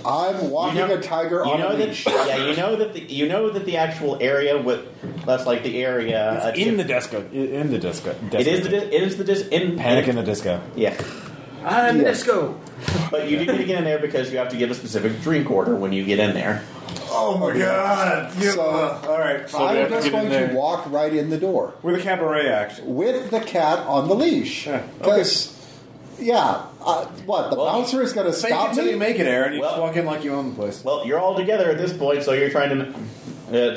[SPEAKER 2] I'm walking
[SPEAKER 9] You know-
[SPEAKER 2] a tiger
[SPEAKER 9] You
[SPEAKER 2] on
[SPEAKER 9] know
[SPEAKER 2] a
[SPEAKER 9] that,
[SPEAKER 2] leash.
[SPEAKER 9] yeah, you know that the you know that the actual area with that's like the area uh,
[SPEAKER 1] in the disco, in the disco,
[SPEAKER 9] It is the dis- it is the dis- in
[SPEAKER 1] panic in the disco.
[SPEAKER 9] Yeah,
[SPEAKER 4] I'm
[SPEAKER 2] Yeah.
[SPEAKER 4] Nesco.
[SPEAKER 9] but you do need to get in there because you have to give a specific drink order when you get in there.
[SPEAKER 1] Oh my god!
[SPEAKER 2] So-
[SPEAKER 1] all right,
[SPEAKER 6] So we
[SPEAKER 2] I'm
[SPEAKER 6] have to
[SPEAKER 2] just
[SPEAKER 6] get in
[SPEAKER 2] going to
[SPEAKER 6] there.
[SPEAKER 2] walk right in the door
[SPEAKER 1] with a cabaret act.
[SPEAKER 2] with the cat on the leash.
[SPEAKER 1] Yeah, okay.
[SPEAKER 2] Because, yeah, uh, what the
[SPEAKER 9] Well,
[SPEAKER 2] bouncer is going to
[SPEAKER 1] Fake it
[SPEAKER 2] stop
[SPEAKER 1] till you
[SPEAKER 2] me?
[SPEAKER 1] make it, Aaron. You just
[SPEAKER 9] Well-
[SPEAKER 1] walk in like you own the place.
[SPEAKER 9] Well, you're all together at this point, so you're trying to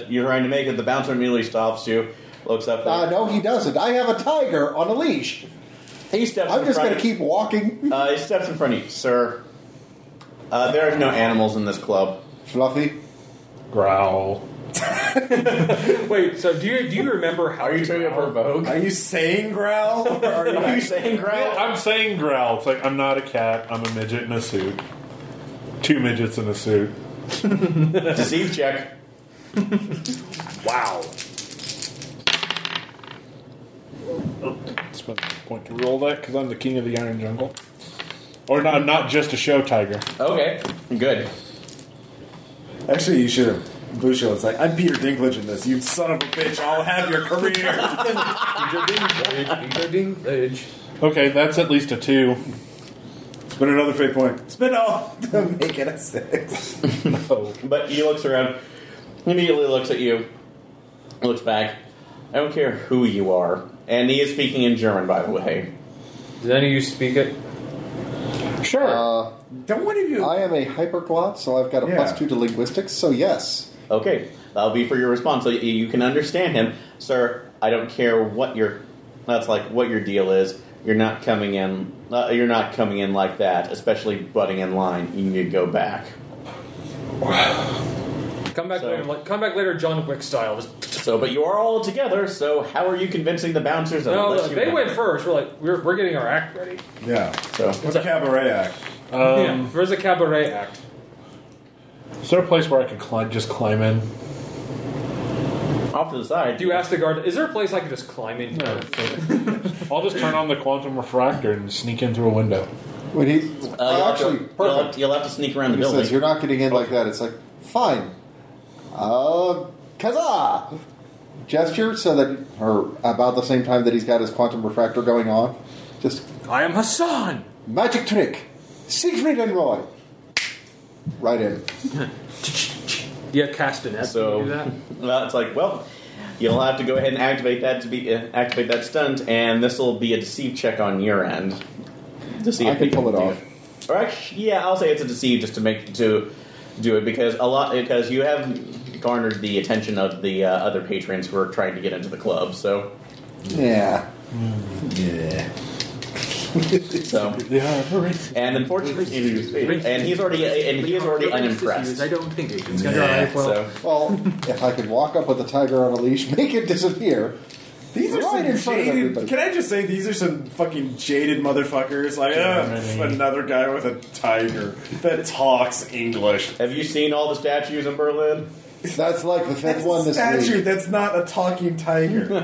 [SPEAKER 9] uh, you're trying to make it. The bouncer immediately stops you, looks up.
[SPEAKER 2] Uh, no, he doesn't. I have a tiger on a leash.
[SPEAKER 9] he steps.
[SPEAKER 2] I'm
[SPEAKER 9] in
[SPEAKER 2] just
[SPEAKER 9] front
[SPEAKER 2] going to
[SPEAKER 9] of-
[SPEAKER 2] keep walking.
[SPEAKER 9] Uh, he steps in front of you, sir. Uh, there are no animals in this club.
[SPEAKER 2] Fluffy.
[SPEAKER 6] Growl.
[SPEAKER 4] Wait, so do you do you remember how
[SPEAKER 9] Are you
[SPEAKER 4] to
[SPEAKER 9] trying to
[SPEAKER 4] growl?
[SPEAKER 9] provoke?
[SPEAKER 1] Are you saying growl? Or are you,
[SPEAKER 9] Are you saying growl?
[SPEAKER 6] I'm saying growl. It's like I'm not a cat. I'm a midget in a suit. Two midgets in a suit.
[SPEAKER 9] Deceive check.
[SPEAKER 4] Wow.
[SPEAKER 6] Spend a point to roll that because I'm the king of the iron jungle. Or not, I'm not just a show tiger.
[SPEAKER 9] Okay, good.
[SPEAKER 1] Actually, you should have. Busho was like, I'm Peter Dinklage in this. You son of a bitch, I'll have your career.
[SPEAKER 4] Ding, age.
[SPEAKER 6] Okay, that's at least a two.
[SPEAKER 1] Spend another fate point. Spend all to make it a six.
[SPEAKER 9] But he looks around, immediately looks at you, looks back. I don't care who you are. And he is speaking in German, by the way.
[SPEAKER 4] Does any of you speak it?
[SPEAKER 6] Sure.
[SPEAKER 2] Uh,
[SPEAKER 1] Don't one of you.
[SPEAKER 2] I am a hyperglot, so I've got a
[SPEAKER 1] Yeah.
[SPEAKER 2] plus two to linguistics. So yes,
[SPEAKER 9] Okay, that'll be for your response. So y- you can understand him, sir. I don't care what your that's like what your deal is. You're not coming in. Uh, you're not coming in like that, especially butting in line. You need to go back.
[SPEAKER 4] Come back
[SPEAKER 9] So-
[SPEAKER 4] later, like, come back later, John Wick style. Just,
[SPEAKER 9] So, but you are all together. So, how are you convincing the bouncers? that
[SPEAKER 4] no,
[SPEAKER 9] unless
[SPEAKER 4] look,
[SPEAKER 9] you
[SPEAKER 4] they
[SPEAKER 9] have-
[SPEAKER 4] went first. We're like, we're, we're getting our act ready.
[SPEAKER 1] yeah.
[SPEAKER 9] So,
[SPEAKER 1] What's a cabaret act?
[SPEAKER 6] Um,
[SPEAKER 9] Um,
[SPEAKER 4] yeah, where's the cabaret act?
[SPEAKER 6] Is there a place where I could climb, just climb in?
[SPEAKER 9] off to the side.
[SPEAKER 4] Do you ask the guard? Is there a place I can just climb in?
[SPEAKER 6] No. I'll just turn on the quantum refractor and sneak in through a window.
[SPEAKER 2] when he
[SPEAKER 9] Uh, you'll
[SPEAKER 2] oh,
[SPEAKER 9] have to-
[SPEAKER 2] actually
[SPEAKER 9] You'll have,
[SPEAKER 2] perfect.
[SPEAKER 9] to, you'll have to sneak around the
[SPEAKER 2] He
[SPEAKER 9] building.
[SPEAKER 2] says you're not getting in like that. It's like fine. Uh, kaza. Gesture so that, or about the same time that he's got his quantum refractor going on, just
[SPEAKER 4] I am Hassan.
[SPEAKER 2] magic trick, Siegfried and Roy. Right in.
[SPEAKER 4] Yeah, castanet.
[SPEAKER 9] So-
[SPEAKER 4] Can you do that?
[SPEAKER 9] Well, it's like, well, you'll have to go ahead and activate that to be uh, activate that stunt, and this will be a deceive check on your end to see
[SPEAKER 2] I
[SPEAKER 9] if
[SPEAKER 2] can
[SPEAKER 9] you
[SPEAKER 2] pull it
[SPEAKER 9] do
[SPEAKER 2] off.
[SPEAKER 9] Or actually, yeah, I'll say it's a deceive just to make to do it because a lot because you have garnered the attention of the uh, other patrons who are trying to get into the club. So,
[SPEAKER 2] Mm-hmm. Yeah.
[SPEAKER 1] Yeah.
[SPEAKER 9] so
[SPEAKER 6] Yeah, hurry.
[SPEAKER 9] and unfortunately, and he's already and he is already unimpressed.
[SPEAKER 4] I don't think it's gonna
[SPEAKER 1] Yeah,
[SPEAKER 4] drive well.
[SPEAKER 9] So.
[SPEAKER 2] Well, if I could walk up with a tiger on a leash, make it disappear.
[SPEAKER 1] These are
[SPEAKER 2] Right in
[SPEAKER 1] some
[SPEAKER 2] front of
[SPEAKER 1] jaded.
[SPEAKER 2] everybody.
[SPEAKER 1] Can I just say these are some fucking jaded motherfuckers? Like
[SPEAKER 6] Germany.
[SPEAKER 1] uh, another guy with a tiger that talks English.
[SPEAKER 9] Have you seen all the statues in Berlin?
[SPEAKER 2] That's like the fifth
[SPEAKER 1] That's
[SPEAKER 2] one
[SPEAKER 1] a
[SPEAKER 2] this
[SPEAKER 1] statue.
[SPEAKER 2] week.
[SPEAKER 1] That's not a talking tiger.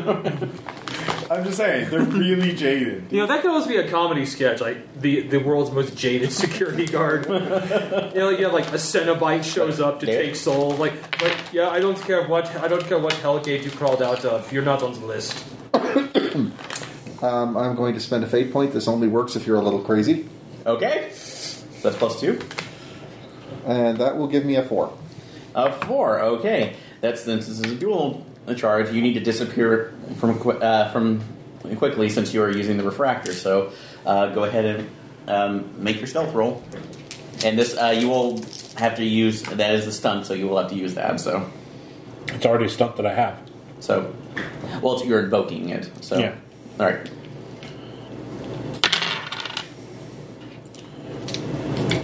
[SPEAKER 1] I'm just saying they're really jaded.
[SPEAKER 4] You know that could almost be a comedy sketch, like the the world's most jaded security guard. you know, yeah, like a Cenobite shows up to
[SPEAKER 9] Yeah.
[SPEAKER 4] take soul. Like, like, yeah, I don't care what I don't care what hell gate you crawled out of. You're not on the list.
[SPEAKER 2] Um, I'm going to spend a fate point. This only works if you're a little crazy.
[SPEAKER 9] Okay, that's plus two.
[SPEAKER 2] And that will give me a four.
[SPEAKER 9] Uh, four. Okay, that's since this is a dual charge. You need to disappear from qui- uh, from quickly since you are using the refractor. So uh, go ahead and um, make your stealth roll. And this uh, you will have to use that as the stunt, so you will have to use that. So
[SPEAKER 6] It's already a stunt that I have.
[SPEAKER 9] so well, it's, you're invoking it. So
[SPEAKER 6] Yeah.
[SPEAKER 9] all right.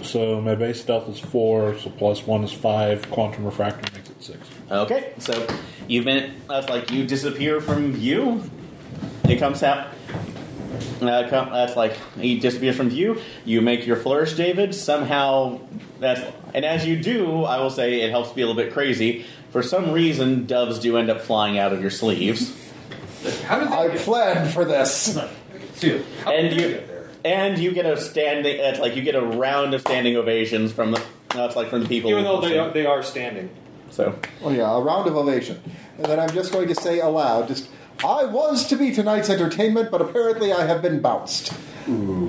[SPEAKER 6] So my base stealth is four, so plus one is five. Quantum refractor makes it six.
[SPEAKER 9] Okay, so you've been that's like you disappear from view. It comes out. Uh, come, that's like he disappears from view. You make your flourish, David. Somehow, that's and as you do, I will say it helps be a little bit crazy. For some reason, doves do end up flying out of your sleeves,
[SPEAKER 4] How did they
[SPEAKER 2] I
[SPEAKER 4] get
[SPEAKER 2] planned for this.
[SPEAKER 4] to? How did
[SPEAKER 9] and
[SPEAKER 4] they
[SPEAKER 9] you
[SPEAKER 4] get there?
[SPEAKER 9] and you get a standing. That's like you get a round of standing ovations from the. That's like from the people.
[SPEAKER 4] Even though they are, they are standing.
[SPEAKER 9] so
[SPEAKER 2] Oh yeah, a round of ovation. And then I'm just going to say aloud, just I was to be tonight's entertainment, but apparently I have been bounced. I'm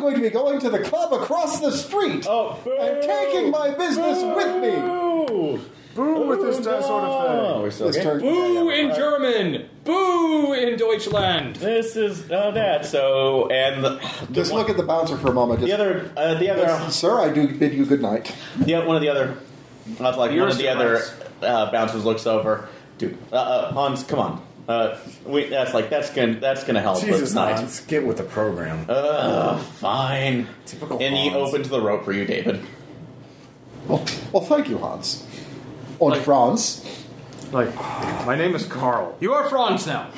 [SPEAKER 2] going to be going to the club across the street
[SPEAKER 9] oh,
[SPEAKER 2] and taking my business with me.
[SPEAKER 9] Boo!
[SPEAKER 1] Boo with this
[SPEAKER 9] no.
[SPEAKER 1] sort of
[SPEAKER 9] we're still
[SPEAKER 2] This
[SPEAKER 9] okay.
[SPEAKER 2] turn-
[SPEAKER 4] Boo in German. Boo in Deutschland.
[SPEAKER 9] This is uh, that. So and the,
[SPEAKER 2] Just look at the bouncer for a moment.
[SPEAKER 9] the
[SPEAKER 2] Just,
[SPEAKER 9] other, uh, the other,
[SPEAKER 2] Sir, I do bid you good night.
[SPEAKER 9] the other, one of the other, that's like one of the other uh, bouncers looks over. Dude, uh, uh, Hans, come on. Uh, we, that's like that's gonna that's gonna help.
[SPEAKER 1] thing.
[SPEAKER 9] but
[SPEAKER 1] Jesus,
[SPEAKER 9] it's not.
[SPEAKER 1] Hans, get with the program.
[SPEAKER 9] Uh, fine.
[SPEAKER 1] Typical
[SPEAKER 9] And he
[SPEAKER 1] Hans.
[SPEAKER 9] opens the rope for you, David.
[SPEAKER 2] Well, well thank you, Hans. And
[SPEAKER 4] Like-
[SPEAKER 2] Franz,
[SPEAKER 10] Like, my name is Carl.
[SPEAKER 4] You are Franz now.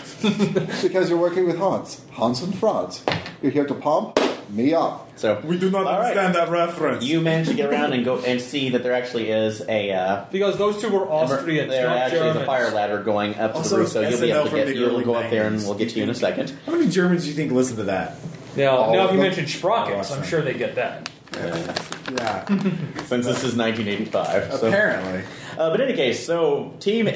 [SPEAKER 2] because you're working with Hans. Hans and Franz. You're here to pump me up.
[SPEAKER 9] So
[SPEAKER 1] We do not
[SPEAKER 9] All right.
[SPEAKER 1] understand that reference.
[SPEAKER 9] you managed to get around and go and see that there actually is a uh,
[SPEAKER 4] Because those two were Austrians,
[SPEAKER 9] there
[SPEAKER 4] not
[SPEAKER 9] actually
[SPEAKER 4] Germans.
[SPEAKER 9] is a fire ladder going up to
[SPEAKER 1] Also,
[SPEAKER 9] the roof, so
[SPEAKER 1] it's
[SPEAKER 9] you'll be
[SPEAKER 1] SNL
[SPEAKER 9] able to
[SPEAKER 1] from
[SPEAKER 9] get
[SPEAKER 1] the
[SPEAKER 9] you'll
[SPEAKER 1] early
[SPEAKER 9] go up there and we'll
[SPEAKER 1] 90s.
[SPEAKER 9] get to you in a second.
[SPEAKER 1] How many Germans do you think listen to that?
[SPEAKER 4] Now,
[SPEAKER 2] All
[SPEAKER 4] now
[SPEAKER 2] of
[SPEAKER 4] if you
[SPEAKER 2] them.
[SPEAKER 4] mention sprockets,
[SPEAKER 1] Oh,
[SPEAKER 4] I'm
[SPEAKER 1] awesome.
[SPEAKER 4] sure they get that.
[SPEAKER 1] Yeah,
[SPEAKER 9] Since this is 1985, so.
[SPEAKER 1] apparently.
[SPEAKER 9] Uh, but in any case, so team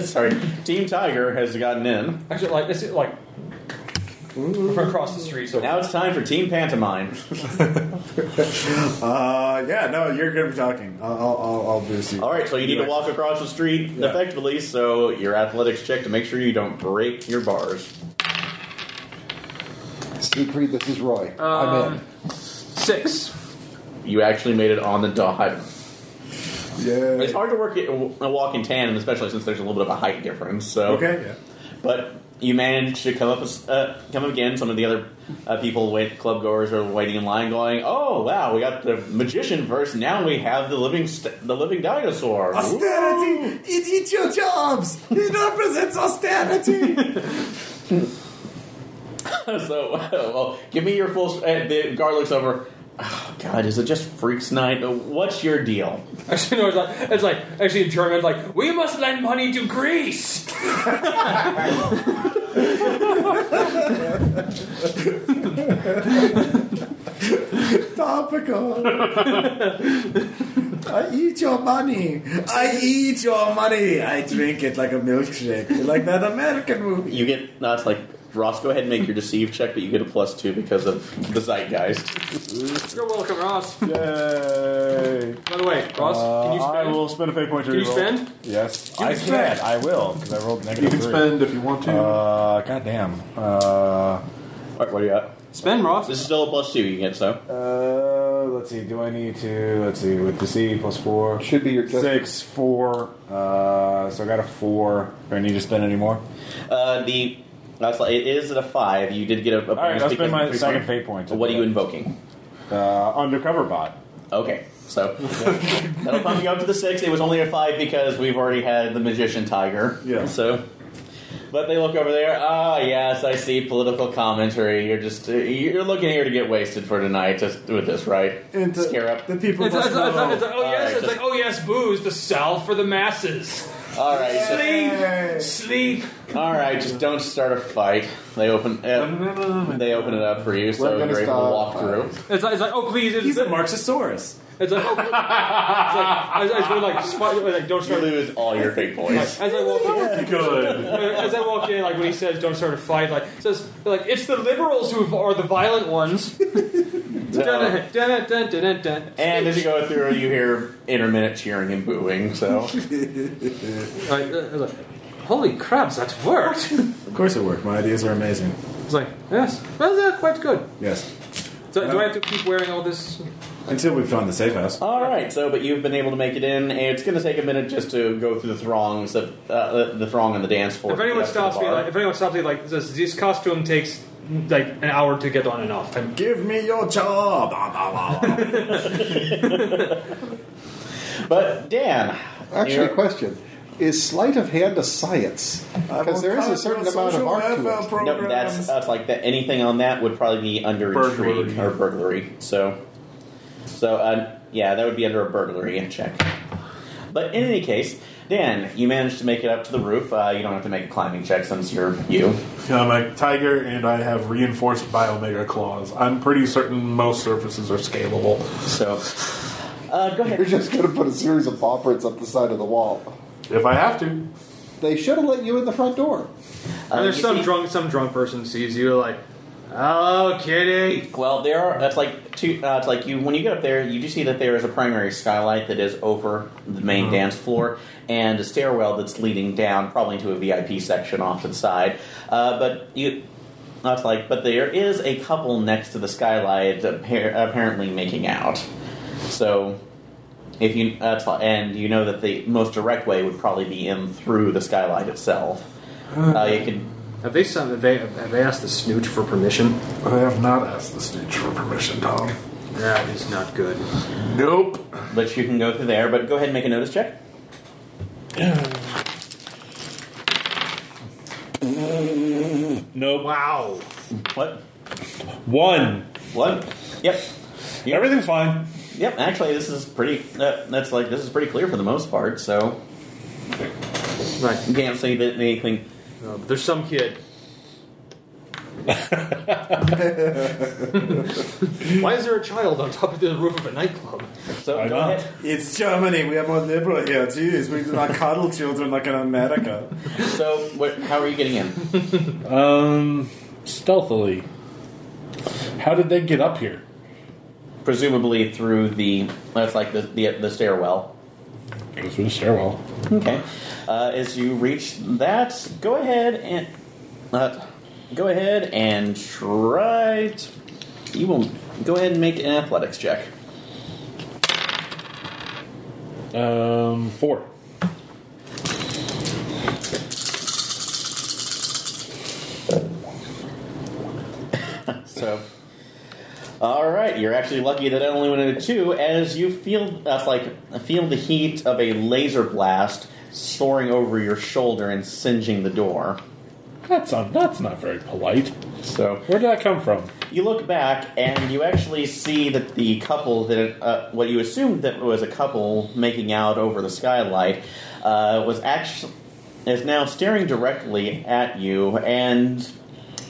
[SPEAKER 9] sorry, team Tiger has gotten in.
[SPEAKER 4] Actually, like it's like from across the street. So
[SPEAKER 9] Now it's time for team pantomime.
[SPEAKER 1] Uh, yeah, no, you're gonna be talking. I'll, I'll, I'll, I'll boost you.
[SPEAKER 9] All right, so you need to
[SPEAKER 1] Yeah.
[SPEAKER 9] walk across the street
[SPEAKER 1] Yeah.
[SPEAKER 9] effectively. So your athletics check to make sure you don't break your bars.
[SPEAKER 2] Siegfried, this is Roy. I'm in.
[SPEAKER 4] Um, six.
[SPEAKER 9] You actually made it on the dot. It's
[SPEAKER 1] Yeah.
[SPEAKER 9] hard to work it, uh, walk in tandem, especially since there's a little bit of a height difference. So,
[SPEAKER 1] Okay. Yeah.
[SPEAKER 9] but you managed to come up, with- uh, come up again. Some of the other uh, people, wait, club goers, are waiting in line, going, "Oh wow, we got the magician first. Now we have the living, st- the living dinosaur."
[SPEAKER 1] Austerity! It eats your jobs! It represents austerity!
[SPEAKER 9] so, well, give me your full. Uh, the guard looks over. Oh, God, is it just Freaks Night? Uh, What's your deal?
[SPEAKER 4] Actually, no, it's like it's like actually in German, like we must lend money to Greece.
[SPEAKER 1] Topical! I eat your money! I eat your money! I drink it like a milkshake, like that American movie.
[SPEAKER 9] You get that's like Ross. Go ahead and make your deceive check, but you get a plus two because of the zeitgeist.
[SPEAKER 4] You're welcome, Ross.
[SPEAKER 3] Yay!
[SPEAKER 4] By the way, Ross, can you
[SPEAKER 3] Uh, I
[SPEAKER 4] spend?
[SPEAKER 3] will spend a fake point to
[SPEAKER 4] Can you
[SPEAKER 3] reroll.
[SPEAKER 4] spend?
[SPEAKER 3] Yes,
[SPEAKER 1] You
[SPEAKER 3] I
[SPEAKER 1] can
[SPEAKER 3] can.
[SPEAKER 1] spend.
[SPEAKER 3] I will because I rolled negative
[SPEAKER 1] You can
[SPEAKER 3] three.
[SPEAKER 10] Spend if you want to.
[SPEAKER 3] Uh, goddamn. Uh,
[SPEAKER 9] All right, what do you got?
[SPEAKER 4] Spend, Ross.
[SPEAKER 9] This is still a plus two you get, so.
[SPEAKER 3] uh, let's see. Do I need to? Let's see. With the C plus four,
[SPEAKER 2] Should be your just-
[SPEAKER 3] six four. Uh, so I got a four. Do I need to spend any more?
[SPEAKER 9] Uh, the that's like, it is at a five. You did get a. a
[SPEAKER 3] All right,
[SPEAKER 9] bonus
[SPEAKER 3] I'll
[SPEAKER 9] because
[SPEAKER 3] spend
[SPEAKER 9] of
[SPEAKER 3] my
[SPEAKER 9] the
[SPEAKER 3] second
[SPEAKER 9] three
[SPEAKER 3] fate point.
[SPEAKER 9] What are you invoking?
[SPEAKER 3] Uh, undercover bot.
[SPEAKER 9] Okay, so that'll pump you up to the six. It was only a five because we've already had the magician tiger.
[SPEAKER 3] Yeah.
[SPEAKER 9] So, but they look over there. Ah, yes, I see political commentary. You're just uh, you're looking here to get wasted for tonight, just with this, right?
[SPEAKER 1] And the,
[SPEAKER 9] Scare up.
[SPEAKER 1] The people
[SPEAKER 4] It's, it's,
[SPEAKER 1] must
[SPEAKER 4] it's,
[SPEAKER 1] know.
[SPEAKER 4] it's, like, oh
[SPEAKER 9] All
[SPEAKER 4] yes,
[SPEAKER 9] right,
[SPEAKER 4] it's
[SPEAKER 9] just-
[SPEAKER 4] like oh yes, booze, the salve for the masses.
[SPEAKER 9] All right. so-
[SPEAKER 4] Sleep, sleep.
[SPEAKER 9] All right, just don't start a fight. They open uh, they open it up for you,
[SPEAKER 2] We're
[SPEAKER 9] so
[SPEAKER 2] gonna
[SPEAKER 9] you're able to
[SPEAKER 2] stop.
[SPEAKER 9] walk through.
[SPEAKER 4] It's like, it's like oh please, it's,
[SPEAKER 1] He's a
[SPEAKER 4] it's like
[SPEAKER 1] Marxosaurus.
[SPEAKER 4] it's like, oh, please. it's like I, I, I, like, sp- like don't
[SPEAKER 9] You
[SPEAKER 4] start.
[SPEAKER 9] lose all your fake
[SPEAKER 4] Like,
[SPEAKER 9] points.
[SPEAKER 4] as I walk in,
[SPEAKER 10] Good.
[SPEAKER 4] as I walk in, like when he says, "Don't start a fight," like says, "Like it's the liberals who are the violent ones."
[SPEAKER 9] So-
[SPEAKER 4] Dun, dun, dun, dun, dun, dun.
[SPEAKER 9] and as you go through, you hear intermittent cheering and booing. So
[SPEAKER 4] Like, uh, like, Holy crabs, that worked!
[SPEAKER 1] Of course it worked. My ideas are amazing.
[SPEAKER 4] It's like, yes, well, they're quite good.
[SPEAKER 1] Yes.
[SPEAKER 4] So, do I have to keep wearing all this?
[SPEAKER 1] Until we found the safe house.
[SPEAKER 9] All right, so but you've been able to make it in, and it's going to take a minute just to go through the throngs of uh, the- the throng on the dance floor.
[SPEAKER 4] If anyone
[SPEAKER 9] That's the
[SPEAKER 4] stops me,
[SPEAKER 9] bar.
[SPEAKER 4] like, if anyone stops me, like, says, this costume takes like an hour to get on and off. I'm,
[SPEAKER 1] Give me your job! Blah, blah, blah, blah.
[SPEAKER 9] but Dan,
[SPEAKER 2] Actually,
[SPEAKER 9] you're-
[SPEAKER 2] question. Is sleight of hand a science? Because there is a certain amount of art to it.
[SPEAKER 9] no, that's that's like that. Anything on that would probably be under
[SPEAKER 10] Burglary.
[SPEAKER 9] intrigue or burglary. So, so uh, yeah, that would be under a burglary check. But in any case, Dan, you managed to make it up to the roof. Uh, you don't have to make a climbing check since you're you.
[SPEAKER 6] I'm a tiger, and I have reinforced biomega claws. I'm pretty certain most surfaces are scalable.
[SPEAKER 9] So, uh, go ahead.
[SPEAKER 2] You're just going to put a series of paw prints up the side of the wall.
[SPEAKER 6] If I have to,
[SPEAKER 2] They should have let you in the front door.
[SPEAKER 9] Uh,
[SPEAKER 4] and there's
[SPEAKER 9] you
[SPEAKER 4] some
[SPEAKER 9] see-
[SPEAKER 4] drunk, some drunk person sees you, like, "Oh, kitty."
[SPEAKER 9] Well, there are. That's like two. Uh, it's like you when you get up there, you do see that there is a primary skylight that is over the main dance floor and a stairwell that's leading down, probably to a VIP section off to the side. Uh, but you. That's like, but there is a couple next to the skylight appar- apparently making out. So, if you that's like, and you know that the most direct way would probably be in through the skylight itself. Uh, you could
[SPEAKER 4] Have they, some, have they have they asked the snoot for permission?
[SPEAKER 6] I have not asked the stage for permission, Tom.
[SPEAKER 4] That is not good.
[SPEAKER 6] Nope.
[SPEAKER 9] But you can go through there. But go ahead and make a notice check.
[SPEAKER 6] Nope. Wow.
[SPEAKER 9] What?
[SPEAKER 6] One.
[SPEAKER 9] What? Yep.
[SPEAKER 6] Everything's fine.
[SPEAKER 9] Yep. Actually, this is pretty. That, that's like this is pretty clear for the most part. So
[SPEAKER 4] Right.
[SPEAKER 9] you can't say that anything.
[SPEAKER 4] Uh, but there's some kid. Why is there a child on top of the roof of a nightclub?
[SPEAKER 9] So
[SPEAKER 6] I
[SPEAKER 9] go
[SPEAKER 6] know.
[SPEAKER 9] ahead.
[SPEAKER 1] It's Germany. We are more liberal here. Jeez, we do not coddle children like in America.
[SPEAKER 9] So what, how are you getting in?
[SPEAKER 6] Um, stealthily. How did they get up here?
[SPEAKER 9] Presumably through the. That's like the the, the stairwell.
[SPEAKER 6] Go through the stairwell.
[SPEAKER 9] Okay. Uh, as you reach that, go ahead and uh, go ahead and try. t- you will go ahead and make an athletics check.
[SPEAKER 6] Um, four.
[SPEAKER 9] So, all right, you're actually lucky that I only went into two. As you feel that's like feel the heat of a laser blast soaring over your shoulder and singeing the door.
[SPEAKER 6] That's not, that's not very polite.
[SPEAKER 9] So
[SPEAKER 6] Where did that come from?
[SPEAKER 9] you look back and you actually see that the couple that uh, what you assumed that was a couple making out over the skylight uh, was actually is now staring directly at you and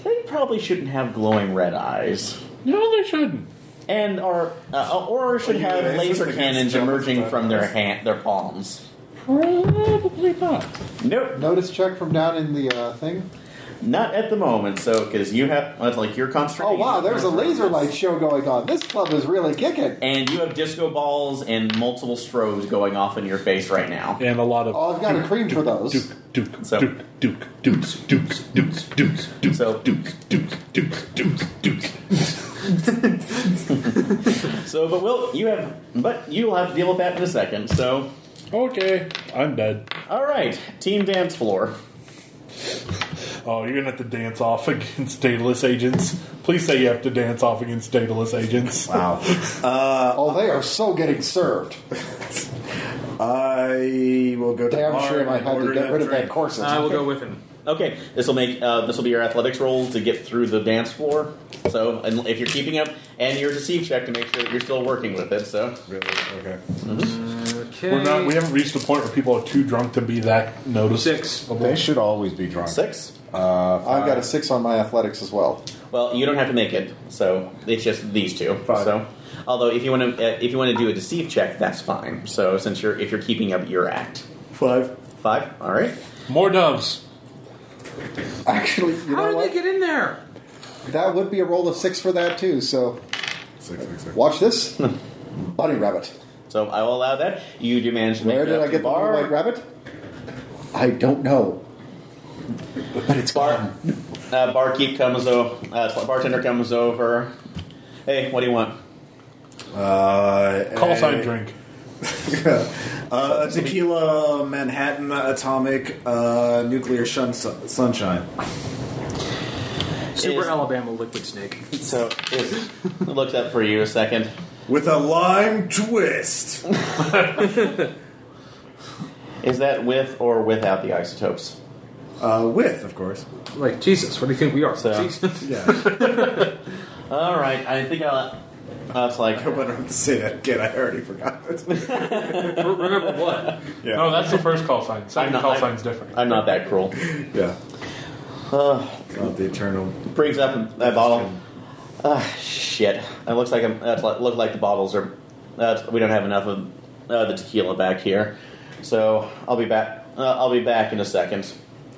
[SPEAKER 9] they probably shouldn't have glowing red eyes
[SPEAKER 6] No, they shouldn't.
[SPEAKER 9] and are uh, or should
[SPEAKER 1] Well, you
[SPEAKER 9] have
[SPEAKER 1] guys,
[SPEAKER 9] laser
[SPEAKER 1] this is
[SPEAKER 9] cannons
[SPEAKER 1] against Jabba's
[SPEAKER 9] emerging
[SPEAKER 1] purpose.
[SPEAKER 9] from their hand their palms
[SPEAKER 6] Probably not.
[SPEAKER 9] nope
[SPEAKER 2] Notice check from down in the uh, thing.
[SPEAKER 9] not at the moment so because you have that's like you're
[SPEAKER 2] Oh
[SPEAKER 9] concentrating
[SPEAKER 2] wow, there's a laser light show going on. This club is really kicking.
[SPEAKER 9] and you have disco balls and multiple strobes going off in your face right now
[SPEAKER 6] And a lot of.
[SPEAKER 2] Oh, I've got a cream for those.
[SPEAKER 6] Duke, Duke,
[SPEAKER 9] So-
[SPEAKER 6] Duke, Duke, Dukes, Dukes, Dukes, Dukes, Dukes,
[SPEAKER 9] So-
[SPEAKER 6] Dukes, Dukes, Dukes, Dukes, Dukes.
[SPEAKER 9] So, but will you have? But you'll have to deal with that in a second. So,
[SPEAKER 6] Okay, I'm dead.
[SPEAKER 9] all right, team dance floor.
[SPEAKER 6] Oh, you're gonna have to dance off against dataless agents. Please say you have to dance off against dataless agents.
[SPEAKER 1] Wow. Uh,
[SPEAKER 2] Oh, they are so getting served.
[SPEAKER 1] I will go to the
[SPEAKER 2] Damn
[SPEAKER 1] bar
[SPEAKER 2] sure I
[SPEAKER 1] and
[SPEAKER 2] had
[SPEAKER 1] order
[SPEAKER 2] to get rid of
[SPEAKER 1] drink. Uh,
[SPEAKER 2] that corset.
[SPEAKER 4] I will go with him.
[SPEAKER 9] Okay, this will make uh, this will be your athletics roll to get through the dance floor. So, and if you're keeping up, and your deceive check to make sure that you're still working with it. So,
[SPEAKER 1] Really? Okay.
[SPEAKER 4] Okay.
[SPEAKER 6] We're not. We haven't reached the point where people are too drunk to be that noticeable.
[SPEAKER 4] six.
[SPEAKER 3] They should always be drunk.
[SPEAKER 9] six.
[SPEAKER 3] Uh,
[SPEAKER 2] I've got a six on my athletics as well.
[SPEAKER 9] Well, you don't have to make it. So it's just these two.
[SPEAKER 3] Five.
[SPEAKER 9] So, although if you want to uh, if you want to do a deceive check, that's fine. So since you're if you're keeping up your act,
[SPEAKER 1] Five.
[SPEAKER 9] five. All right.
[SPEAKER 6] More doves.
[SPEAKER 2] Actually, you
[SPEAKER 4] How
[SPEAKER 2] know
[SPEAKER 4] did
[SPEAKER 2] what?
[SPEAKER 4] they get in there?
[SPEAKER 2] that would be a roll of six for that too. So
[SPEAKER 1] Six, six, six.
[SPEAKER 2] watch this, bunny rabbit.
[SPEAKER 9] So I will allow that. You do manage to make
[SPEAKER 2] Where
[SPEAKER 9] it
[SPEAKER 2] did
[SPEAKER 9] up
[SPEAKER 2] I
[SPEAKER 9] to
[SPEAKER 2] get the
[SPEAKER 9] bar.
[SPEAKER 2] little white rabbit? I don't know. But it's
[SPEAKER 9] Bar, uh, barkeep comes over. Uh, bartender comes over. Hey, what do you want?
[SPEAKER 1] Uh,
[SPEAKER 6] Call
[SPEAKER 1] a-
[SPEAKER 6] sign drink.
[SPEAKER 1] Uh, a tequila, Manhattan, atomic, uh, nuclear shun- sunshine.
[SPEAKER 4] Super
[SPEAKER 9] Is-
[SPEAKER 4] Alabama liquid snake.
[SPEAKER 9] So is, looks up for you a second.
[SPEAKER 1] With a lime twist.
[SPEAKER 9] Is that with or without the isotopes?
[SPEAKER 1] Uh, with, of course.
[SPEAKER 4] Like Jesus, what do you think we are?
[SPEAKER 9] So-
[SPEAKER 4] Jesus.
[SPEAKER 1] Yeah.
[SPEAKER 9] All right, I think I'll. I was Uh, like,
[SPEAKER 1] I went on to say that again. I already forgot.
[SPEAKER 4] Remember what?
[SPEAKER 1] yeah.
[SPEAKER 6] No, that's the first call sign.
[SPEAKER 9] I'm
[SPEAKER 6] Second
[SPEAKER 9] not-
[SPEAKER 6] call
[SPEAKER 9] I'm-
[SPEAKER 6] sign's different.
[SPEAKER 9] I'm not that cruel.
[SPEAKER 1] yeah.
[SPEAKER 9] Uh,
[SPEAKER 1] Not the eternal.
[SPEAKER 9] brings up a bottle. Ah, shit. It looks like I'm, that's like, look like the bottles are. That's, we don't have enough of uh, the tequila back here, so I'll be back. Uh, I'll be back in a second.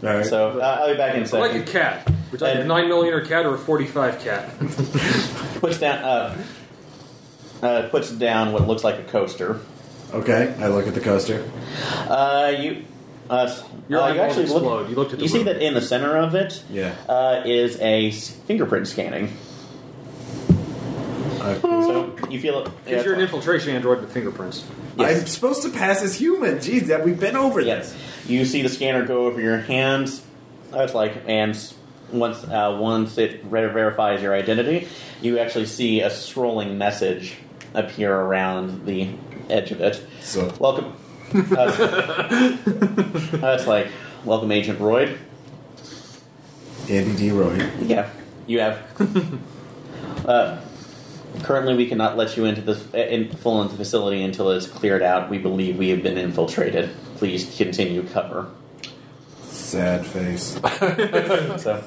[SPEAKER 1] All right.
[SPEAKER 9] So uh, I'll be back in a second.
[SPEAKER 4] Like a cat. We're talking
[SPEAKER 9] And-
[SPEAKER 4] a nine millimeter cat or a forty-five cat.
[SPEAKER 9] puts down uh, uh, puts down what looks like a coaster.
[SPEAKER 1] okay, I look at the coaster.
[SPEAKER 9] Uh, you uh,
[SPEAKER 4] Your
[SPEAKER 9] uh,
[SPEAKER 4] eyeballs
[SPEAKER 9] you actually
[SPEAKER 4] explode.
[SPEAKER 9] look.
[SPEAKER 4] you looked at the
[SPEAKER 9] You see
[SPEAKER 4] room.
[SPEAKER 9] that in the center of it
[SPEAKER 1] Yeah.
[SPEAKER 9] uh, is a s- fingerprint scanning.
[SPEAKER 1] I,
[SPEAKER 9] So you feel it.
[SPEAKER 4] Because you're an infiltration android with fingerprints.
[SPEAKER 9] Yes.
[SPEAKER 1] I'm supposed to pass as human. Jeez, that we've been over
[SPEAKER 9] Yes. You see the scanner go over your hands. That's like and once uh, once it ver- verifies your identity, you actually see a scrolling message appear around the edge of it.
[SPEAKER 1] So-
[SPEAKER 9] welcome. That's that's like welcome, Agent Royd.
[SPEAKER 1] Andy D. Roy.
[SPEAKER 9] Yeah, you have. uh, currently, we cannot let you into this in, full into the facility until it's cleared out. We believe we have been infiltrated. Please continue cover.
[SPEAKER 1] Sad face.
[SPEAKER 9] So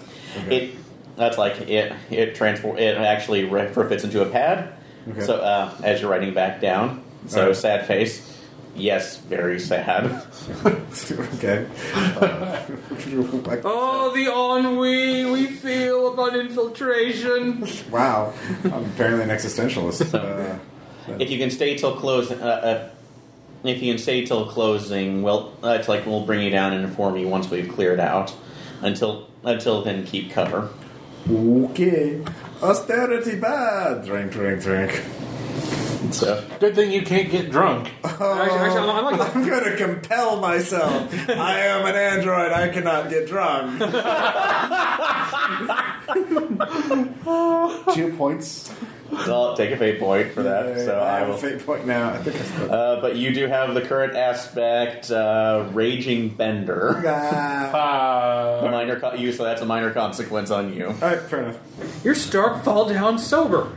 [SPEAKER 9] it that's like it it transform it actually retrofits into a pad.
[SPEAKER 1] Okay.
[SPEAKER 9] So uh, as you're writing back down, so
[SPEAKER 1] Alright.
[SPEAKER 9] sad face. Yes, very sad.
[SPEAKER 1] okay. Uh, like,
[SPEAKER 4] Oh, the ennui we feel about infiltration.
[SPEAKER 1] wow. I'm apparently an existentialist. Uh,
[SPEAKER 9] If you can stay till close, uh, uh, if you can stay till closing, well, uh, it's like we'll bring you down and inform you once we've cleared out. Until until then, keep cover.
[SPEAKER 1] okay. Austerity bad. Drink, drink, drink.
[SPEAKER 9] So
[SPEAKER 6] Good thing you can't get drunk.
[SPEAKER 2] Oh.
[SPEAKER 4] actually, actually, I'm, I'm like,
[SPEAKER 1] I'm going to compel myself. I am an android. I cannot get drunk.
[SPEAKER 2] Two points.
[SPEAKER 9] so I'll take a fate point for that. So
[SPEAKER 1] I
[SPEAKER 9] I
[SPEAKER 1] have a
[SPEAKER 9] will.
[SPEAKER 1] fate point now. I think I still
[SPEAKER 9] Uh, but you do have the current aspect, uh, raging bender.
[SPEAKER 1] Ah.
[SPEAKER 6] Uh,
[SPEAKER 9] A minor co- you, so that's a minor consequence on you.
[SPEAKER 1] All right, fair enough.
[SPEAKER 4] your Stark fall down sober.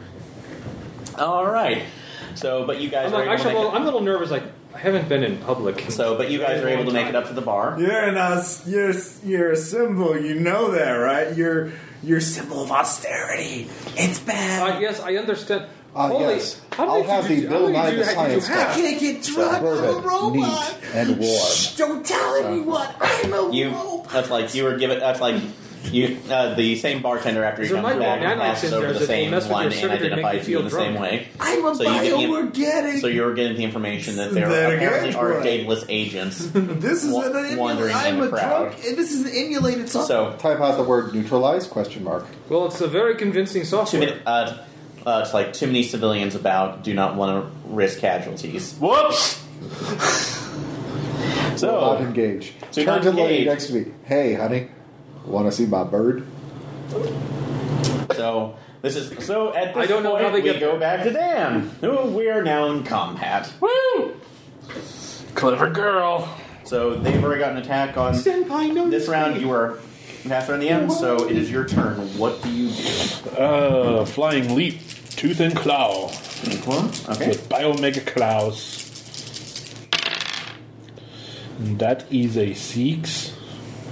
[SPEAKER 9] All right. So, but you guys
[SPEAKER 4] I'm
[SPEAKER 9] are
[SPEAKER 4] like,
[SPEAKER 9] able
[SPEAKER 4] actually,
[SPEAKER 9] to
[SPEAKER 4] well,
[SPEAKER 9] make
[SPEAKER 4] I'm a little nervous. Like, I haven't been in public.
[SPEAKER 9] it, so, but you guys are able to make it up to the bar.
[SPEAKER 1] You're an us. You're you're a symbol. You know that, right? You're you're a symbol of austerity. It's bad.
[SPEAKER 4] Uh, yes, I understand.
[SPEAKER 2] Ah,
[SPEAKER 4] Holy,
[SPEAKER 2] yes.
[SPEAKER 4] how
[SPEAKER 2] I'll
[SPEAKER 4] many
[SPEAKER 2] have
[SPEAKER 4] did
[SPEAKER 2] the
[SPEAKER 4] you- how
[SPEAKER 2] Bill
[SPEAKER 4] many
[SPEAKER 2] Nye
[SPEAKER 4] did
[SPEAKER 2] the
[SPEAKER 4] you- did
[SPEAKER 2] Science
[SPEAKER 4] you have?
[SPEAKER 2] Guy.
[SPEAKER 1] can't get drunk.
[SPEAKER 2] Bourbon, neat, and warm.
[SPEAKER 1] Don't tell anyone. I'm a
[SPEAKER 9] You, that's like you were given. That's like you. Uh, the same bartender after you
[SPEAKER 4] There
[SPEAKER 9] come
[SPEAKER 4] might be
[SPEAKER 9] back
[SPEAKER 4] nanobots
[SPEAKER 9] passes
[SPEAKER 4] in
[SPEAKER 9] over
[SPEAKER 4] there
[SPEAKER 9] the
[SPEAKER 4] that will
[SPEAKER 9] same
[SPEAKER 4] mess with
[SPEAKER 9] one
[SPEAKER 4] your
[SPEAKER 9] and
[SPEAKER 4] sugar and make you
[SPEAKER 9] identifies you
[SPEAKER 4] feel
[SPEAKER 9] in the same
[SPEAKER 4] drunk.
[SPEAKER 9] way.
[SPEAKER 1] I'm a
[SPEAKER 9] So you
[SPEAKER 1] bio.
[SPEAKER 9] get-
[SPEAKER 1] we're getting.
[SPEAKER 9] So you're getting the information that there
[SPEAKER 1] They're
[SPEAKER 9] apparently
[SPEAKER 1] good
[SPEAKER 9] are
[SPEAKER 1] boy.
[SPEAKER 9] dateless agents.
[SPEAKER 1] this is
[SPEAKER 9] wa-
[SPEAKER 1] an emula-
[SPEAKER 9] wandering in
[SPEAKER 1] I'm
[SPEAKER 9] the
[SPEAKER 1] a
[SPEAKER 9] crowd.
[SPEAKER 1] drunk. This is an emulated song.
[SPEAKER 9] so
[SPEAKER 2] Type out the word neutralize? Question mark.
[SPEAKER 4] Well, it's a very convincing
[SPEAKER 9] too many.
[SPEAKER 4] software.
[SPEAKER 9] Uh, uh, it's like too many civilians about. Do not want to risk casualties.
[SPEAKER 10] Whoops!
[SPEAKER 2] Not
[SPEAKER 9] So
[SPEAKER 2] engage.
[SPEAKER 9] So you're
[SPEAKER 2] Turn
[SPEAKER 9] not
[SPEAKER 2] to the lady
[SPEAKER 9] engaged.
[SPEAKER 2] next to me. Hey, honey, want to see my bird?
[SPEAKER 9] so this is so at this
[SPEAKER 4] I don't know
[SPEAKER 9] point
[SPEAKER 4] how they
[SPEAKER 9] we
[SPEAKER 4] get-
[SPEAKER 9] go back to Dan, who we are now in combat.
[SPEAKER 6] clever girl.
[SPEAKER 9] So they've already got an attack on
[SPEAKER 4] Senpai knows
[SPEAKER 9] this round. You are master on the end, so it is your turn. What do you do?
[SPEAKER 6] Uh, flying leap, tooth and claw
[SPEAKER 9] Okay.
[SPEAKER 6] with biomega claws. And that is a six.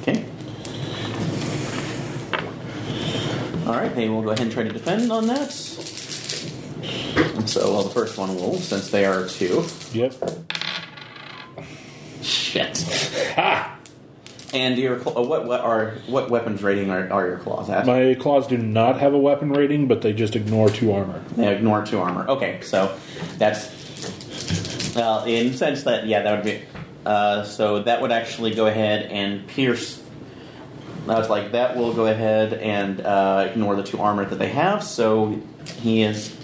[SPEAKER 9] Okay. All right, they will go ahead and try to defend on that. So, well, the first one will, since they are two.
[SPEAKER 6] Yep.
[SPEAKER 9] Shit.
[SPEAKER 6] Ha!
[SPEAKER 9] And your cl- uh, what what are what weapons rating are, are your claws at?
[SPEAKER 6] My claws do not have a weapon rating, but they just ignore two armor.
[SPEAKER 9] They ignore two armor. Okay, so that's well, in the sense that yeah, that would be uh, so that would actually go ahead and pierce. That's like that will go ahead and uh, ignore the two armor that they have. So he is.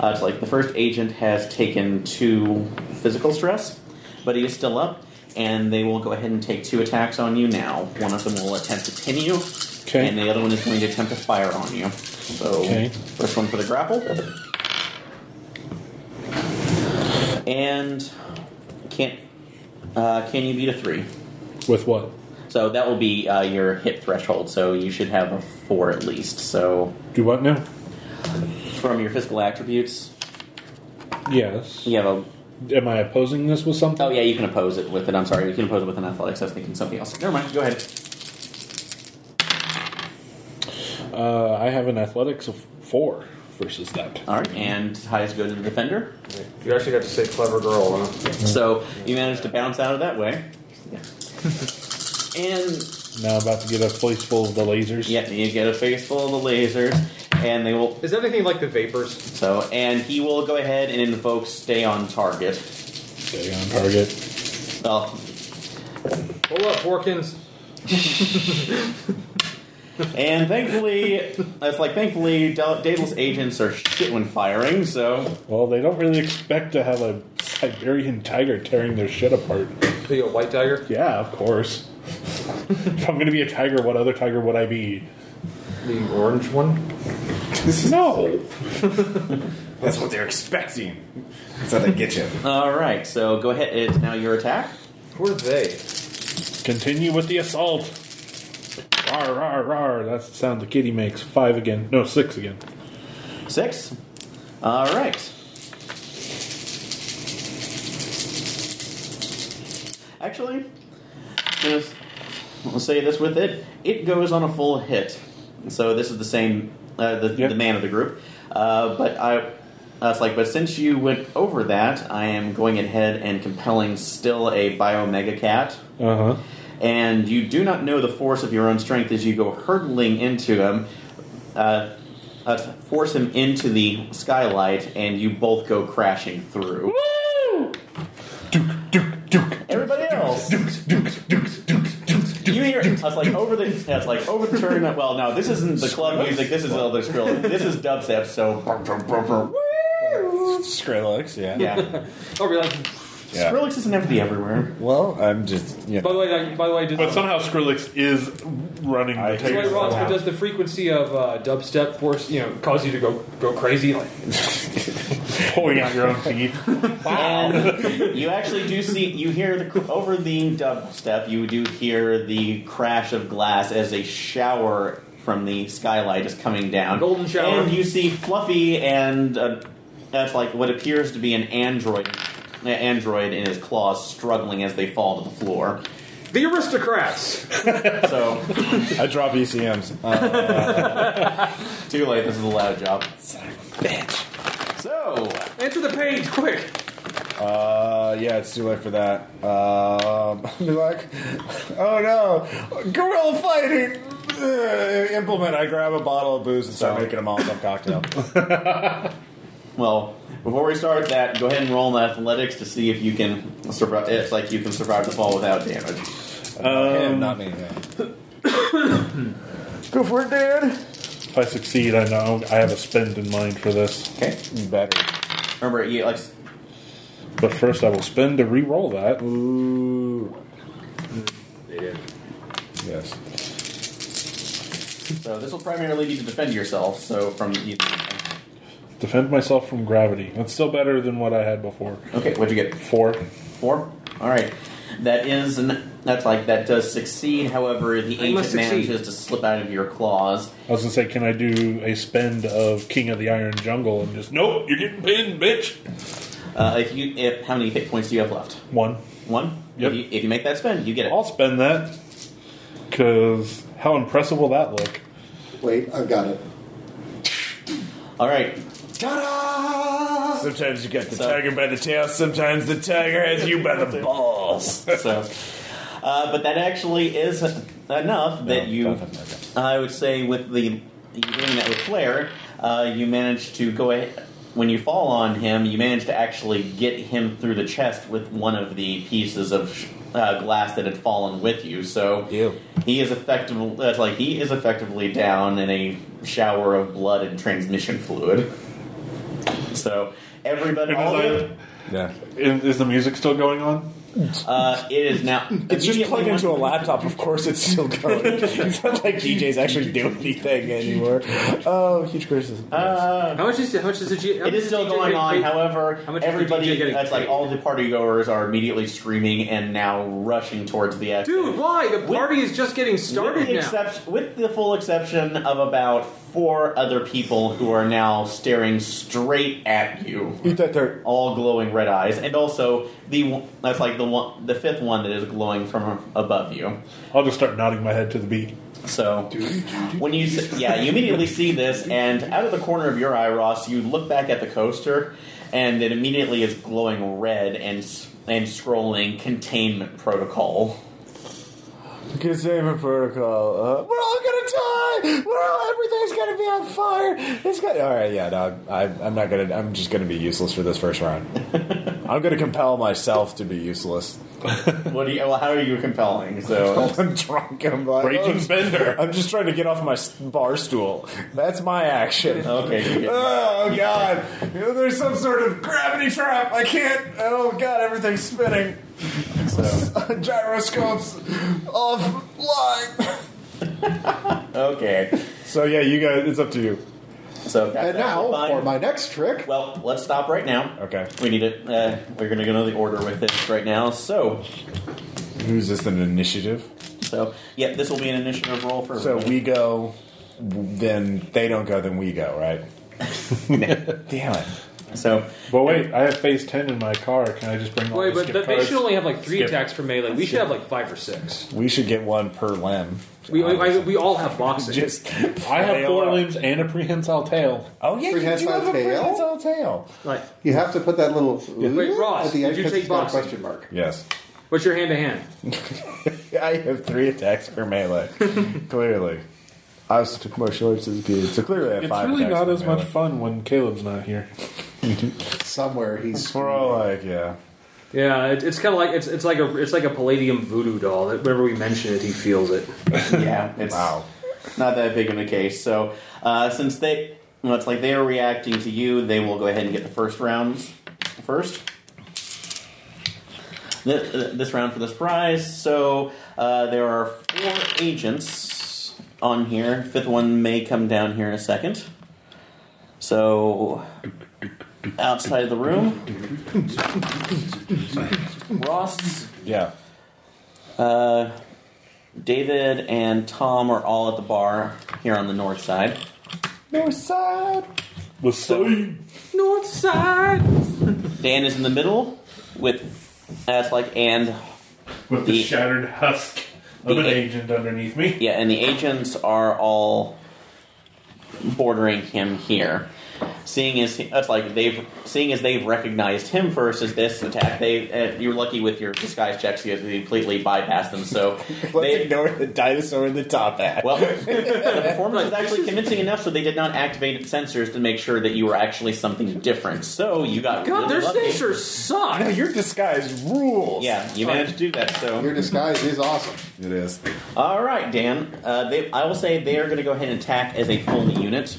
[SPEAKER 9] Uh, it's like the first agent has taken two physical stress, but he is still up, and they will go ahead and take two attacks on you now. One of them will attempt to pin you,
[SPEAKER 6] Okay.
[SPEAKER 9] and the other one is going to attempt to fire on you. So
[SPEAKER 6] Okay.
[SPEAKER 9] First one for the grapple. And can't uh, can you beat a three?
[SPEAKER 6] With what?
[SPEAKER 9] So that will be uh, your hit threshold. So you should have a four at least. So
[SPEAKER 6] Do what now?
[SPEAKER 9] from your physical attributes,
[SPEAKER 6] Yes.
[SPEAKER 9] you have a.
[SPEAKER 6] Am I opposing this with something?
[SPEAKER 9] Oh yeah, you can oppose it with it. I'm sorry, you can oppose it with an athletics. I was thinking something else. Never mind. Go ahead.
[SPEAKER 6] Uh, I have an athletics of four versus that.
[SPEAKER 9] All right, and highest go to the defender.
[SPEAKER 4] You actually got to say clever girl, huh?
[SPEAKER 9] So you managed to bounce out of that way. Yeah. and
[SPEAKER 6] Now about to get a place full of the lasers.
[SPEAKER 9] yeah, you get a face full of the lasers, and they will
[SPEAKER 4] Is anything like the vapors?
[SPEAKER 9] So, and he will go ahead and invoke stay on target.
[SPEAKER 6] Stay on target.
[SPEAKER 9] Well,
[SPEAKER 4] Hold up, Porkins.
[SPEAKER 9] and thankfully, that's like thankfully, Del- Daedalus agents are shit when firing. So,
[SPEAKER 6] Well, they don't really expect to have a Siberian tiger tearing their shit apart.
[SPEAKER 4] Be a white tiger.
[SPEAKER 6] Yeah, of course. if I'm going to be a tiger, what other tiger would I be?
[SPEAKER 4] the orange one?
[SPEAKER 6] No.
[SPEAKER 1] That's what they're expecting. That's how they get you.
[SPEAKER 9] All right, so go ahead. It's now your attack.
[SPEAKER 4] Who are they?
[SPEAKER 6] Continue with the assault. Rar, rar, rar. That's the sound the kitty makes. Five again. No, six again.
[SPEAKER 9] Six. All right. Actually, just- we'll say this with it. It goes on a full hit. So this is the same, uh, the,
[SPEAKER 6] Yep.
[SPEAKER 9] the man of the group. Uh, but I, I was like, but since you went over that, I am going ahead and compelling still a Bio Mega Cat
[SPEAKER 6] Uh huh.
[SPEAKER 9] and you do not know the force of your own strength as you go hurtling into him, uh, uh, force him into the skylight, and you both go crashing through.
[SPEAKER 6] Duke, Duke,
[SPEAKER 9] Everybody else,
[SPEAKER 6] Duke, Duke, Duke, Duke,
[SPEAKER 9] you hear it's like over the that's like over the tournament. Well, no, this isn't the club music. This is other Skrillex. This is dubstep. So
[SPEAKER 1] Skrillex, yeah.
[SPEAKER 9] yeah,
[SPEAKER 4] Oh, really?
[SPEAKER 1] Yeah.
[SPEAKER 9] Skrillex isn't empty everywhere.
[SPEAKER 1] Well, I'm just, you
[SPEAKER 4] By
[SPEAKER 1] know.
[SPEAKER 4] the way, like, by the way, does
[SPEAKER 6] But somehow Skrillex is running
[SPEAKER 1] I
[SPEAKER 4] That's
[SPEAKER 6] the
[SPEAKER 4] why
[SPEAKER 6] table.
[SPEAKER 1] take-
[SPEAKER 4] Ross, but does the frequency of uh, dubstep force you know cause you to go go crazy? Like,
[SPEAKER 6] pulling out your own teeth.
[SPEAKER 4] Oh.
[SPEAKER 9] And you actually do see, you hear the over the dubstep, you do hear the crash of glass as a shower from the skylight is coming down.
[SPEAKER 4] Golden shower.
[SPEAKER 9] And you see Fluffy and uh, that's like what appears to be an android, an android in his claws struggling as they fall to the floor.
[SPEAKER 4] the aristocrats.
[SPEAKER 9] So
[SPEAKER 1] I drop ECMs. Uh,
[SPEAKER 9] too late. This is a loud job. Son of a bitch. So
[SPEAKER 4] Answer the page, quick.
[SPEAKER 1] uh, yeah, it's too late for that. Um, be like, oh no, gorilla fighting. Uh, implement. I grab a bottle of booze and start
[SPEAKER 9] So-
[SPEAKER 1] making a Molotov cocktail.
[SPEAKER 9] Well, before we start that, go ahead and roll an athletics to see if you can survive. It's like you can survive the fall without damage.
[SPEAKER 2] Um,
[SPEAKER 1] Him, not me.
[SPEAKER 2] Go for it, Dad.
[SPEAKER 6] If I succeed, I know I have a spend in mind for this.
[SPEAKER 9] Okay.
[SPEAKER 1] Better.
[SPEAKER 9] Remember, you like
[SPEAKER 6] But first, I will spend to re-roll that.
[SPEAKER 1] Ooh.
[SPEAKER 4] They did.
[SPEAKER 1] Yes.
[SPEAKER 9] so. This will primarily be to defend yourself. So from you.
[SPEAKER 6] Defend myself from gravity. That's still better than what I had before.
[SPEAKER 9] Okay, what'd you get?
[SPEAKER 6] Four.
[SPEAKER 9] Four. All right. That is an. That's like that does succeed. However, the
[SPEAKER 4] I must
[SPEAKER 9] agent manages
[SPEAKER 4] succeed.
[SPEAKER 9] to slip out of your claws.
[SPEAKER 6] I was gonna say, can I do a spend of King of the Iron Jungle and just nope? You're getting pinned, bitch.
[SPEAKER 9] Uh, if you, if how many hit points do you have left?
[SPEAKER 6] One.
[SPEAKER 9] One.
[SPEAKER 6] Yep.
[SPEAKER 9] If you, if you make that spend, you get it.
[SPEAKER 6] I'll spend that because how impressive will that look?
[SPEAKER 2] Wait, I've got it.
[SPEAKER 9] All right.
[SPEAKER 1] Sometimes you got the
[SPEAKER 9] So-
[SPEAKER 1] tiger by the tail. Sometimes the tiger has you by the balls.
[SPEAKER 9] So, uh, but that actually is enough that you. I would say with the you doing that with Flair, uh, you manage to go ahead. When you fall on him, you manage to actually get him through the chest with one of the pieces of uh, glass that had fallen with you. So
[SPEAKER 1] Ew.
[SPEAKER 9] he is effectively that's like he is effectively down in a shower of blood and transmission fluid. So everybody,
[SPEAKER 6] And
[SPEAKER 9] all
[SPEAKER 6] as
[SPEAKER 9] the-
[SPEAKER 1] Yeah.
[SPEAKER 6] Is, is the music still going on?
[SPEAKER 9] uh, it is now.
[SPEAKER 1] It's just
[SPEAKER 9] immediately
[SPEAKER 1] plugged
[SPEAKER 9] once-
[SPEAKER 1] into a laptop. Of course, it's still going. it's not like DJs actually do anything anymore. Oh, huge criticism.
[SPEAKER 9] Uh,
[SPEAKER 4] How much is how much is the G? how
[SPEAKER 9] It
[SPEAKER 4] much
[SPEAKER 9] is
[SPEAKER 4] the
[SPEAKER 9] still
[SPEAKER 4] DJ
[SPEAKER 9] going
[SPEAKER 4] get
[SPEAKER 9] on.
[SPEAKER 4] paid?
[SPEAKER 9] However,
[SPEAKER 4] How much is the
[SPEAKER 9] everybody
[SPEAKER 4] DJ getting
[SPEAKER 9] that's like
[SPEAKER 4] paid?
[SPEAKER 9] all the partygoers are immediately screaming and now rushing towards the exit.
[SPEAKER 4] Dude, why? The
[SPEAKER 9] With-
[SPEAKER 4] party is just getting started
[SPEAKER 9] with the
[SPEAKER 4] now.
[SPEAKER 9] excep- with the full exception of about four other people who are now staring straight at you,
[SPEAKER 1] Eat that dirt.
[SPEAKER 9] all glowing red eyes, and also the one- that's like the one, the fifth one that is glowing from above you.
[SPEAKER 6] I'll just start nodding my head to the beat.
[SPEAKER 9] So when you s- yeah, you immediately see this, and out of the corner of your eye, Ross, you look back at the coaster, and it immediately is glowing red and s- and scrolling containment protocol.
[SPEAKER 1] Containment protocol. Uh, we're all gonna die. We're all. Everything's gonna be on fire. It's gonna. All right. Yeah. No. I, I'm not gonna. I'm just gonna be useless for this first round. I'm gonna compel myself to be useless.
[SPEAKER 9] What do you? Well, how are you compelling? So
[SPEAKER 1] I'm drunk. I'm like,
[SPEAKER 6] Raging
[SPEAKER 1] oh,
[SPEAKER 6] Spender.
[SPEAKER 1] I'm just trying to get off my s- bar stool. That's my action.
[SPEAKER 9] okay, you get,
[SPEAKER 1] Oh god! There's some sort of gravity trap. I can't. Oh god! Everything's spinning. Gyroscopes offline.
[SPEAKER 9] okay.
[SPEAKER 1] So yeah, you guys, it's up to you.
[SPEAKER 9] So that's
[SPEAKER 2] And now
[SPEAKER 9] actually fine.
[SPEAKER 2] for my next trick.
[SPEAKER 9] Well, let's stop right now.
[SPEAKER 1] Okay.
[SPEAKER 9] We need to. Uh, we're going to go to the order with this right now. So,
[SPEAKER 1] Who's this? An initiative.
[SPEAKER 9] so yeah, this will be an initiative roll for.
[SPEAKER 1] So we go, then they don't go, then we go. Right. Damn it.
[SPEAKER 9] So
[SPEAKER 6] But wait, I have phase ten in my car. Can I just bring all
[SPEAKER 4] Wait,
[SPEAKER 6] the
[SPEAKER 4] but
[SPEAKER 6] skip
[SPEAKER 4] th- they
[SPEAKER 6] cards?
[SPEAKER 4] should only have like three
[SPEAKER 6] Skip.
[SPEAKER 4] attacks per melee. We should have like five or six.
[SPEAKER 1] We should get one per limb.
[SPEAKER 4] We we, I, we all have boxing.
[SPEAKER 1] Just
[SPEAKER 6] I have four limbs and a prehensile tail.
[SPEAKER 1] Oh yeah, you do
[SPEAKER 2] Prehensile
[SPEAKER 1] have a
[SPEAKER 2] tail?
[SPEAKER 1] prehensile tail.
[SPEAKER 4] like,
[SPEAKER 2] You have to put that little
[SPEAKER 4] Wait,
[SPEAKER 2] "ooh"
[SPEAKER 4] Ross,
[SPEAKER 2] at the end
[SPEAKER 4] did you
[SPEAKER 2] because
[SPEAKER 4] take
[SPEAKER 2] it's not a
[SPEAKER 4] boxing?
[SPEAKER 2] question mark.
[SPEAKER 1] Yes.
[SPEAKER 4] what's your hand to hand?
[SPEAKER 1] I have three attacks per melee. clearly. I also took martial arts as a kid, so clearly I have
[SPEAKER 6] It's
[SPEAKER 1] five
[SPEAKER 6] really
[SPEAKER 1] attacks
[SPEAKER 6] not
[SPEAKER 1] per
[SPEAKER 6] as
[SPEAKER 1] melee.
[SPEAKER 6] much fun when Caleb's not here.
[SPEAKER 2] Somewhere he's
[SPEAKER 1] We're all like, yeah.
[SPEAKER 4] Yeah, it, it's kind of like it's it's like a it's like a palladium voodoo doll. That whenever we mention it, he feels it.
[SPEAKER 9] yeah, it's
[SPEAKER 1] Wow.
[SPEAKER 9] not that big of a case. So uh, since they, well, it's like they are reacting to you, they will go ahead and get the first rounds first. Th- th- This round for this prize. So uh, there are four agents on here. Fifth one may come down here in a second. So outside of the room, Ross
[SPEAKER 1] Yeah.
[SPEAKER 9] uh, David and Tom are all at the bar here on the north side.
[SPEAKER 1] North side.
[SPEAKER 6] Was so
[SPEAKER 4] North side.
[SPEAKER 9] Dan is in the middle with that's like and
[SPEAKER 6] with
[SPEAKER 9] The-
[SPEAKER 6] the shattered husk of an
[SPEAKER 9] The-
[SPEAKER 6] agent underneath me.
[SPEAKER 9] yeah, and the agents are all bordering him here. Seeing as that's like they've seeing as they've recognized him first as this attack, they uh, you're lucky with your disguise checks you completely bypass them. So
[SPEAKER 1] Let's
[SPEAKER 9] they,
[SPEAKER 1] ignore the dinosaur in the top hat.
[SPEAKER 9] Well, the performance was actually convincing enough, so they did not activate sensors to make sure that you were actually something different. So you got
[SPEAKER 4] God,
[SPEAKER 9] really
[SPEAKER 4] their
[SPEAKER 9] lucky.
[SPEAKER 4] signature
[SPEAKER 1] no,
[SPEAKER 4] sucks.
[SPEAKER 1] your disguise rules.
[SPEAKER 9] Yeah, you managed to do that. So
[SPEAKER 2] Your disguise is awesome.
[SPEAKER 1] It is.
[SPEAKER 9] all right, Dan. Uh, they, I will say they are going to go ahead and attack as a full unit.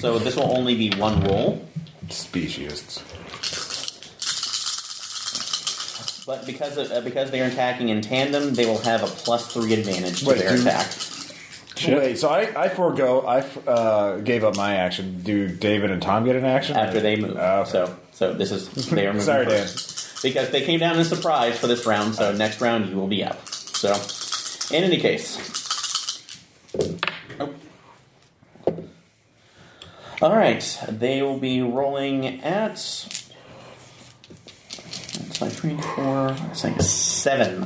[SPEAKER 9] So this will only be one roll,
[SPEAKER 1] Speciesists.
[SPEAKER 9] but because of, uh, because they are attacking in tandem, they will have a plus three advantage to
[SPEAKER 1] Wait,
[SPEAKER 9] their
[SPEAKER 1] do-
[SPEAKER 9] attack.
[SPEAKER 1] Wait, so I, I forego, I uh, gave up my action. Do David and Tom get an action?
[SPEAKER 9] after they move.
[SPEAKER 1] Oh, okay.
[SPEAKER 9] So, so this is they are moving
[SPEAKER 1] Sorry,
[SPEAKER 9] first. because they came down in surprise for this round. So next round you will be up. So, in any case, oh. all right, they will be rolling at. It's like three, four, six, seven.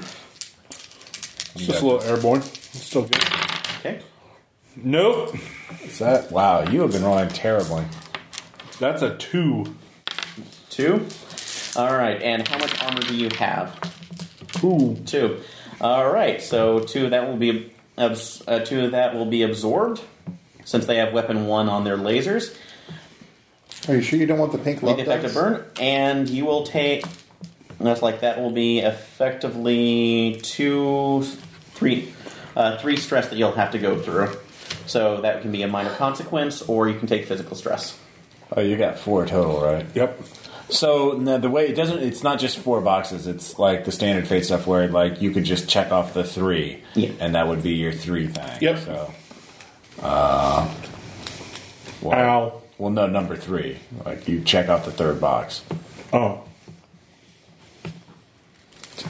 [SPEAKER 6] It's just a little airborne. It's still good.
[SPEAKER 9] Okay.
[SPEAKER 6] Nope.
[SPEAKER 1] Is that? Wow, you have been rolling terribly.
[SPEAKER 6] That's a two.
[SPEAKER 9] Two. All right, and how much armor do you have?
[SPEAKER 6] Ooh.
[SPEAKER 9] Two. All right, so two of that will be abs- uh, two of that will be absorbed since they have weapon one on their lasers.
[SPEAKER 2] Are you sure you don't want the pink
[SPEAKER 9] You
[SPEAKER 2] love
[SPEAKER 9] detect a
[SPEAKER 2] dice?
[SPEAKER 9] burn, and you will take. That's like that will be effectively two, three, uh, three stress that you'll have to go through. So that can be a minor consequence, or you can take physical stress.
[SPEAKER 1] Oh, you got four total, right?
[SPEAKER 6] Yep.
[SPEAKER 1] So no, the way it doesn't, it's not just four boxes. It's like the standard fate stuff where like you could just check off the three,
[SPEAKER 9] Yeah.
[SPEAKER 1] and that would be your three thing.
[SPEAKER 6] Yep.
[SPEAKER 1] So, uh, well,
[SPEAKER 6] Ow.
[SPEAKER 1] well, no, number three. Like you check off the third box.
[SPEAKER 6] Oh.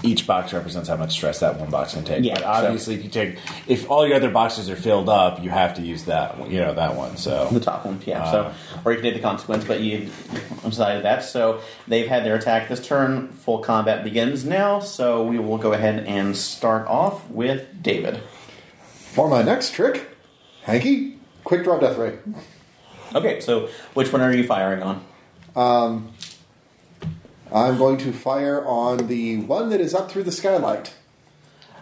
[SPEAKER 1] Each box represents how much stress that one box can take.
[SPEAKER 9] Yeah,
[SPEAKER 1] but
[SPEAKER 9] so-
[SPEAKER 1] obviously, if you take, if all your other boxes are filled up, you have to use that. one- You know that one.
[SPEAKER 9] The
[SPEAKER 1] So
[SPEAKER 9] top one, yeah.
[SPEAKER 1] Ah.
[SPEAKER 9] so, or you can take the consequence, but you decided that. So they've had their attack this turn. Full combat begins now. So we will go ahead and start off with David.
[SPEAKER 2] For my next trick, Hanky, quick draw death ray.
[SPEAKER 9] Okay, so which one are you firing on?
[SPEAKER 2] I'm going to fire on the one that is up through the skylight.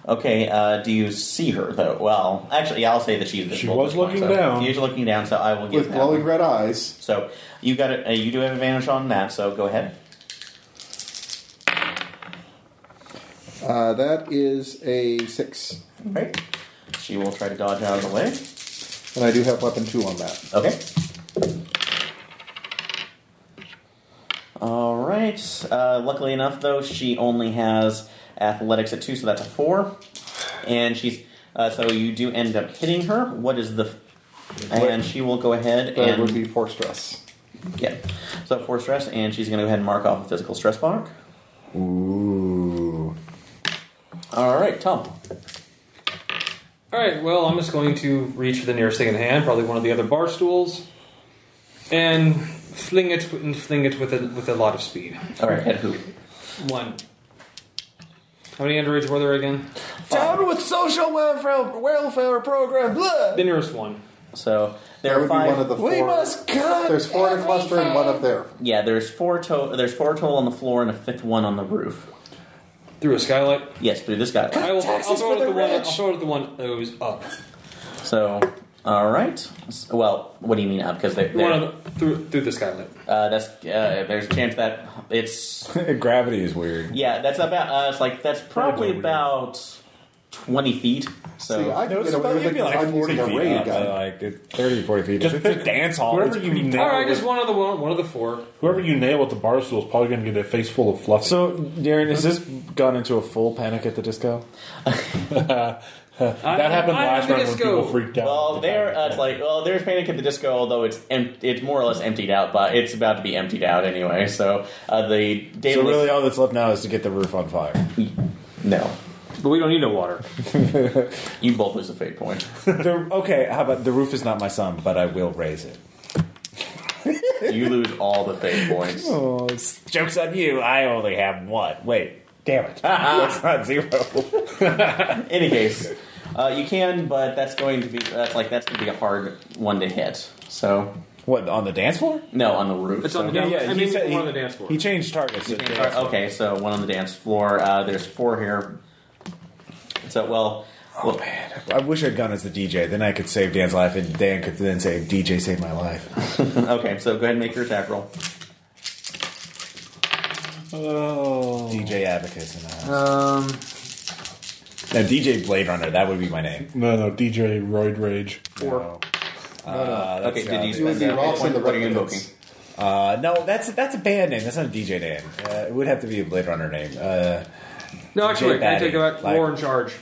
[SPEAKER 9] Okay, uh, do you see her though? Well, actually, yeah, I'll say that she's
[SPEAKER 6] She
[SPEAKER 9] visible. at
[SPEAKER 6] was
[SPEAKER 9] this point,
[SPEAKER 6] looking
[SPEAKER 9] so
[SPEAKER 6] down.
[SPEAKER 9] She is looking down, so I will give
[SPEAKER 2] with
[SPEAKER 9] that
[SPEAKER 2] glowing
[SPEAKER 9] one.
[SPEAKER 2] red eyes.
[SPEAKER 9] So you got it. Uh, you do have advantage on that. So go ahead.
[SPEAKER 2] Uh, that is a six,
[SPEAKER 9] Okay. She will try to dodge out of the way.
[SPEAKER 2] and I do have weapon two on that.
[SPEAKER 9] Okay. All right. Uh, luckily enough, though, she only has athletics at two, so that's a four, and she's uh, so you do end up hitting her. What is the and she will go ahead
[SPEAKER 2] That would
[SPEAKER 9] and
[SPEAKER 2] be four stress.
[SPEAKER 9] yeah. So four stress, and she's going to go ahead and mark off a physical stress mark.
[SPEAKER 1] Ooh.
[SPEAKER 9] All right, Tom.
[SPEAKER 4] All right. Well, I'm just going to reach for the nearest thing in hand, probably one of the other bar stools, and fling it and fling it with a with a lot of speed.
[SPEAKER 9] All right, head who?
[SPEAKER 4] One. How many androids were there again?
[SPEAKER 1] Down with social welfare, welfare program. Blah.
[SPEAKER 4] The nearest one.
[SPEAKER 9] So there
[SPEAKER 2] That
[SPEAKER 9] are
[SPEAKER 2] would be one
[SPEAKER 9] five.
[SPEAKER 2] of the four.
[SPEAKER 1] We must cut.
[SPEAKER 2] There's four in a cluster and one up there.
[SPEAKER 9] yeah, there's four to- There's four total on the floor and a fifth one on the roof.
[SPEAKER 4] Through a skylight.
[SPEAKER 9] Yes, through this guy.
[SPEAKER 4] I will. I'll
[SPEAKER 1] Taxes
[SPEAKER 4] throw it
[SPEAKER 1] for
[SPEAKER 4] at the
[SPEAKER 1] the
[SPEAKER 4] one. I'll
[SPEAKER 1] rich.
[SPEAKER 4] throw it at the one that was up.
[SPEAKER 9] So all right. S- Well, what do you mean up? Because they're,
[SPEAKER 4] One
[SPEAKER 9] they're-
[SPEAKER 4] of the, through through the skylight.
[SPEAKER 9] uh, that's uh, there's a chance that it's
[SPEAKER 1] Gravity is weird.
[SPEAKER 9] yeah. That's about. Uh, it's like that's probably about twenty feet. So
[SPEAKER 2] See, I
[SPEAKER 1] No,
[SPEAKER 2] can
[SPEAKER 1] it's
[SPEAKER 2] get away
[SPEAKER 1] about,
[SPEAKER 2] with it
[SPEAKER 1] you'd be
[SPEAKER 2] because
[SPEAKER 1] like
[SPEAKER 2] I'm
[SPEAKER 1] 40
[SPEAKER 2] using a
[SPEAKER 1] feet
[SPEAKER 2] ray
[SPEAKER 1] up, uh,
[SPEAKER 2] gun.
[SPEAKER 1] like it- 30, 40 feet.
[SPEAKER 6] Just
[SPEAKER 1] Just it's a
[SPEAKER 6] pick
[SPEAKER 1] dance hall.
[SPEAKER 6] whatever
[SPEAKER 1] it's
[SPEAKER 6] you
[SPEAKER 1] pretty
[SPEAKER 6] nail
[SPEAKER 4] All
[SPEAKER 1] narrow.
[SPEAKER 4] right, just one of the one. One of the four.
[SPEAKER 6] Whoever you nail with the bar stool is probably going to get a face full of fluff.
[SPEAKER 1] So, Darren, has this gone into a full panic at the disco?
[SPEAKER 4] I
[SPEAKER 6] that happened
[SPEAKER 4] I
[SPEAKER 6] last
[SPEAKER 4] think
[SPEAKER 6] round
[SPEAKER 4] it's
[SPEAKER 6] when
[SPEAKER 4] go.
[SPEAKER 6] people freaked out.
[SPEAKER 9] Well, there uh, it's like well, there's Panic at the Disco, although it's em- it's more or less emptied out, but it's about to be emptied out anyway. So uh, the
[SPEAKER 1] So,
[SPEAKER 9] daily
[SPEAKER 1] really, all that's left now is to get the roof on fire.
[SPEAKER 9] no,
[SPEAKER 4] But we don't need no water.
[SPEAKER 9] you both lose a fate point.
[SPEAKER 1] The- okay, how about the roof is not my son, but I will raise it.
[SPEAKER 9] You lose all the fate points.
[SPEAKER 1] Oh, it's- joke's on you. I only have one. Wait, damn it. That's not zero.
[SPEAKER 9] Any case, uh, you can, but that's going to be that's like that's going to be a hard one to hit. So
[SPEAKER 1] What, on the dance floor?
[SPEAKER 9] no, on the roof.
[SPEAKER 4] It's
[SPEAKER 9] so-
[SPEAKER 4] on the dance. I mean,
[SPEAKER 1] said
[SPEAKER 4] one on the dance floor.
[SPEAKER 1] He changed targets. at dance
[SPEAKER 9] Uh, okay, so one on the dance floor. Uh, there's four here. So well, well
[SPEAKER 1] floor. Oh, I wish I'd gone as the DJ. Then I could save Dan's life, and Dan could then say, DJ saved my life.
[SPEAKER 9] okay. So go ahead and make your attack roll.
[SPEAKER 6] oh.
[SPEAKER 1] DJ Abacus. And, uh, um. Now, DJ Blade Runner, that would be my name.
[SPEAKER 6] No, no, DJ Roid Rage.
[SPEAKER 1] Four. Uh, that's
[SPEAKER 9] Okay, did you
[SPEAKER 1] gotta
[SPEAKER 9] spend
[SPEAKER 2] be
[SPEAKER 9] that
[SPEAKER 2] Ross
[SPEAKER 9] point
[SPEAKER 2] and the
[SPEAKER 9] putting in
[SPEAKER 2] Replicants.
[SPEAKER 9] booking?
[SPEAKER 1] be- Uh, no, that's that's a band name. That's not a DJ name. Uh, it would have to be a Blade Runner name. Uh,
[SPEAKER 4] no, actually,
[SPEAKER 1] Jay
[SPEAKER 4] I
[SPEAKER 1] Batty,
[SPEAKER 4] take it back.
[SPEAKER 1] like-
[SPEAKER 4] Roar and charge.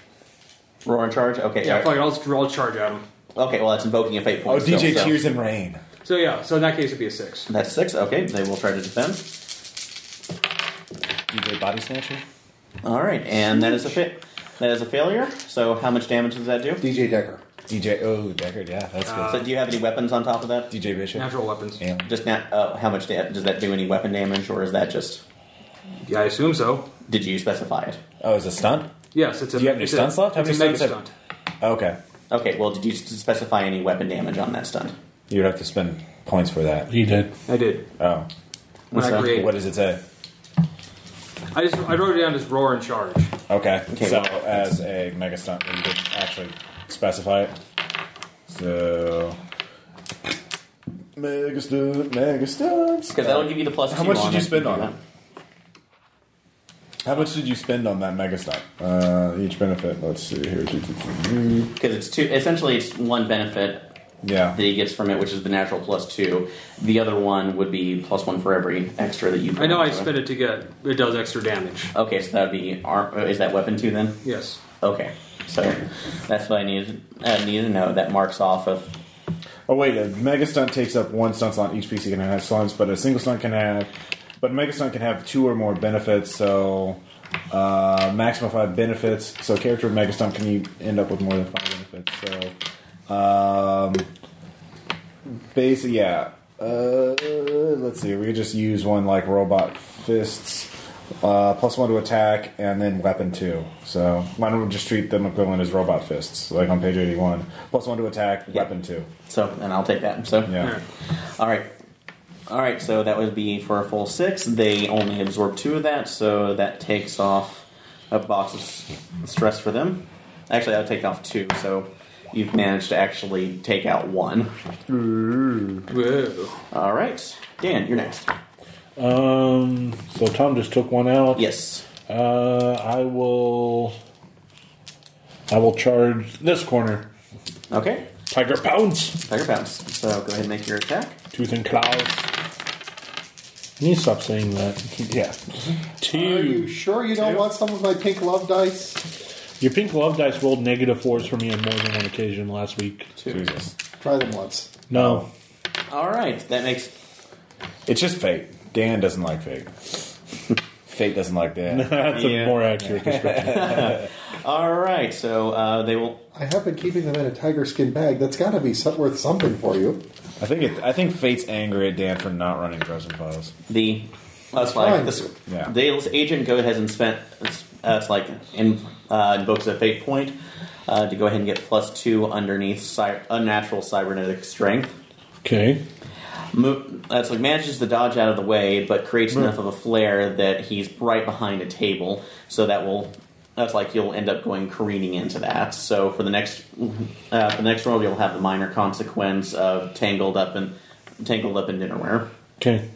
[SPEAKER 9] Roar in charge. Okay.
[SPEAKER 4] Yeah,
[SPEAKER 9] all right.
[SPEAKER 4] fuck it. I'll, just- I'll charge at him.
[SPEAKER 9] Okay. Well, that's invoking a fate
[SPEAKER 1] oh,
[SPEAKER 9] point. still,
[SPEAKER 1] DJ
[SPEAKER 9] so-
[SPEAKER 1] Tears and Rain.
[SPEAKER 4] So yeah. So in that case, it'd be a six.
[SPEAKER 9] That's six. Okay. They will try to defend.
[SPEAKER 1] DJ Body Snatcher.
[SPEAKER 9] All right, and that is a fit. That is a failure. So how much damage does that do?
[SPEAKER 2] DJ Decker.
[SPEAKER 1] DJ. Oh, Deckard. Yeah, that's good.
[SPEAKER 9] so do you have any weapons on top of that?
[SPEAKER 1] DJ Bishop.
[SPEAKER 4] Natural weapons.
[SPEAKER 1] Yeah.
[SPEAKER 9] Just not. Uh, how much da- does that do? Any weapon damage, or is that just?
[SPEAKER 4] Yeah, I assume so.
[SPEAKER 9] Did you specify it?
[SPEAKER 1] Oh, is it stunt?
[SPEAKER 4] Yes, it's a.
[SPEAKER 1] Do you have any
[SPEAKER 4] it's a-
[SPEAKER 1] stunts left? How
[SPEAKER 4] It's a
[SPEAKER 1] many
[SPEAKER 4] mega
[SPEAKER 1] stunts
[SPEAKER 4] stunt.
[SPEAKER 1] Okay.
[SPEAKER 9] Okay. Well, did you s- specify any weapon damage on that stunt?
[SPEAKER 1] You would have to spend points for that.
[SPEAKER 6] He did.
[SPEAKER 4] I did.
[SPEAKER 1] Oh.
[SPEAKER 4] When
[SPEAKER 9] So,
[SPEAKER 4] I created,
[SPEAKER 1] What does it say?
[SPEAKER 4] I just I wrote it down as roar and charge.
[SPEAKER 1] Okay.
[SPEAKER 9] Okay,
[SPEAKER 1] so,
[SPEAKER 9] well-
[SPEAKER 1] as a mega stunt, you could actually specify it. So. Mega stunt, mega stunts.
[SPEAKER 9] Because that'll give you the plus.
[SPEAKER 1] How
[SPEAKER 9] two
[SPEAKER 1] much
[SPEAKER 9] on
[SPEAKER 1] did you
[SPEAKER 9] it.
[SPEAKER 1] spend on it? How much did you spend on that mega stunt? Uh, each benefit. Let's see here.
[SPEAKER 9] Because it's two. Essentially, it's one benefit
[SPEAKER 1] Yeah.
[SPEAKER 9] that he gets from it, which is the natural plus two. The other one would be plus one for every extra that you.
[SPEAKER 4] I know I
[SPEAKER 9] put
[SPEAKER 4] spent it to get it does extra damage.
[SPEAKER 9] Okay, so that would be arm. uh, Is that weapon two then?
[SPEAKER 4] Yes.
[SPEAKER 9] Okay, so that's what I needed. I needed to know. That marks off of.
[SPEAKER 1] Oh wait, a mega stunt takes up one stunt slot. Each PC can have slots, but a single stunt can have. But a mega stunt can have two or more benefits. So uh, maximum five benefits. So character with mega stunt can you end up with more than five benefits. So um, basically, yeah. Uh, let's see. We could just use one like robot fists. Uh, plus one to attack, and then weapon two. So why don't we just treat them equivalent as robot fists, like on page eighty-one? Plus one to attack, weapon two.
[SPEAKER 9] So, and I'll take that. So,
[SPEAKER 1] Yeah.
[SPEAKER 9] all right, all right. So that would be for a full six. They only absorb two of that, so that takes off a box of s- stress for them. Actually, I'll take off two. So you've managed to actually take out one.
[SPEAKER 4] Whoa.
[SPEAKER 9] All right, Dan, you're next.
[SPEAKER 6] Um, so Tom just took one out.
[SPEAKER 9] Yes.
[SPEAKER 6] Uh, I will. I will charge this corner.
[SPEAKER 9] Okay.
[SPEAKER 6] Tiger pounce.
[SPEAKER 9] Tiger bounce. So go ahead and make your attack.
[SPEAKER 6] Tooth and claws. Can you stop saying that? yeah.
[SPEAKER 2] Are you
[SPEAKER 6] Two.
[SPEAKER 2] sure you don't want some of my pink love dice?
[SPEAKER 6] Your pink love dice rolled negative fours for me on more than one occasion last week.
[SPEAKER 1] Jesus.
[SPEAKER 2] Try them once.
[SPEAKER 6] No.
[SPEAKER 9] All right, that makes
[SPEAKER 1] It's just fate. Dan doesn't like fate. fate doesn't like Dan.
[SPEAKER 6] That's
[SPEAKER 9] Yeah.
[SPEAKER 6] a more accurate description.
[SPEAKER 9] all right. So uh, they will.
[SPEAKER 2] I have been keeping them in a tiger skin bag. That's got to be some, worth something for you.
[SPEAKER 1] I think it, I think fate's angry at Dan for not running Frozen Files.
[SPEAKER 9] the that's like
[SPEAKER 2] Fine.
[SPEAKER 9] this
[SPEAKER 1] Yeah.
[SPEAKER 9] Dale's agent go ahead and spent that's like in, uh, invokes a fate point uh, to go ahead and get plus two underneath cy- unnatural cybernetic strength.
[SPEAKER 6] Okay.
[SPEAKER 9] Mo- that's like manages to dodge out of the way, but creates enough of a flare that he's right behind a table, so that will that's like you'll end up going careening into that. So for the next uh, for the next roll, you'll have the minor consequence of tangled up and tangled up in dinnerware.
[SPEAKER 6] Okay.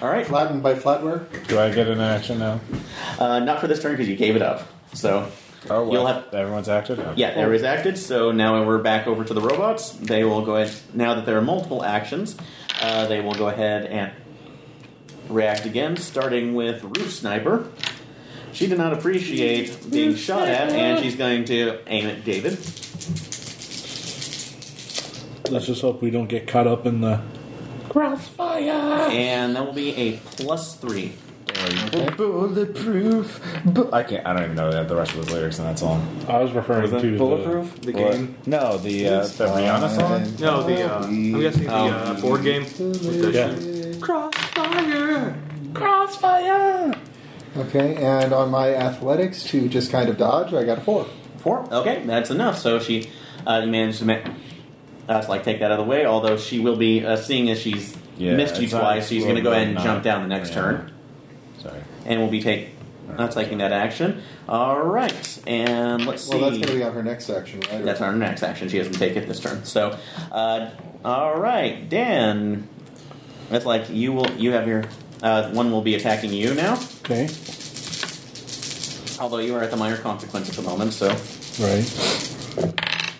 [SPEAKER 9] All right.
[SPEAKER 2] Flattened by flatware.
[SPEAKER 1] Do I get an action now?
[SPEAKER 9] Uh, not for this turn because you gave it up. So
[SPEAKER 1] Oh, well, Oh.
[SPEAKER 9] You'll have-
[SPEAKER 1] everyone's acted. Okay.
[SPEAKER 9] yeah, there is acted. So now we're back over to the robots. They will go ahead now that there are multiple actions. Uh, they will go ahead and react again, starting with Roof Sniper. She did not appreciate being shot at, and she's going to aim at David.
[SPEAKER 6] Let's just hope we don't get caught up in the crossfire.
[SPEAKER 9] And that will be a plus three.
[SPEAKER 1] Bulletproof. Bu- I can't. I don't even know that the rest of the lyrics in that song.
[SPEAKER 6] I was referring to the-
[SPEAKER 10] The
[SPEAKER 1] What?
[SPEAKER 10] game.
[SPEAKER 1] No, the uh, the Rihanna song.
[SPEAKER 4] No, the uh, I'm guessing the uh,
[SPEAKER 1] Um,
[SPEAKER 4] board game. With the
[SPEAKER 6] Yeah.
[SPEAKER 4] Crossfire.
[SPEAKER 1] Crossfire.
[SPEAKER 2] Okay, and on my athletics to just kind of dodge, I got a four.
[SPEAKER 9] Four.
[SPEAKER 2] Oh.
[SPEAKER 9] Okay, that's enough. So she uh, managed to ma- uh, like take that out of the way. Although she will be uh, seeing as she's
[SPEAKER 1] Yeah,
[SPEAKER 9] missed you
[SPEAKER 1] it's not-
[SPEAKER 9] twice, she's going to go ahead and
[SPEAKER 1] not-
[SPEAKER 9] jump down the next
[SPEAKER 1] yeah.
[SPEAKER 9] turn,
[SPEAKER 1] Sorry.
[SPEAKER 9] and will be take not taking that action. All right, and let's see.
[SPEAKER 2] Well, that's going to be on her next action, right?
[SPEAKER 9] That's our next action. She doesn't take it this turn. So, uh, all right, Dan. That's like you will. You have your uh, one will be attacking you now.
[SPEAKER 6] Okay.
[SPEAKER 9] Although you are at the minor consequence at the moment. So,
[SPEAKER 6] Right.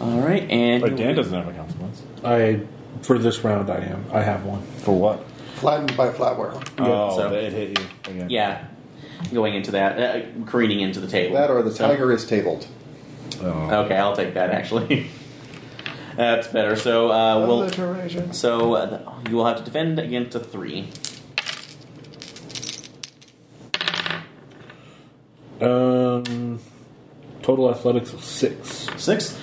[SPEAKER 9] all right, and
[SPEAKER 1] But Dan doesn't have a consequence.
[SPEAKER 6] I for this round I am. I have one.
[SPEAKER 1] For what?
[SPEAKER 2] Flattened by flatware.
[SPEAKER 1] Oh,
[SPEAKER 9] so-
[SPEAKER 1] it hit you again.
[SPEAKER 9] Yeah, going into that, uh, careening into the table.
[SPEAKER 2] That or the
[SPEAKER 9] So-
[SPEAKER 2] tiger is tabled.
[SPEAKER 1] Oh.
[SPEAKER 9] okay, I'll take that actually. That's better. So uh, we'll. So uh, you will have to defend against a three.
[SPEAKER 6] Um total athletics of six.
[SPEAKER 9] Six.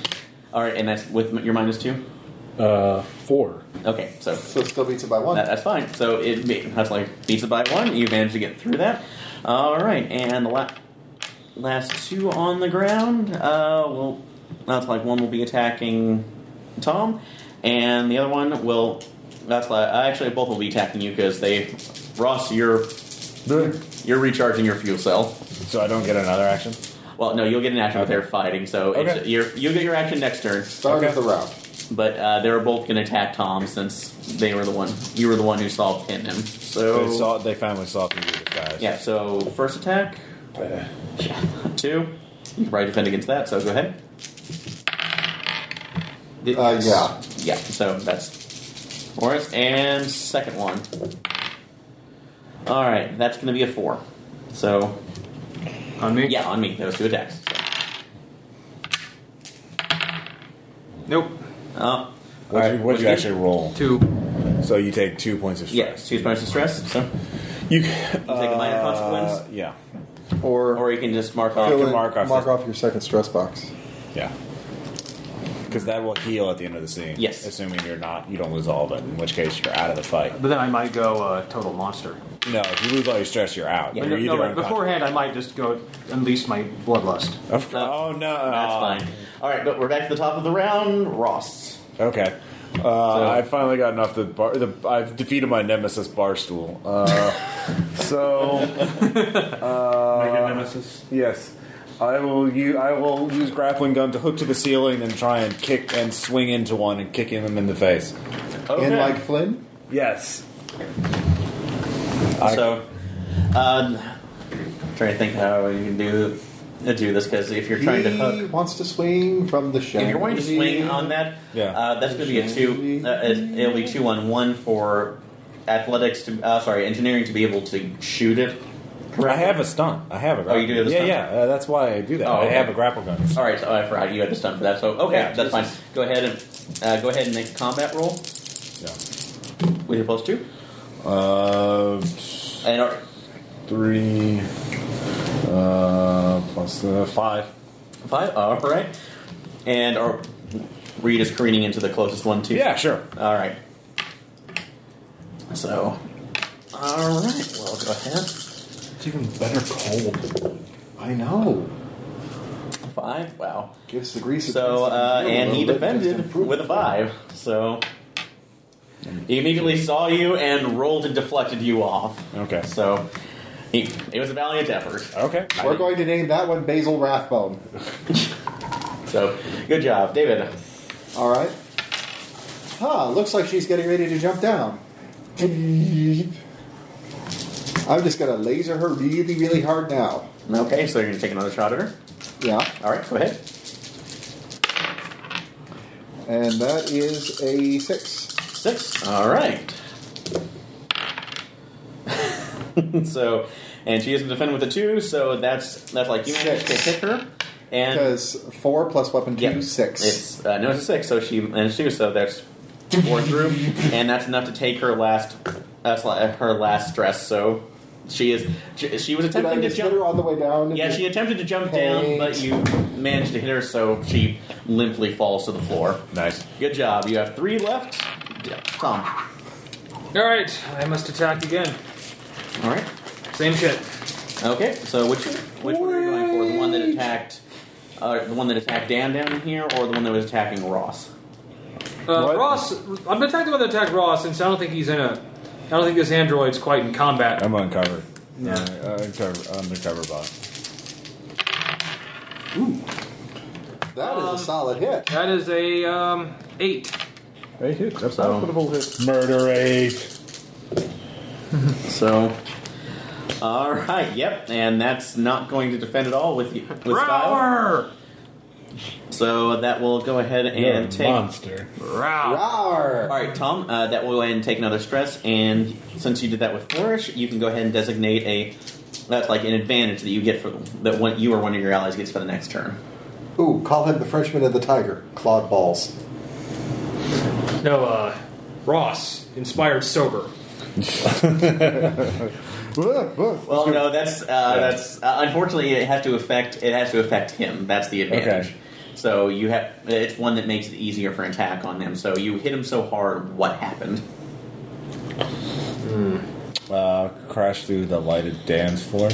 [SPEAKER 9] All right, and that's with your minus two.
[SPEAKER 6] Uh four.
[SPEAKER 9] Okay, so
[SPEAKER 2] So it still beats it by one.
[SPEAKER 9] that, that's fine. So it be- that's like beats it by one. You managed to get through that. All right, and the la- last two on the ground. Uh, well, that's like one will be attacking Tom, and the other one will. That's like actually both will be attacking you because they, Ross, you're you're recharging your fuel cell.
[SPEAKER 1] So I don't get another action.
[SPEAKER 9] Well, no, you'll get an action if they're fighting. So it's,
[SPEAKER 1] Okay.
[SPEAKER 9] you're, you'll get your action next turn.
[SPEAKER 2] Start of the round.
[SPEAKER 9] But uh, they're both going to attack Tom since they were the one. You were the one who saw pin him. So
[SPEAKER 1] They saw. They finally saw through the disguise.
[SPEAKER 9] yeah. So first attack, two. You can probably defend against that. So go ahead.
[SPEAKER 2] Uh, yeah.
[SPEAKER 9] Yeah. So that's Morris and second one. All right, that's going to be a four. So
[SPEAKER 4] On me.
[SPEAKER 9] yeah, on me. Those two attacks.
[SPEAKER 4] Nope.
[SPEAKER 9] So, uh,
[SPEAKER 1] What'd
[SPEAKER 9] All right,
[SPEAKER 1] you,
[SPEAKER 9] what'd
[SPEAKER 1] what'd you
[SPEAKER 9] you-
[SPEAKER 1] actually roll?
[SPEAKER 4] Two.
[SPEAKER 1] So you take two points of
[SPEAKER 9] yeah,
[SPEAKER 1] stress.
[SPEAKER 9] two points of stress. So
[SPEAKER 1] You,
[SPEAKER 9] take a minor Uh, consequence?
[SPEAKER 1] Uh, Yeah.
[SPEAKER 2] Or,
[SPEAKER 9] or you can just mark
[SPEAKER 2] fill
[SPEAKER 1] you
[SPEAKER 2] in-
[SPEAKER 9] off.
[SPEAKER 1] can mark off this.
[SPEAKER 2] your second stress box.
[SPEAKER 1] Yeah. Because that will heal at the end of the scene.
[SPEAKER 9] Yes.
[SPEAKER 1] Assuming you're not, you don't lose all of it. In which case, you're out of the fight.
[SPEAKER 4] But then I might go uh, total monster.
[SPEAKER 1] No, if you lose all your stress, you're out.
[SPEAKER 9] Yeah.
[SPEAKER 4] But
[SPEAKER 1] you're
[SPEAKER 4] no,
[SPEAKER 1] either
[SPEAKER 4] no,
[SPEAKER 1] unconscious-
[SPEAKER 4] beforehand, I might just go unleash my bloodlust.
[SPEAKER 1] Of- oh no,
[SPEAKER 9] That's fine. All right, but we're back to the top of the round. Ross.
[SPEAKER 1] Okay. Uh, I finally gotten off the bar. The, I've defeated my nemesis barstool. Uh, so uh,
[SPEAKER 6] Mega nemesis.
[SPEAKER 1] yes, I will. U- I will use grappling gun to hook to the ceiling and try and kick and swing into one and kick him in the face.
[SPEAKER 2] And like Flynn,
[SPEAKER 1] Yes.
[SPEAKER 9] So, um, trying to think how you can do uh, do this because if you're trying to
[SPEAKER 2] he
[SPEAKER 9] hook,
[SPEAKER 2] wants to swing from the shell.
[SPEAKER 9] if you're going to swing on that,
[SPEAKER 1] Yeah.
[SPEAKER 9] uh, that's going to be a two. Uh, it- it'll be two on one for athletics to uh, sorry engineering to be able to shoot it.
[SPEAKER 1] I have a stunt. I have a. Grapple
[SPEAKER 9] you do have a
[SPEAKER 1] gun.
[SPEAKER 9] stunt?
[SPEAKER 1] Yeah, yeah. Uh, that's why I do that.
[SPEAKER 9] Oh,
[SPEAKER 1] I
[SPEAKER 9] okay.
[SPEAKER 1] have a grapple gun.
[SPEAKER 9] All right, so I forgot you had the stunt for that. So okay,
[SPEAKER 1] Yeah,
[SPEAKER 9] that's fine. Go ahead and uh, go ahead and make a combat roll
[SPEAKER 1] Yeah.
[SPEAKER 9] with your plus two.
[SPEAKER 1] Uh,
[SPEAKER 9] And are,
[SPEAKER 1] three. Uh, plus uh, five.
[SPEAKER 9] Five. All right. And are were you just careening into the closest one too?
[SPEAKER 1] Yeah, sure.
[SPEAKER 9] All right. So. All right. Well, go ahead.
[SPEAKER 6] It's even better cold.
[SPEAKER 2] I know.
[SPEAKER 9] Five. Wow.
[SPEAKER 2] Gives the grease. a
[SPEAKER 9] So
[SPEAKER 2] chance to
[SPEAKER 9] uh,
[SPEAKER 2] heal a
[SPEAKER 9] and he
[SPEAKER 2] little bit, just
[SPEAKER 9] defended
[SPEAKER 2] improve
[SPEAKER 9] with a
[SPEAKER 2] it.
[SPEAKER 9] five. So. He immediately saw you and rolled and deflected you off.
[SPEAKER 1] Okay.
[SPEAKER 9] So. He, it was a valiant effort.
[SPEAKER 1] Okay.
[SPEAKER 2] We're going to name that one Basil Rathbone.
[SPEAKER 9] So good job, David.
[SPEAKER 2] All right. Huh, looks like she's getting ready to jump down. I'm just going to laser her really, really hard now.
[SPEAKER 9] Okay, so you're gonna take another shot at her.
[SPEAKER 2] Yeah.
[SPEAKER 9] All right, go ahead.
[SPEAKER 2] And that is a six.
[SPEAKER 9] Six. All right. so, and she doesn't defend with a two, so that's that's like you managed to
[SPEAKER 2] Six.
[SPEAKER 9] hit her, and
[SPEAKER 2] Because four plus weapon two,
[SPEAKER 9] yeah,
[SPEAKER 2] six.
[SPEAKER 9] It's uh, no, it's a six, so she managed two, so that's four through, and that's enough to take her last that's li- her last stress. So she is she, she was
[SPEAKER 2] Did I
[SPEAKER 9] attempting to
[SPEAKER 2] just hit her
[SPEAKER 9] jump.
[SPEAKER 2] on the way down?
[SPEAKER 9] Yeah, she attempted to jump down, but you managed to hit her, so she limply falls to the floor.
[SPEAKER 1] Nice.
[SPEAKER 9] Good job. You have three left. Tom.
[SPEAKER 4] All right, I must attack again.
[SPEAKER 9] All right.
[SPEAKER 4] Same shit.
[SPEAKER 9] Okay, so which which one are you going for? The one that attacked, uh, the one that attacked Dan down here, or the one that was attacking Ross?
[SPEAKER 4] Uh,
[SPEAKER 1] What?
[SPEAKER 4] Ross, I'm gonna attack the one that attacked Ross since I don't think he's in a. I don't think this android's quite in combat.
[SPEAKER 1] I'm uncovered.
[SPEAKER 4] No.
[SPEAKER 1] Uh, uncover, undercover bot.
[SPEAKER 2] That is
[SPEAKER 4] Um,
[SPEAKER 2] a solid hit.
[SPEAKER 4] That is a um, eight.
[SPEAKER 1] Hey, hit. That's
[SPEAKER 6] Oh.
[SPEAKER 9] So-
[SPEAKER 1] hit.
[SPEAKER 6] Murder eight.
[SPEAKER 9] So, all right, yep, and that's not going to defend at all with you with style.
[SPEAKER 4] Rower!
[SPEAKER 9] So that will go ahead
[SPEAKER 6] You're
[SPEAKER 9] and
[SPEAKER 6] a
[SPEAKER 9] take. All
[SPEAKER 6] monster.
[SPEAKER 4] Row.
[SPEAKER 2] Rawr.
[SPEAKER 9] right, Tom. Uh, that will go ahead and take another stress, and since you did that with flourish, you can go ahead and designate a. That's like an advantage that you get for that one you or one of your allies gets for the next turn.
[SPEAKER 2] Ooh, call him the Frenchman and the Tiger. Claude Balls.
[SPEAKER 4] No, uh, Ross, inspired sober.
[SPEAKER 9] Well, no, that's uh, that's uh, unfortunately it has to affect it has to affect him. That's the advantage.
[SPEAKER 1] Okay.
[SPEAKER 9] So you have it's one that makes it easier for an attack on him. So you hit him so hard, what happened?
[SPEAKER 1] Uh, crash through the lighted dance floor.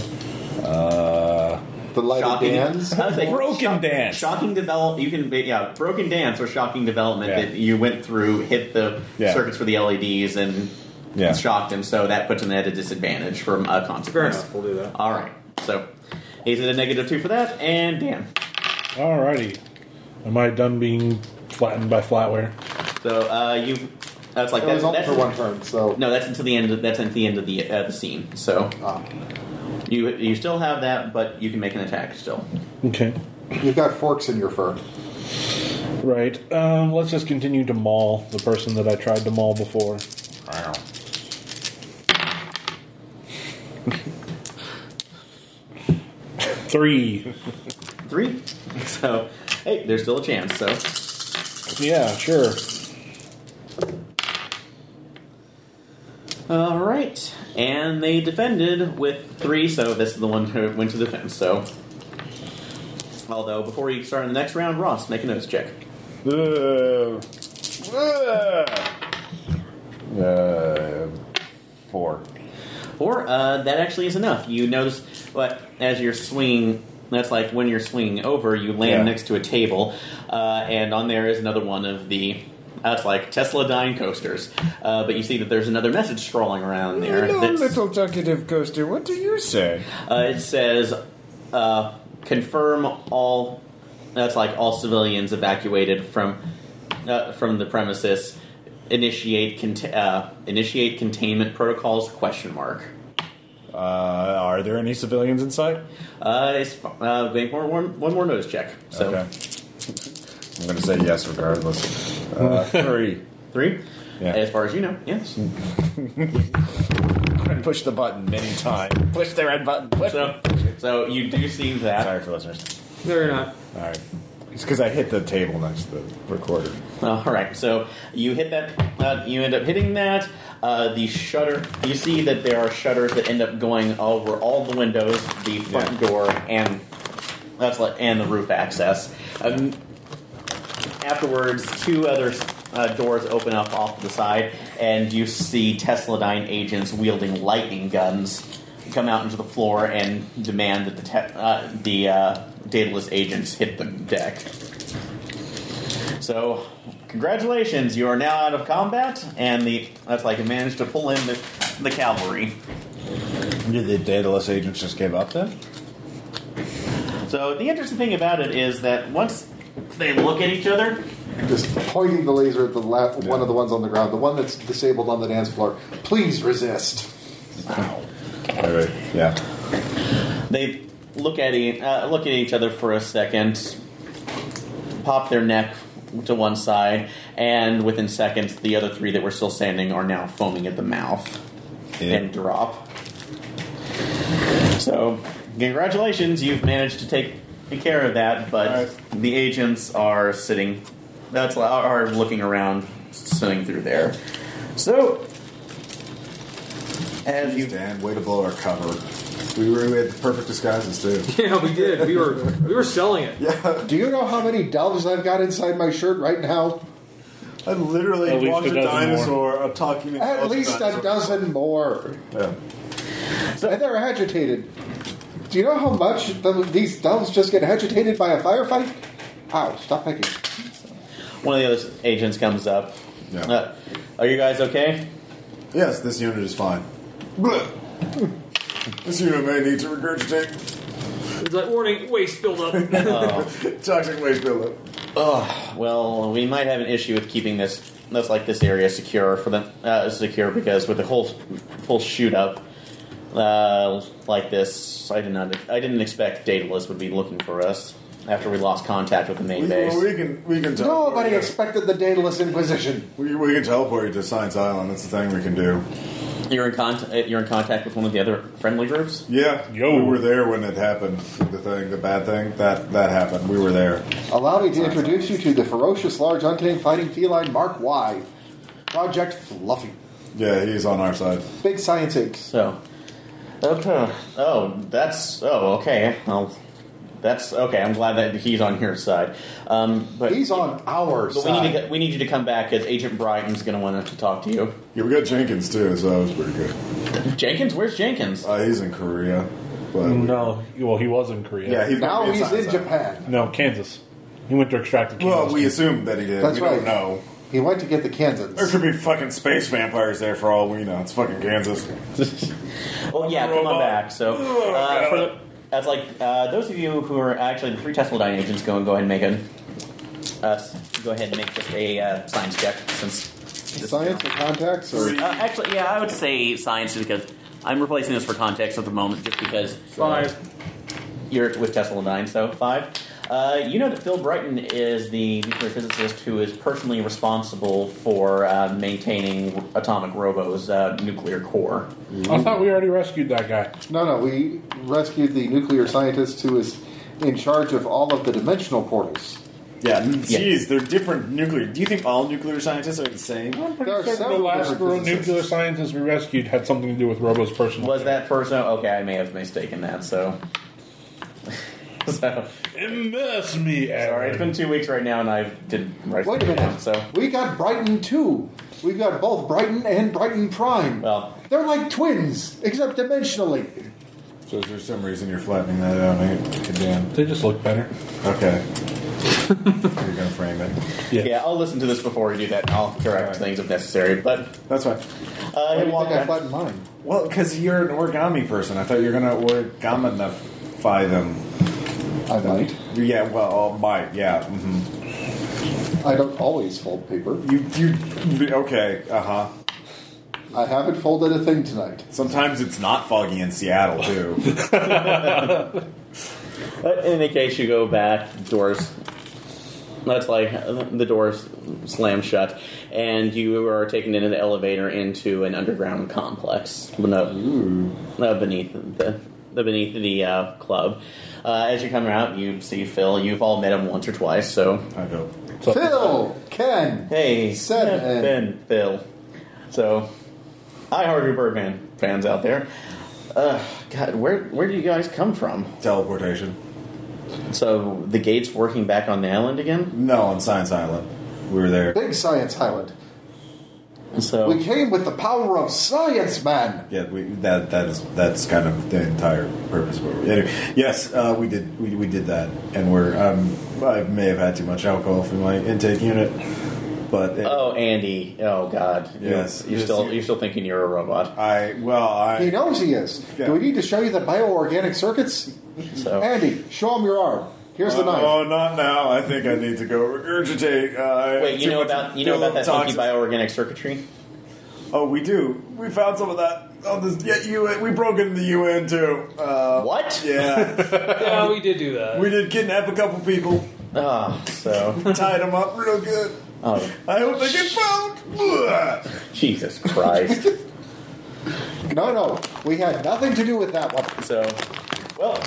[SPEAKER 1] Uh,
[SPEAKER 2] The light of dance.
[SPEAKER 9] I would say
[SPEAKER 1] Broken dance.
[SPEAKER 9] Shocking develop. You can be- yeah, broken dance or shocking development
[SPEAKER 1] Yeah.
[SPEAKER 9] that you went through hit the
[SPEAKER 1] Yeah.
[SPEAKER 9] circuits for the LEDs and
[SPEAKER 1] Yeah.
[SPEAKER 9] shocked him. So that puts him at a disadvantage from a
[SPEAKER 4] Fair
[SPEAKER 9] consequence.
[SPEAKER 4] enough, we'll do that.
[SPEAKER 9] All right, so he's at a negative two for that, and Dan.
[SPEAKER 6] Alrighty. Am I done being flattened by flatware?
[SPEAKER 9] So uh, you that's like
[SPEAKER 2] It
[SPEAKER 9] that,
[SPEAKER 2] was only
[SPEAKER 9] that's
[SPEAKER 2] for one turn, so.
[SPEAKER 9] No, that's until the end. Of, that's until the end of the uh, the scene. So
[SPEAKER 2] Ah.
[SPEAKER 9] you you still have that, but you can make an attack still.
[SPEAKER 6] Okay.
[SPEAKER 2] You've got forks in your fur.
[SPEAKER 6] Right. Um, let's just continue to maul the person that I tried to maul before. Three.
[SPEAKER 9] Three. So hey, there's still a chance. So
[SPEAKER 6] Yeah, sure.
[SPEAKER 9] all right, and they defended with three. So this is the one who went to defend. So although before you start in the next round, Ross, make a nose check.
[SPEAKER 1] Uh, uh, uh, four.
[SPEAKER 9] Or uh, that actually is enough. You notice what as you're swinging. That's like when you're swinging over, you land
[SPEAKER 1] Yeah.
[SPEAKER 9] next to a table, uh, and on there is another one of the. That's like Tesla Dine coasters, uh, but you see that there's another message scrawling around there. that's-
[SPEAKER 1] talkative coaster, what do you say?
[SPEAKER 9] uh, it says, uh, "Confirm all." That's like all civilians evacuated from uh, from the premises. Initiate cont- uh, initiate containment protocols? Question mark.
[SPEAKER 1] Uh, are there any civilians in sight?
[SPEAKER 9] Uh, it's, uh, make more, one, one more nose check. So
[SPEAKER 1] Okay. I'm going to say yes regardless. Uh, three.
[SPEAKER 9] three,
[SPEAKER 1] Yeah. Mm.
[SPEAKER 9] as far as you know, yes.
[SPEAKER 1] I'm push the button many times. Push the red button. Push
[SPEAKER 9] So, so you do see that.
[SPEAKER 1] Sorry for listeners.
[SPEAKER 4] No, you're not.
[SPEAKER 1] All right. It's because I hit the table next to the recorder.
[SPEAKER 9] All right, so you hit that. Uh, you end up hitting that. Uh, the shutter. You see that there are shutters that end up going over all the windows, the front door, and that's like and the roof access. Um, afterwards, two other uh, doors open up off to the side, and you see Tesladine agents wielding lightning guns come out into the floor and demand that the te- uh, the uh, dataless agents hit the deck. So, congratulations! You are now out of combat, and the that's like you managed to pull in the, the cavalry.
[SPEAKER 1] Did the dataless agents just give up then?
[SPEAKER 9] So the interesting thing about it is that once they look at each other,
[SPEAKER 2] Just pointing the laser at the la- one of the ones on the ground, the one that's disabled on the dance floor. Please resist.
[SPEAKER 1] All right. Yeah.
[SPEAKER 9] they look at e- uh, look at each other for a second, pop their neck to one side, and within seconds, the other three that were still standing are now foaming at the mouth and drop. So, congratulations, you've managed to take care of that, but the agents are sitting. That's are looking around, sitting through there. So, as you
[SPEAKER 1] Dan, way to blow our cover. We were we had the perfect disguises too.
[SPEAKER 4] Yeah, we did. We were we were selling it.
[SPEAKER 2] Do you know how many doves I've got inside my shirt right now?
[SPEAKER 3] I'm literally
[SPEAKER 6] At least
[SPEAKER 3] watching
[SPEAKER 6] a dozen
[SPEAKER 3] a talking.
[SPEAKER 2] At least a dozen more. And they're agitated. Do you know how much th- these doves just get agitated by a firefight? Ow, stop picking.
[SPEAKER 9] One of the other agents comes up.
[SPEAKER 1] Yeah.
[SPEAKER 9] Uh, are you guys okay?
[SPEAKER 1] Yes, this unit is fine. this unit may need to regurgitate
[SPEAKER 4] It's like warning, waste buildup.
[SPEAKER 1] toxic waste buildup.
[SPEAKER 9] Oh, well, we might have an issue with keeping this. That's like this area secure for them. Uh, secure because with the whole full shoot up uh, like this, I did not. I didn't expect Daedalus would be looking for us after we lost contact with the main
[SPEAKER 1] We,
[SPEAKER 9] base.
[SPEAKER 1] well, we can we can teleport
[SPEAKER 2] Nobody
[SPEAKER 1] you.
[SPEAKER 2] expected the Daedalus Inquisition.
[SPEAKER 1] We, we can teleport you to Science Island. That's the thing we can do.
[SPEAKER 9] You're in contact. uh, You're in contact with one of the other friendly groups.
[SPEAKER 1] Yeah,
[SPEAKER 6] Yo.
[SPEAKER 1] we were there when it happened. The thing, the bad thing that that happened. We were there.
[SPEAKER 2] Allow me to introduce you to the ferocious, large, untamed fighting feline Mark Y. Project Fluffy.
[SPEAKER 1] Yeah, he's on our side.
[SPEAKER 2] Big science apes.
[SPEAKER 9] So, okay. Oh, that's oh okay. Well, that's okay. I'm glad that he's on your side. Um, but
[SPEAKER 2] He's on our
[SPEAKER 9] but we
[SPEAKER 2] side.
[SPEAKER 9] need to get, we need you to come back as Agent Brighton's going to want to talk to you.
[SPEAKER 1] Yeah, we got Jenkins too, so that was pretty good.
[SPEAKER 9] Jenkins, where's Jenkins?
[SPEAKER 1] Uh, he's in Korea, but we-
[SPEAKER 6] Mm, No, well, he was in Korea.
[SPEAKER 1] yeah, he's
[SPEAKER 2] now
[SPEAKER 1] not
[SPEAKER 2] he's in
[SPEAKER 1] Science Island.
[SPEAKER 2] Japan.
[SPEAKER 6] No, Kansas. He went to extract the Kansas.
[SPEAKER 1] Well, we assume that he did.
[SPEAKER 2] That's
[SPEAKER 1] we
[SPEAKER 2] right.
[SPEAKER 1] don't know.
[SPEAKER 2] He went to get the
[SPEAKER 1] There
[SPEAKER 2] Kansans.
[SPEAKER 1] could be fucking space vampires there for all we know. It's fucking Kansas.
[SPEAKER 9] oh yeah, come on back. So uh, for the- that's like uh, those of you who are actually the three Tesla Dyne agents, go and go ahead and make a uh, go ahead and make just a uh, science check since this-
[SPEAKER 2] Science or contacts? Or
[SPEAKER 9] Uh, actually, yeah, I would say science just because I'm replacing this for context at the moment, just because
[SPEAKER 4] Five.
[SPEAKER 9] you're with Tesla nine, so five. Uh, you know that Phil Brighton is the nuclear physicist who is personally responsible for uh, maintaining Atomic Robo's uh, nuclear core.
[SPEAKER 6] I thought we already rescued that guy.
[SPEAKER 2] No, no, we rescued the nuclear scientist who is in charge of all of the dimensional portals.
[SPEAKER 3] Yeah, jeez, they're different nuclear. Do you think all nuclear scientists are the same?
[SPEAKER 2] There are
[SPEAKER 6] The
[SPEAKER 2] several
[SPEAKER 6] last
[SPEAKER 2] different
[SPEAKER 6] nuclear
[SPEAKER 2] physicists.
[SPEAKER 6] scientist we rescued had something to do with Robo's personal.
[SPEAKER 9] Was that person? Okay, I may have mistaken that. So, so
[SPEAKER 6] Immerse me,
[SPEAKER 9] sorry. It's
[SPEAKER 6] Aaron.
[SPEAKER 9] been two weeks right now, and I didn't write
[SPEAKER 2] Wait a
[SPEAKER 9] it down,
[SPEAKER 2] minute.
[SPEAKER 9] So,
[SPEAKER 2] We got Brighton too. We've got both Brighton and Brighton Prime.
[SPEAKER 9] well,
[SPEAKER 2] They're like twins, except dimensionally.
[SPEAKER 1] So is there some reason you're flattening that out, mate? Good damn.
[SPEAKER 6] They just look better.
[SPEAKER 1] Okay. you're gonna frame it.
[SPEAKER 6] Yeah.
[SPEAKER 9] yeah, I'll listen to this before we do that. and I'll correct
[SPEAKER 1] Alright.
[SPEAKER 9] things if necessary. But
[SPEAKER 1] That's fine.
[SPEAKER 9] Uh,
[SPEAKER 2] Why do
[SPEAKER 9] he'll
[SPEAKER 2] you
[SPEAKER 9] walk
[SPEAKER 2] think I
[SPEAKER 9] back.
[SPEAKER 2] flattened mine?
[SPEAKER 1] Well, because you're an origami person, I thought you were gonna origamify them.
[SPEAKER 2] I might.
[SPEAKER 1] Yeah, well, my yeah. hmm
[SPEAKER 2] I don't always fold paper.
[SPEAKER 1] You you okay? Uh huh.
[SPEAKER 2] I haven't folded a thing tonight.
[SPEAKER 1] Sometimes it's not foggy in Seattle too.
[SPEAKER 9] But in any case, you go back. Doors That's like uh, the door s- slams shut, and you are taken in an elevator into an underground complex. No, uh, beneath the. the- Beneath the uh, club, uh, as you come out, you see Phil. You've all met him once or twice, so
[SPEAKER 1] I hope.
[SPEAKER 2] Phil, Ken,
[SPEAKER 9] Hey,
[SPEAKER 2] Seven.
[SPEAKER 9] Ben, Phil. So, hi, Harvey Birdman fans out there. Uh, God, where where do you guys come from?
[SPEAKER 1] Teleportation.
[SPEAKER 9] So the gates working back on the island again.
[SPEAKER 1] No, on Science Island. We were there.
[SPEAKER 2] Big Science Island.
[SPEAKER 9] So
[SPEAKER 2] We came with the power of science, man.
[SPEAKER 1] Yeah, we, that that is that's kind of the entire purpose. Of what we anyway, yes, uh, we did we, we did that, and we're um, I may have had too much alcohol from my intake unit, but it-
[SPEAKER 9] oh, Andy, oh God, You-
[SPEAKER 1] Yes,
[SPEAKER 9] you're
[SPEAKER 1] yes,
[SPEAKER 9] still
[SPEAKER 1] you-
[SPEAKER 9] you're still thinking you're a robot.
[SPEAKER 1] I well I
[SPEAKER 2] He knows he is.
[SPEAKER 1] Yeah.
[SPEAKER 2] Do we need to show you the bioorganic circuits?
[SPEAKER 9] So
[SPEAKER 2] Andy, show him your arm. Here's the
[SPEAKER 9] Uh,
[SPEAKER 2] knife.
[SPEAKER 1] oh not now. I think I need to go regurgitate. Uh, I have
[SPEAKER 9] wait, you
[SPEAKER 1] too
[SPEAKER 9] know
[SPEAKER 1] much
[SPEAKER 9] about you know about that funky
[SPEAKER 1] toxins.
[SPEAKER 9] bioorganic circuitry?
[SPEAKER 1] Oh, we do. We found some of that on this. Yeah, UN. We broke into the UN too. Uh,
[SPEAKER 9] What?
[SPEAKER 1] Yeah,
[SPEAKER 4] Yeah, we did do that.
[SPEAKER 1] we did kidnap a couple people,
[SPEAKER 9] Ah, so
[SPEAKER 1] tied them up real good.
[SPEAKER 9] oh,
[SPEAKER 1] I hope they get found. Ugh.
[SPEAKER 9] Jesus Christ.
[SPEAKER 2] No, no, we had nothing to do with that one.
[SPEAKER 9] so, well,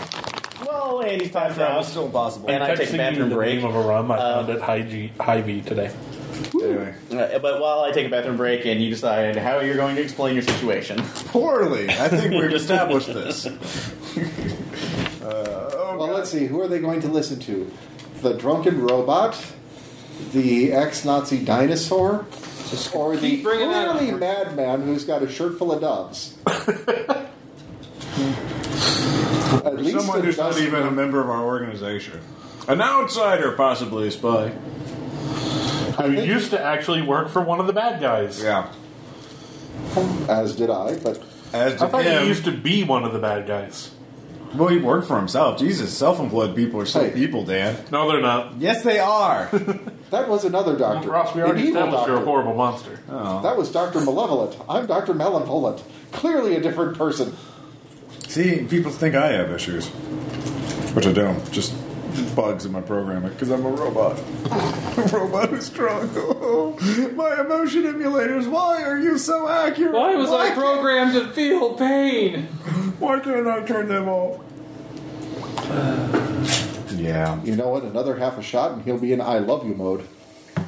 [SPEAKER 9] well, Andy's time's
[SPEAKER 1] That
[SPEAKER 9] out.
[SPEAKER 1] was still impossible.
[SPEAKER 9] And I take a
[SPEAKER 6] Texting
[SPEAKER 9] bathroom
[SPEAKER 6] the
[SPEAKER 9] break.
[SPEAKER 6] name of a rum I found at Hy-G- Hy-Vee today.
[SPEAKER 1] anyway,
[SPEAKER 9] Uh, but while I take a bathroom break and you decide how you're going to explain your situation.
[SPEAKER 1] poorly. I think we've established this.
[SPEAKER 2] Well, let's see. Who are they going to listen to? The drunken robot, the ex-Nazi dinosaur, or the
[SPEAKER 4] bringing that
[SPEAKER 2] clearly
[SPEAKER 4] up.
[SPEAKER 2] madman who's got a shirt full of doves? At least
[SPEAKER 1] Someone
[SPEAKER 2] it
[SPEAKER 1] who's not
[SPEAKER 2] doesn't-
[SPEAKER 1] even a member of our organization, an outsider, possibly a spy.
[SPEAKER 6] Who used to actually work for one of the bad guys.
[SPEAKER 1] Yeah,
[SPEAKER 2] As did I, but
[SPEAKER 1] as
[SPEAKER 6] I
[SPEAKER 1] did
[SPEAKER 6] thought
[SPEAKER 1] him.
[SPEAKER 6] he used to be one of the bad guys.
[SPEAKER 1] well, he worked for himself. Jesus, self-employed people are still
[SPEAKER 2] Hey.
[SPEAKER 1] people, Dan.
[SPEAKER 6] No, they're not.
[SPEAKER 1] Yes, they are.
[SPEAKER 2] that was another doctor.
[SPEAKER 6] Ross, we
[SPEAKER 2] An
[SPEAKER 6] already
[SPEAKER 2] evil
[SPEAKER 6] established you're a
[SPEAKER 2] doctor.
[SPEAKER 6] horrible monster.
[SPEAKER 1] Oh.
[SPEAKER 2] That was Doctor Malevolent. I'm Doctor Malevolent. Clearly a different person.
[SPEAKER 1] See, people think I have issues, which I don't. Just bugs in my programming because I'm a robot. a robot who's strong. my emotion emulators. Why are you so accurate?
[SPEAKER 4] Why was I
[SPEAKER 1] can't-
[SPEAKER 4] programmed to feel pain?
[SPEAKER 1] Why can't I turn them off? yeah.
[SPEAKER 2] You know what? Another half a shot, and he'll be in "I love you" mode.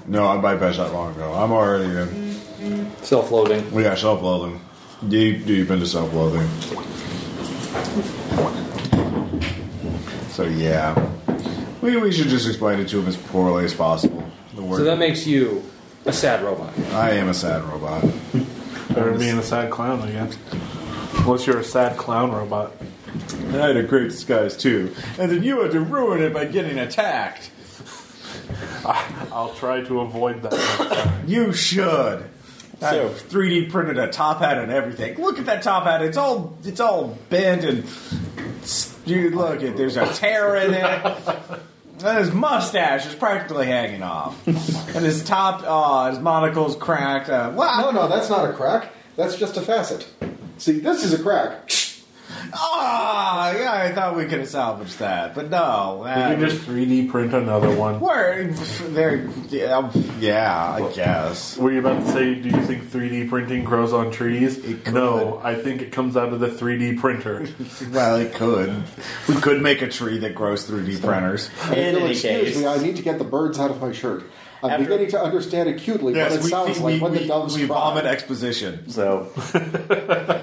[SPEAKER 1] No, I bypassed that long ago. I'm already in.
[SPEAKER 4] Self-loading.
[SPEAKER 1] We got self-loathing. Deep, deep into self-loathing. So yeah, we, we should just explain it to him as poorly as possible. The word
[SPEAKER 4] So that makes you a sad robot.
[SPEAKER 1] I am a sad robot.
[SPEAKER 6] Better than being a sad clown, I guess. Unless you're a sad clown robot.
[SPEAKER 1] I had a great disguise too, and then you had to ruin it by getting attacked.
[SPEAKER 6] I'll try to avoid that.
[SPEAKER 1] You should. I
[SPEAKER 9] So-
[SPEAKER 1] 3D printed a top hat and everything. Look at that top hat. It's all it's all bent and dude, look it. There's a tear in it. And his mustache is practically hanging off, and his top, oh, his monocle's cracked. Uh,
[SPEAKER 2] No,
[SPEAKER 1] wow,
[SPEAKER 2] no, that's not a crack. That's just a facet. See, this is a crack.
[SPEAKER 1] ah, yeah, I thought we could have salvaged that, but no.
[SPEAKER 6] you
[SPEAKER 1] that
[SPEAKER 6] can just 3D print another one.
[SPEAKER 1] Where there? Yeah, yeah, I guess.
[SPEAKER 6] Were you about to say, do you think 3D printing grows on trees?
[SPEAKER 1] It
[SPEAKER 6] No, I think it comes out of the 3D printer.
[SPEAKER 1] Well, it could. We could make a tree that grows 3D printers.
[SPEAKER 9] In
[SPEAKER 2] You'll
[SPEAKER 9] any
[SPEAKER 2] excuse
[SPEAKER 9] case,
[SPEAKER 2] me, I need to get the birds out of my shirt. I'm
[SPEAKER 9] After-
[SPEAKER 2] beginning to understand acutely what it sounds like when the doves
[SPEAKER 1] we
[SPEAKER 2] cry.
[SPEAKER 1] vomit exposition.
[SPEAKER 9] so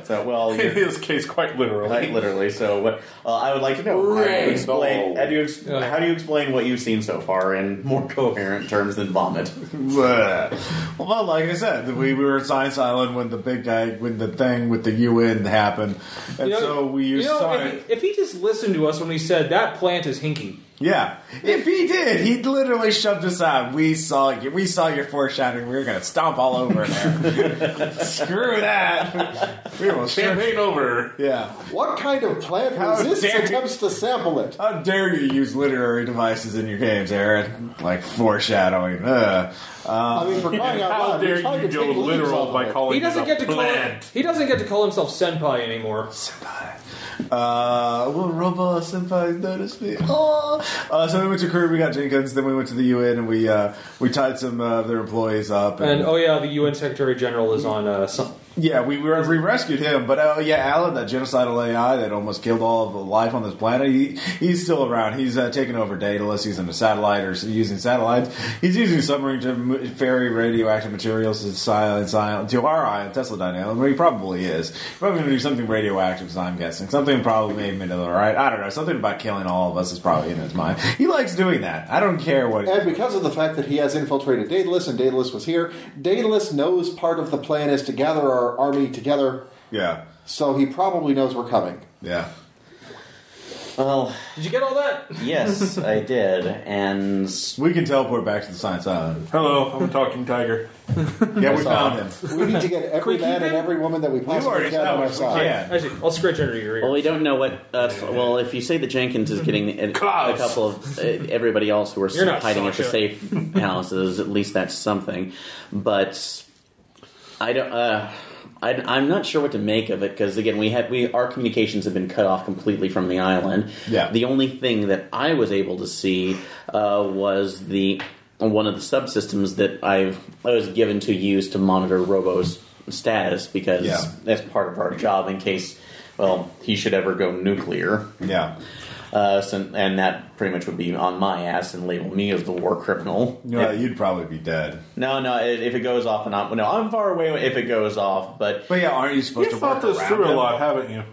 [SPEAKER 9] so well,
[SPEAKER 6] In
[SPEAKER 9] you're
[SPEAKER 6] this case, quite literally.
[SPEAKER 9] right, literally. So what? Uh, I would like to know. How do you explain? How do you, ex-
[SPEAKER 4] Yeah.
[SPEAKER 9] how do you explain what you've seen so far in more coherent terms than vomit?
[SPEAKER 1] Bleh. well, like I said, we, we were at Science Island when the big guy, when the thing with the UN happened, and
[SPEAKER 4] You know-
[SPEAKER 1] so we used
[SPEAKER 4] you know,
[SPEAKER 1] science.
[SPEAKER 4] if he, if he just listened to us when we said that plant is hinky,
[SPEAKER 1] Yeah, if he did, he literally shoved us out. We saw you. We saw your foreshadowing. We were gonna stomp all over there. Screw that. We will.
[SPEAKER 6] Campaign over.
[SPEAKER 1] Yeah.
[SPEAKER 2] What kind of plant
[SPEAKER 1] How
[SPEAKER 2] resists
[SPEAKER 1] dare you-
[SPEAKER 2] attempts to sample it?
[SPEAKER 1] How dare you use literary devices in your games, Aaron? Like foreshadowing. Uh. Ugh.
[SPEAKER 2] I mean, for crying out
[SPEAKER 6] How
[SPEAKER 2] loud,
[SPEAKER 6] dare
[SPEAKER 2] we tried to
[SPEAKER 6] you go
[SPEAKER 2] take leaves
[SPEAKER 6] literal
[SPEAKER 2] off
[SPEAKER 6] by
[SPEAKER 2] of it.
[SPEAKER 6] calling
[SPEAKER 4] he
[SPEAKER 6] it
[SPEAKER 4] doesn't
[SPEAKER 6] a
[SPEAKER 4] get to call
[SPEAKER 6] plant?
[SPEAKER 4] he doesn't get to call himself senpai anymore.
[SPEAKER 1] Uh, well, Robo Senpai noticed me. Oh. Uh, so we went to Korea, we got Jenkins, then we went to the UN and we uh, we tied some uh, of their employees up.
[SPEAKER 4] And oh yeah, the UN Secretary General is on uh, some.
[SPEAKER 1] Yeah, we we we rescued him, but oh yeah, Alan, that genocidal AI that almost killed all of the life on this planet, he he's still around. He's uh, taking over Daedalus. He's in a satellite or using satellites. He's using submarine to m- ferry radioactive materials to silence island to our island, Tesla Island, where he probably is. Probably going to do something radioactive, so I'm guessing something probably made middle right. I don't know. Something about killing all of us is probably in his mind. He likes doing that. I don't care what.
[SPEAKER 2] And because of the fact that he has infiltrated Daedalus and Daedalus was here, Daedalus knows part of the plan is to gather our army together,
[SPEAKER 1] yeah,
[SPEAKER 2] so he probably knows we're coming.
[SPEAKER 1] yeah.
[SPEAKER 9] Well,
[SPEAKER 4] Did you get all that?
[SPEAKER 9] yes, I did, and
[SPEAKER 1] We can teleport back to the science island.
[SPEAKER 6] Hello, I'm a talking tiger.
[SPEAKER 1] Yeah, we found him.
[SPEAKER 2] We need to get every man and every woman that we possibly
[SPEAKER 1] already
[SPEAKER 2] can on our
[SPEAKER 1] established we
[SPEAKER 2] side.
[SPEAKER 1] can't.
[SPEAKER 4] Actually, I'll scratch under your ear.
[SPEAKER 9] well, we don't know what. Uh, well, if you say that Jenkins is getting a, a
[SPEAKER 6] Klaus.
[SPEAKER 9] couple of uh, everybody else who are
[SPEAKER 4] You're not
[SPEAKER 9] hiding at the
[SPEAKER 4] Sasha.
[SPEAKER 9] safe houses, at least that's something. But I don't. Uh, I, am not sure what to make of it because again, we had we our communications have been cut off completely from the island.
[SPEAKER 1] Yeah.
[SPEAKER 9] The only thing that I was able to see uh, was the one of the subsystems that I've I was given to use to monitor Robo's status because
[SPEAKER 1] Yeah.
[SPEAKER 9] that's part of our job in case well he should ever go nuclear.
[SPEAKER 1] Yeah.
[SPEAKER 9] Uh, so, and that pretty much would be on my ass and label me as the war criminal.
[SPEAKER 1] Yeah, you'd probably be dead.
[SPEAKER 9] No, no. If if it goes off and on, no, I'm far away if it goes off. But
[SPEAKER 1] But yeah, aren't you supposed
[SPEAKER 6] You've
[SPEAKER 1] to work
[SPEAKER 6] thought this
[SPEAKER 1] around
[SPEAKER 6] through
[SPEAKER 1] him?
[SPEAKER 6] a lot, haven't you?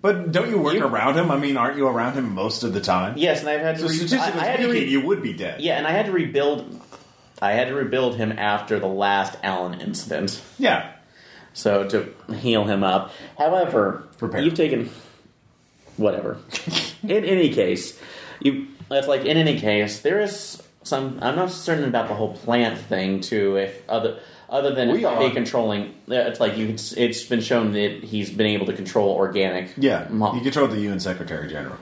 [SPEAKER 1] But don't you work around him? I mean, aren't you around him most of the time?
[SPEAKER 9] yes, and I've had to.
[SPEAKER 1] So
[SPEAKER 9] re-
[SPEAKER 1] statistically
[SPEAKER 9] I, I had to
[SPEAKER 1] speaking,
[SPEAKER 9] re-
[SPEAKER 1] you would be dead.
[SPEAKER 9] yeah, and I had to rebuild. I had to rebuild him after the last Allen incident,
[SPEAKER 1] Yeah.
[SPEAKER 9] so to heal him up. However,
[SPEAKER 1] Prepare.
[SPEAKER 9] you've taken whatever. in any case, you. That's like in any case, there is some. I'm not certain about the whole plant thing too. If other. Other than
[SPEAKER 2] We
[SPEAKER 9] it might be
[SPEAKER 2] are.
[SPEAKER 9] controlling, it's like you. It's been shown that he's been able to control organic.
[SPEAKER 1] Yeah.
[SPEAKER 9] mo-
[SPEAKER 1] You control the UN Secretary General.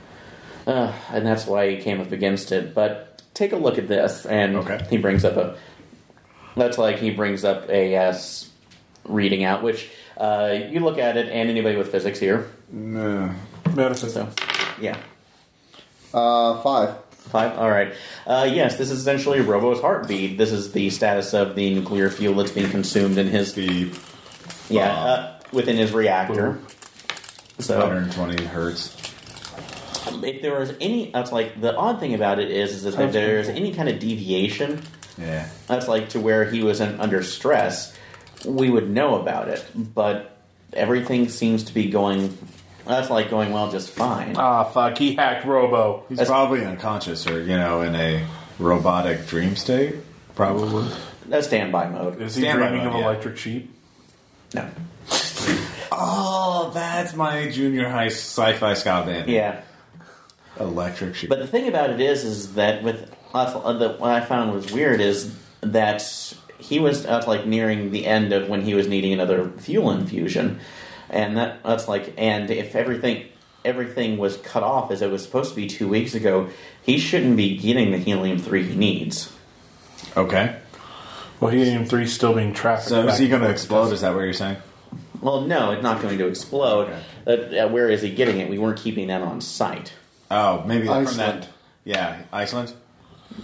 [SPEAKER 9] uh, and that's why he came up against it. But take a look at this, and
[SPEAKER 1] Okay.
[SPEAKER 9] he brings up a. That's like he brings up a uh, s- reading out, which uh, you look at it, and anybody with physics here.
[SPEAKER 1] No.
[SPEAKER 6] Manifest.
[SPEAKER 9] So, yeah,
[SPEAKER 2] Uh, five.
[SPEAKER 9] five. All right. Uh, yes, this is essentially Robo's heartbeat. This is the status of the nuclear fuel that's being consumed in his
[SPEAKER 1] The
[SPEAKER 9] yeah uh, within his reactor. So
[SPEAKER 1] 120 hertz.
[SPEAKER 9] if there was any, that's like the odd thing about it is, is that if there's any kind of deviation
[SPEAKER 1] Yeah.
[SPEAKER 9] That's like to where he was in, under stress. We would know about it, but everything seems to be going. That's like going well, just fine.
[SPEAKER 6] Ah, fuck, he hacked Robo.
[SPEAKER 1] He's
[SPEAKER 9] That's-
[SPEAKER 1] probably unconscious or, you know, in a robotic dream state. Probably.
[SPEAKER 9] That's standby mode.
[SPEAKER 6] Is he
[SPEAKER 1] Standby
[SPEAKER 6] dreaming
[SPEAKER 1] mode,
[SPEAKER 6] of
[SPEAKER 1] yeah.
[SPEAKER 6] electric sheep?
[SPEAKER 9] No.
[SPEAKER 1] Oh, that's my junior high sci fi ska band.
[SPEAKER 9] Yeah.
[SPEAKER 1] Electric sheep.
[SPEAKER 9] But the thing about it is, is that with us, uh, the, what I found was weird is that he was uh, like nearing the end of when he was needing another fuel infusion, and that that's like, and if everything everything was cut off as it was supposed to be two weeks ago, he shouldn't be getting the helium three he needs.
[SPEAKER 1] okay.
[SPEAKER 6] Well, helium 3 's still being trafficked.
[SPEAKER 1] So is
[SPEAKER 6] back
[SPEAKER 1] he going to
[SPEAKER 6] and forth.
[SPEAKER 1] explode? Is that what you're saying?
[SPEAKER 9] Well, no, it's not going to explode. Uh, uh, where is he getting it? We weren't keeping that on site.
[SPEAKER 1] Oh, maybe from
[SPEAKER 2] Iceland.
[SPEAKER 1] that. Yeah, Iceland?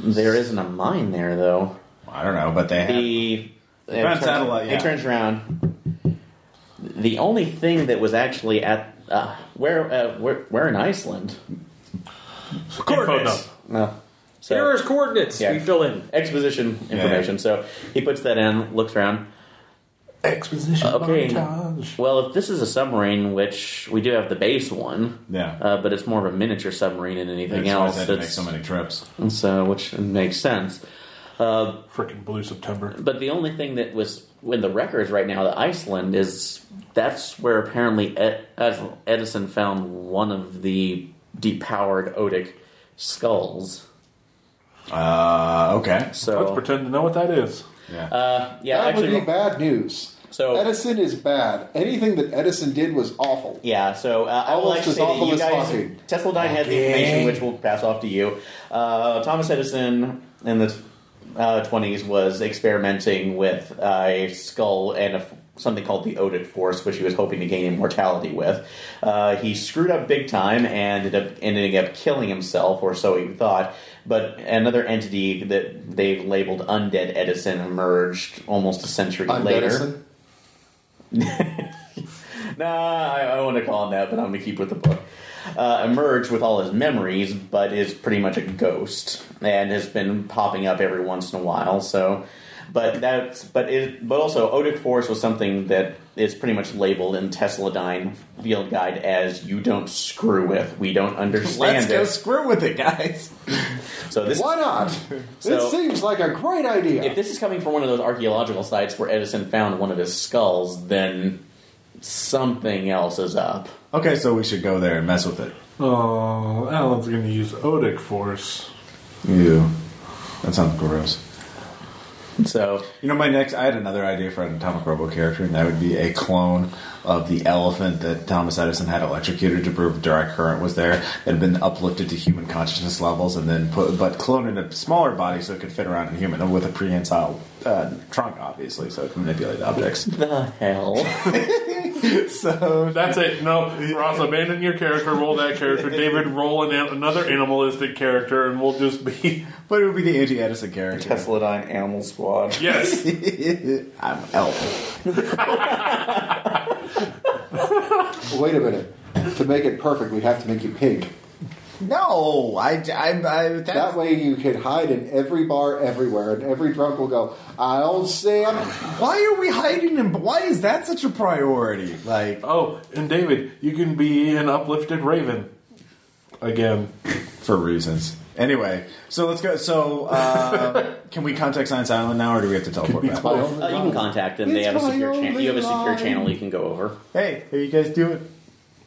[SPEAKER 9] There isn't a mine there, though.
[SPEAKER 1] I don't know, but they have.
[SPEAKER 9] The it
[SPEAKER 1] Ground
[SPEAKER 9] turns,
[SPEAKER 1] satellite, yeah.
[SPEAKER 9] it turns around. The only thing that was actually at uh, where, uh, where where in Iceland?
[SPEAKER 1] coordinates.
[SPEAKER 9] No.
[SPEAKER 4] Here are his
[SPEAKER 9] So
[SPEAKER 4] coordinates.
[SPEAKER 9] Yeah.
[SPEAKER 4] We fill in.
[SPEAKER 9] exposition information. So he puts that in, looks around.
[SPEAKER 6] Exposition
[SPEAKER 9] Okay.
[SPEAKER 6] montage.
[SPEAKER 9] Well, if this is a submarine, which we do have the base one,
[SPEAKER 1] Yeah.
[SPEAKER 9] uh, but it's more of a miniature submarine than anything
[SPEAKER 1] That's why I
[SPEAKER 9] else.
[SPEAKER 1] had to make so many trips.
[SPEAKER 9] And so which makes sense. Uh,
[SPEAKER 6] Freaking Blue September.
[SPEAKER 9] but the only thing that was in the records right now, that Iceland is that's where apparently Ed, Ed- Edison found one of the depowered Odic skulls.
[SPEAKER 1] Uh, okay.
[SPEAKER 6] Let's
[SPEAKER 9] So
[SPEAKER 6] pretend to know what that is.
[SPEAKER 1] Yeah.
[SPEAKER 9] uh, yeah,
[SPEAKER 2] that
[SPEAKER 9] actually,
[SPEAKER 2] would be bad news.
[SPEAKER 9] So-
[SPEAKER 2] Edison is bad. Anything that Edison did was awful.
[SPEAKER 9] Yeah, so uh, I will
[SPEAKER 2] Almost
[SPEAKER 9] actually
[SPEAKER 2] as
[SPEAKER 9] say that
[SPEAKER 2] awful
[SPEAKER 9] you
[SPEAKER 2] as
[SPEAKER 9] guys,
[SPEAKER 2] fucking.
[SPEAKER 9] Tesla Dine has the information, which we'll pass off to you. Uh, Thomas Edison uh, in the twenties was experimenting with a skull and a f- something called the Odin Force, which he was hoping to gain immortality with. Uh, he screwed up big time and ended up ending up killing himself, or so he thought. But another entity that they've labeled Undead Edison emerged almost a century
[SPEAKER 2] I'm
[SPEAKER 9] later.
[SPEAKER 2] Edison.
[SPEAKER 9] Nah, I, I want to call him that, but I'm going to keep with the book. Uh, emerged with all his memories, but is pretty much a ghost and has been popping up every once in a while. So, but that's but it but also Odic Force was something that is pretty much labeled in Tesladine Field Guide as "you don't screw with, we don't
[SPEAKER 1] Let's
[SPEAKER 9] understand
[SPEAKER 1] go
[SPEAKER 9] it."
[SPEAKER 1] screw with it, guys.
[SPEAKER 9] So this
[SPEAKER 2] Why not?
[SPEAKER 9] So-
[SPEAKER 2] it seems like a great idea.
[SPEAKER 9] if this is coming from one of those archaeological sites where Edison found one of his skulls, then something else is up.
[SPEAKER 1] Okay, so we should go there and mess with it.
[SPEAKER 6] Oh, Alan's going to use Odic Force.
[SPEAKER 1] Ew. That sounds gross.
[SPEAKER 9] So
[SPEAKER 1] You know, my next, I had another idea for an Atomic Robo character, and that would be a clone of the elephant that Thomas Edison had electrocuted to prove direct current was there, that had been uplifted to human consciousness levels, and then put, but cloned in a smaller body so it could fit around a human, with a prehensile uh, trunk, obviously, so it can manipulate objects.
[SPEAKER 9] the hell.
[SPEAKER 1] so,
[SPEAKER 6] That's it. No, Ross, abandon your character. Roll that character. David, roll an, another animalistic character, and we'll just be
[SPEAKER 1] but it would be the anti Edison character.
[SPEAKER 9] Tesladine Animal Squad.
[SPEAKER 6] yes.
[SPEAKER 1] I'm an elephant.
[SPEAKER 2] Wait a minute. To make it perfect, we'd have to make you pink.
[SPEAKER 1] No, I, I, I that's,
[SPEAKER 2] That way you can hide in every bar everywhere, and every drunk will go, I don't see him.
[SPEAKER 1] why are we hiding him? Why is that such a priority? Like,
[SPEAKER 6] Oh, and David, you can be an uplifted raven again.
[SPEAKER 1] for reasons. Anyway, so let's go. So, uh, can we contact Science Island now, or do we have to teleport back?
[SPEAKER 2] My only
[SPEAKER 9] Uh, you can
[SPEAKER 2] line.
[SPEAKER 9] contact them. They
[SPEAKER 2] It's
[SPEAKER 9] have a
[SPEAKER 2] my
[SPEAKER 9] secure channel.
[SPEAKER 2] only
[SPEAKER 9] You have a secure
[SPEAKER 2] line.
[SPEAKER 9] channel you can go over.
[SPEAKER 1] Hey, how you guys doing?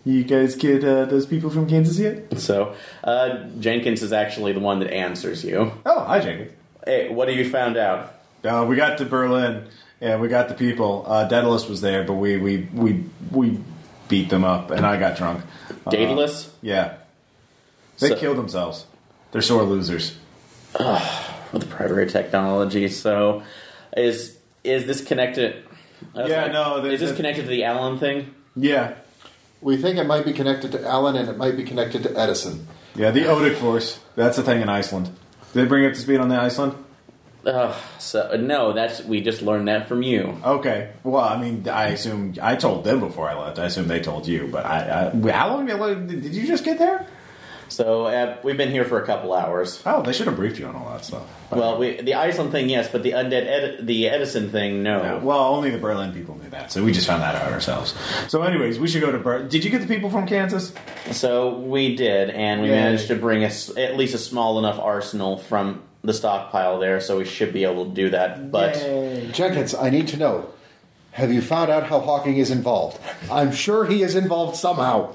[SPEAKER 1] You guys get uh, those people from Kansas yet?
[SPEAKER 9] So uh, Jenkins is actually the one that answers you.
[SPEAKER 1] Oh, hi, Jenkins.
[SPEAKER 9] Hey, what have you found out?
[SPEAKER 1] Uh, we got to Berlin. Yeah, we got the people. Uh, Daedalus was there, but we we we we beat them up, and I got drunk. Uh,
[SPEAKER 9] Daedalus?
[SPEAKER 1] yeah, they
[SPEAKER 9] So-
[SPEAKER 1] killed themselves. They're sore losers.
[SPEAKER 9] With primary technology. So is is this connected? I was
[SPEAKER 1] Yeah, no,
[SPEAKER 9] Is this
[SPEAKER 1] the-
[SPEAKER 9] connected to the Allen thing?
[SPEAKER 1] Yeah,
[SPEAKER 2] We think it might be connected to Alan and it might be connected to Edison.
[SPEAKER 1] yeah. The Odic Force. That's the thing in Iceland. Did they bring you up to speed on the Iceland?
[SPEAKER 9] Uh, so no, that's we just learned that from you.
[SPEAKER 1] Okay. Well, I mean, I assume I told them before I left. I assume they told you. But I, I how long did did you just get there?
[SPEAKER 9] So uh, we've been here for a couple hours.
[SPEAKER 1] Oh, they should have briefed you on all that stuff.
[SPEAKER 9] Well, we, the Iceland thing, yes, but the undead, Ed, the Edison thing, no.
[SPEAKER 1] Yeah, well, only the Berlin people knew that, so we just found that out ourselves. So, anyways, we should go to Berlin. Did you get the people from Kansas?
[SPEAKER 9] So we did, and we
[SPEAKER 1] Yay.
[SPEAKER 9] managed to bring us at least a small enough arsenal from the stockpile there, so we should be able to do that. But
[SPEAKER 2] Jenkins, I need to know. Have you found out how Hawking is involved? I'm sure he is involved somehow.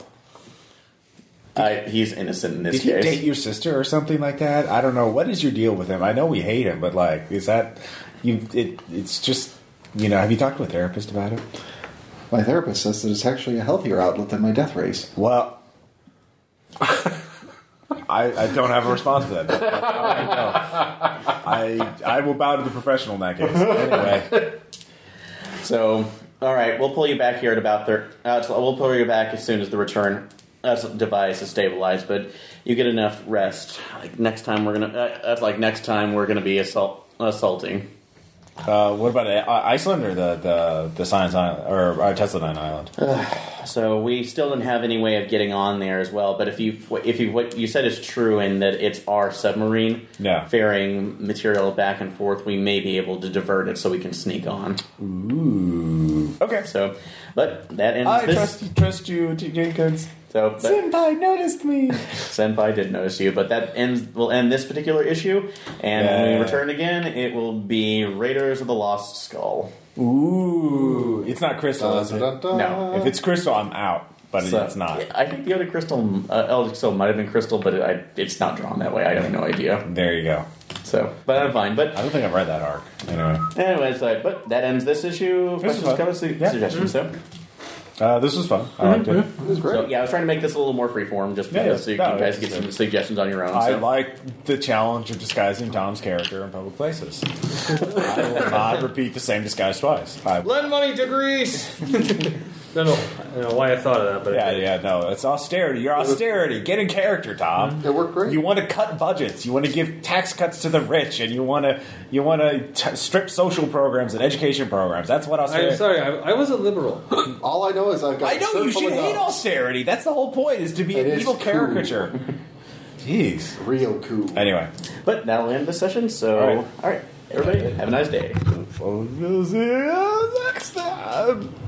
[SPEAKER 9] I, he's innocent in this
[SPEAKER 1] Did he
[SPEAKER 9] case.
[SPEAKER 1] date your sister or something like that? I don't know. What is your deal with him? I know we hate him, but like, is that you? It, it's just you know. Have you talked to a therapist about it?
[SPEAKER 2] My therapist says that it's actually a healthier outlet than my death race.
[SPEAKER 1] Well, I, I don't have a response to that. That's all I, know. I I will bow to the professional in that case. Anyway,
[SPEAKER 9] So, all right, we'll pull you back here at about thir- uh, so We'll pull you back as soon as the return uh, device is stabilized. But you get enough rest. Like next time, we're gonna. Uh, that's like next time we're gonna be assault assaulting.
[SPEAKER 1] uh, what about uh, Iceland or the the, the Science Island or, or Tesla Nine Island?
[SPEAKER 9] So we still didn't have any way of getting on there as well. But if you if you what you said is true in that it's our submarine
[SPEAKER 1] Yeah.
[SPEAKER 9] ferrying material back and forth, we may be able to divert it so we can sneak on.
[SPEAKER 1] Ooh. Okay.
[SPEAKER 9] So, but that ends
[SPEAKER 1] I
[SPEAKER 9] this.
[SPEAKER 1] trust trust you, T- Jenkins.
[SPEAKER 9] so but
[SPEAKER 1] Senpai noticed me.
[SPEAKER 9] Senpai did notice you, but that ends will end this particular issue. And when
[SPEAKER 1] Yeah.
[SPEAKER 9] we return again, it will be Raiders of the Lost Skull.
[SPEAKER 1] Ooh, it's not
[SPEAKER 2] Uh,
[SPEAKER 1] crystal, is it?
[SPEAKER 9] No.
[SPEAKER 1] If it's crystal, I'm out. But
[SPEAKER 9] So-
[SPEAKER 1] it's not.
[SPEAKER 9] I think the other crystal, uh, Elder Crystal, might have been crystal, but it, I, it's not drawn that way. I have no idea.
[SPEAKER 1] There you go.
[SPEAKER 9] So, but I'm fine. But
[SPEAKER 1] I don't think I've read that arc. Anyway.
[SPEAKER 9] Anyway, so but that ends this issue.
[SPEAKER 1] This is
[SPEAKER 9] Questions,
[SPEAKER 1] fun.
[SPEAKER 9] comments, su-
[SPEAKER 1] Yeah. Mm-hmm.
[SPEAKER 9] suggestions. So,
[SPEAKER 1] Uh, this was fun. I liked it.
[SPEAKER 2] It was great.
[SPEAKER 9] So yeah, I was trying to make this a little more freeform, just
[SPEAKER 1] Yeah,
[SPEAKER 9] because so you
[SPEAKER 1] yeah. No,
[SPEAKER 9] guys
[SPEAKER 1] it's
[SPEAKER 9] get some
[SPEAKER 1] good.
[SPEAKER 9] suggestions on your own.
[SPEAKER 1] I
[SPEAKER 9] So.
[SPEAKER 1] like the challenge of disguising Tom's character in public places. I will not repeat the same disguise twice. I,
[SPEAKER 4] Lend money to Greece. I don't, know, I don't know why I thought of that, but
[SPEAKER 1] yeah, yeah, no, it's austerity. You're austerity. Get in character, Tom.
[SPEAKER 2] It worked great.
[SPEAKER 1] You want to cut budgets. You want to give tax cuts to the rich, and you want to you want to t- strip social programs and education programs. That's what
[SPEAKER 4] I'm
[SPEAKER 1] austerity.
[SPEAKER 4] sorry, I, I was a liberal.
[SPEAKER 2] All I know is I've got.
[SPEAKER 1] I know you should hate austerity. That's the whole point: is to be
[SPEAKER 2] It
[SPEAKER 1] an
[SPEAKER 2] is
[SPEAKER 1] evil
[SPEAKER 2] cool.
[SPEAKER 1] caricature. Jeez.
[SPEAKER 2] Real cool.
[SPEAKER 1] Anyway,
[SPEAKER 9] But that'll end this session. So all
[SPEAKER 1] All
[SPEAKER 9] right,
[SPEAKER 1] right.
[SPEAKER 9] everybody, have a nice day.
[SPEAKER 1] we'll see you next time.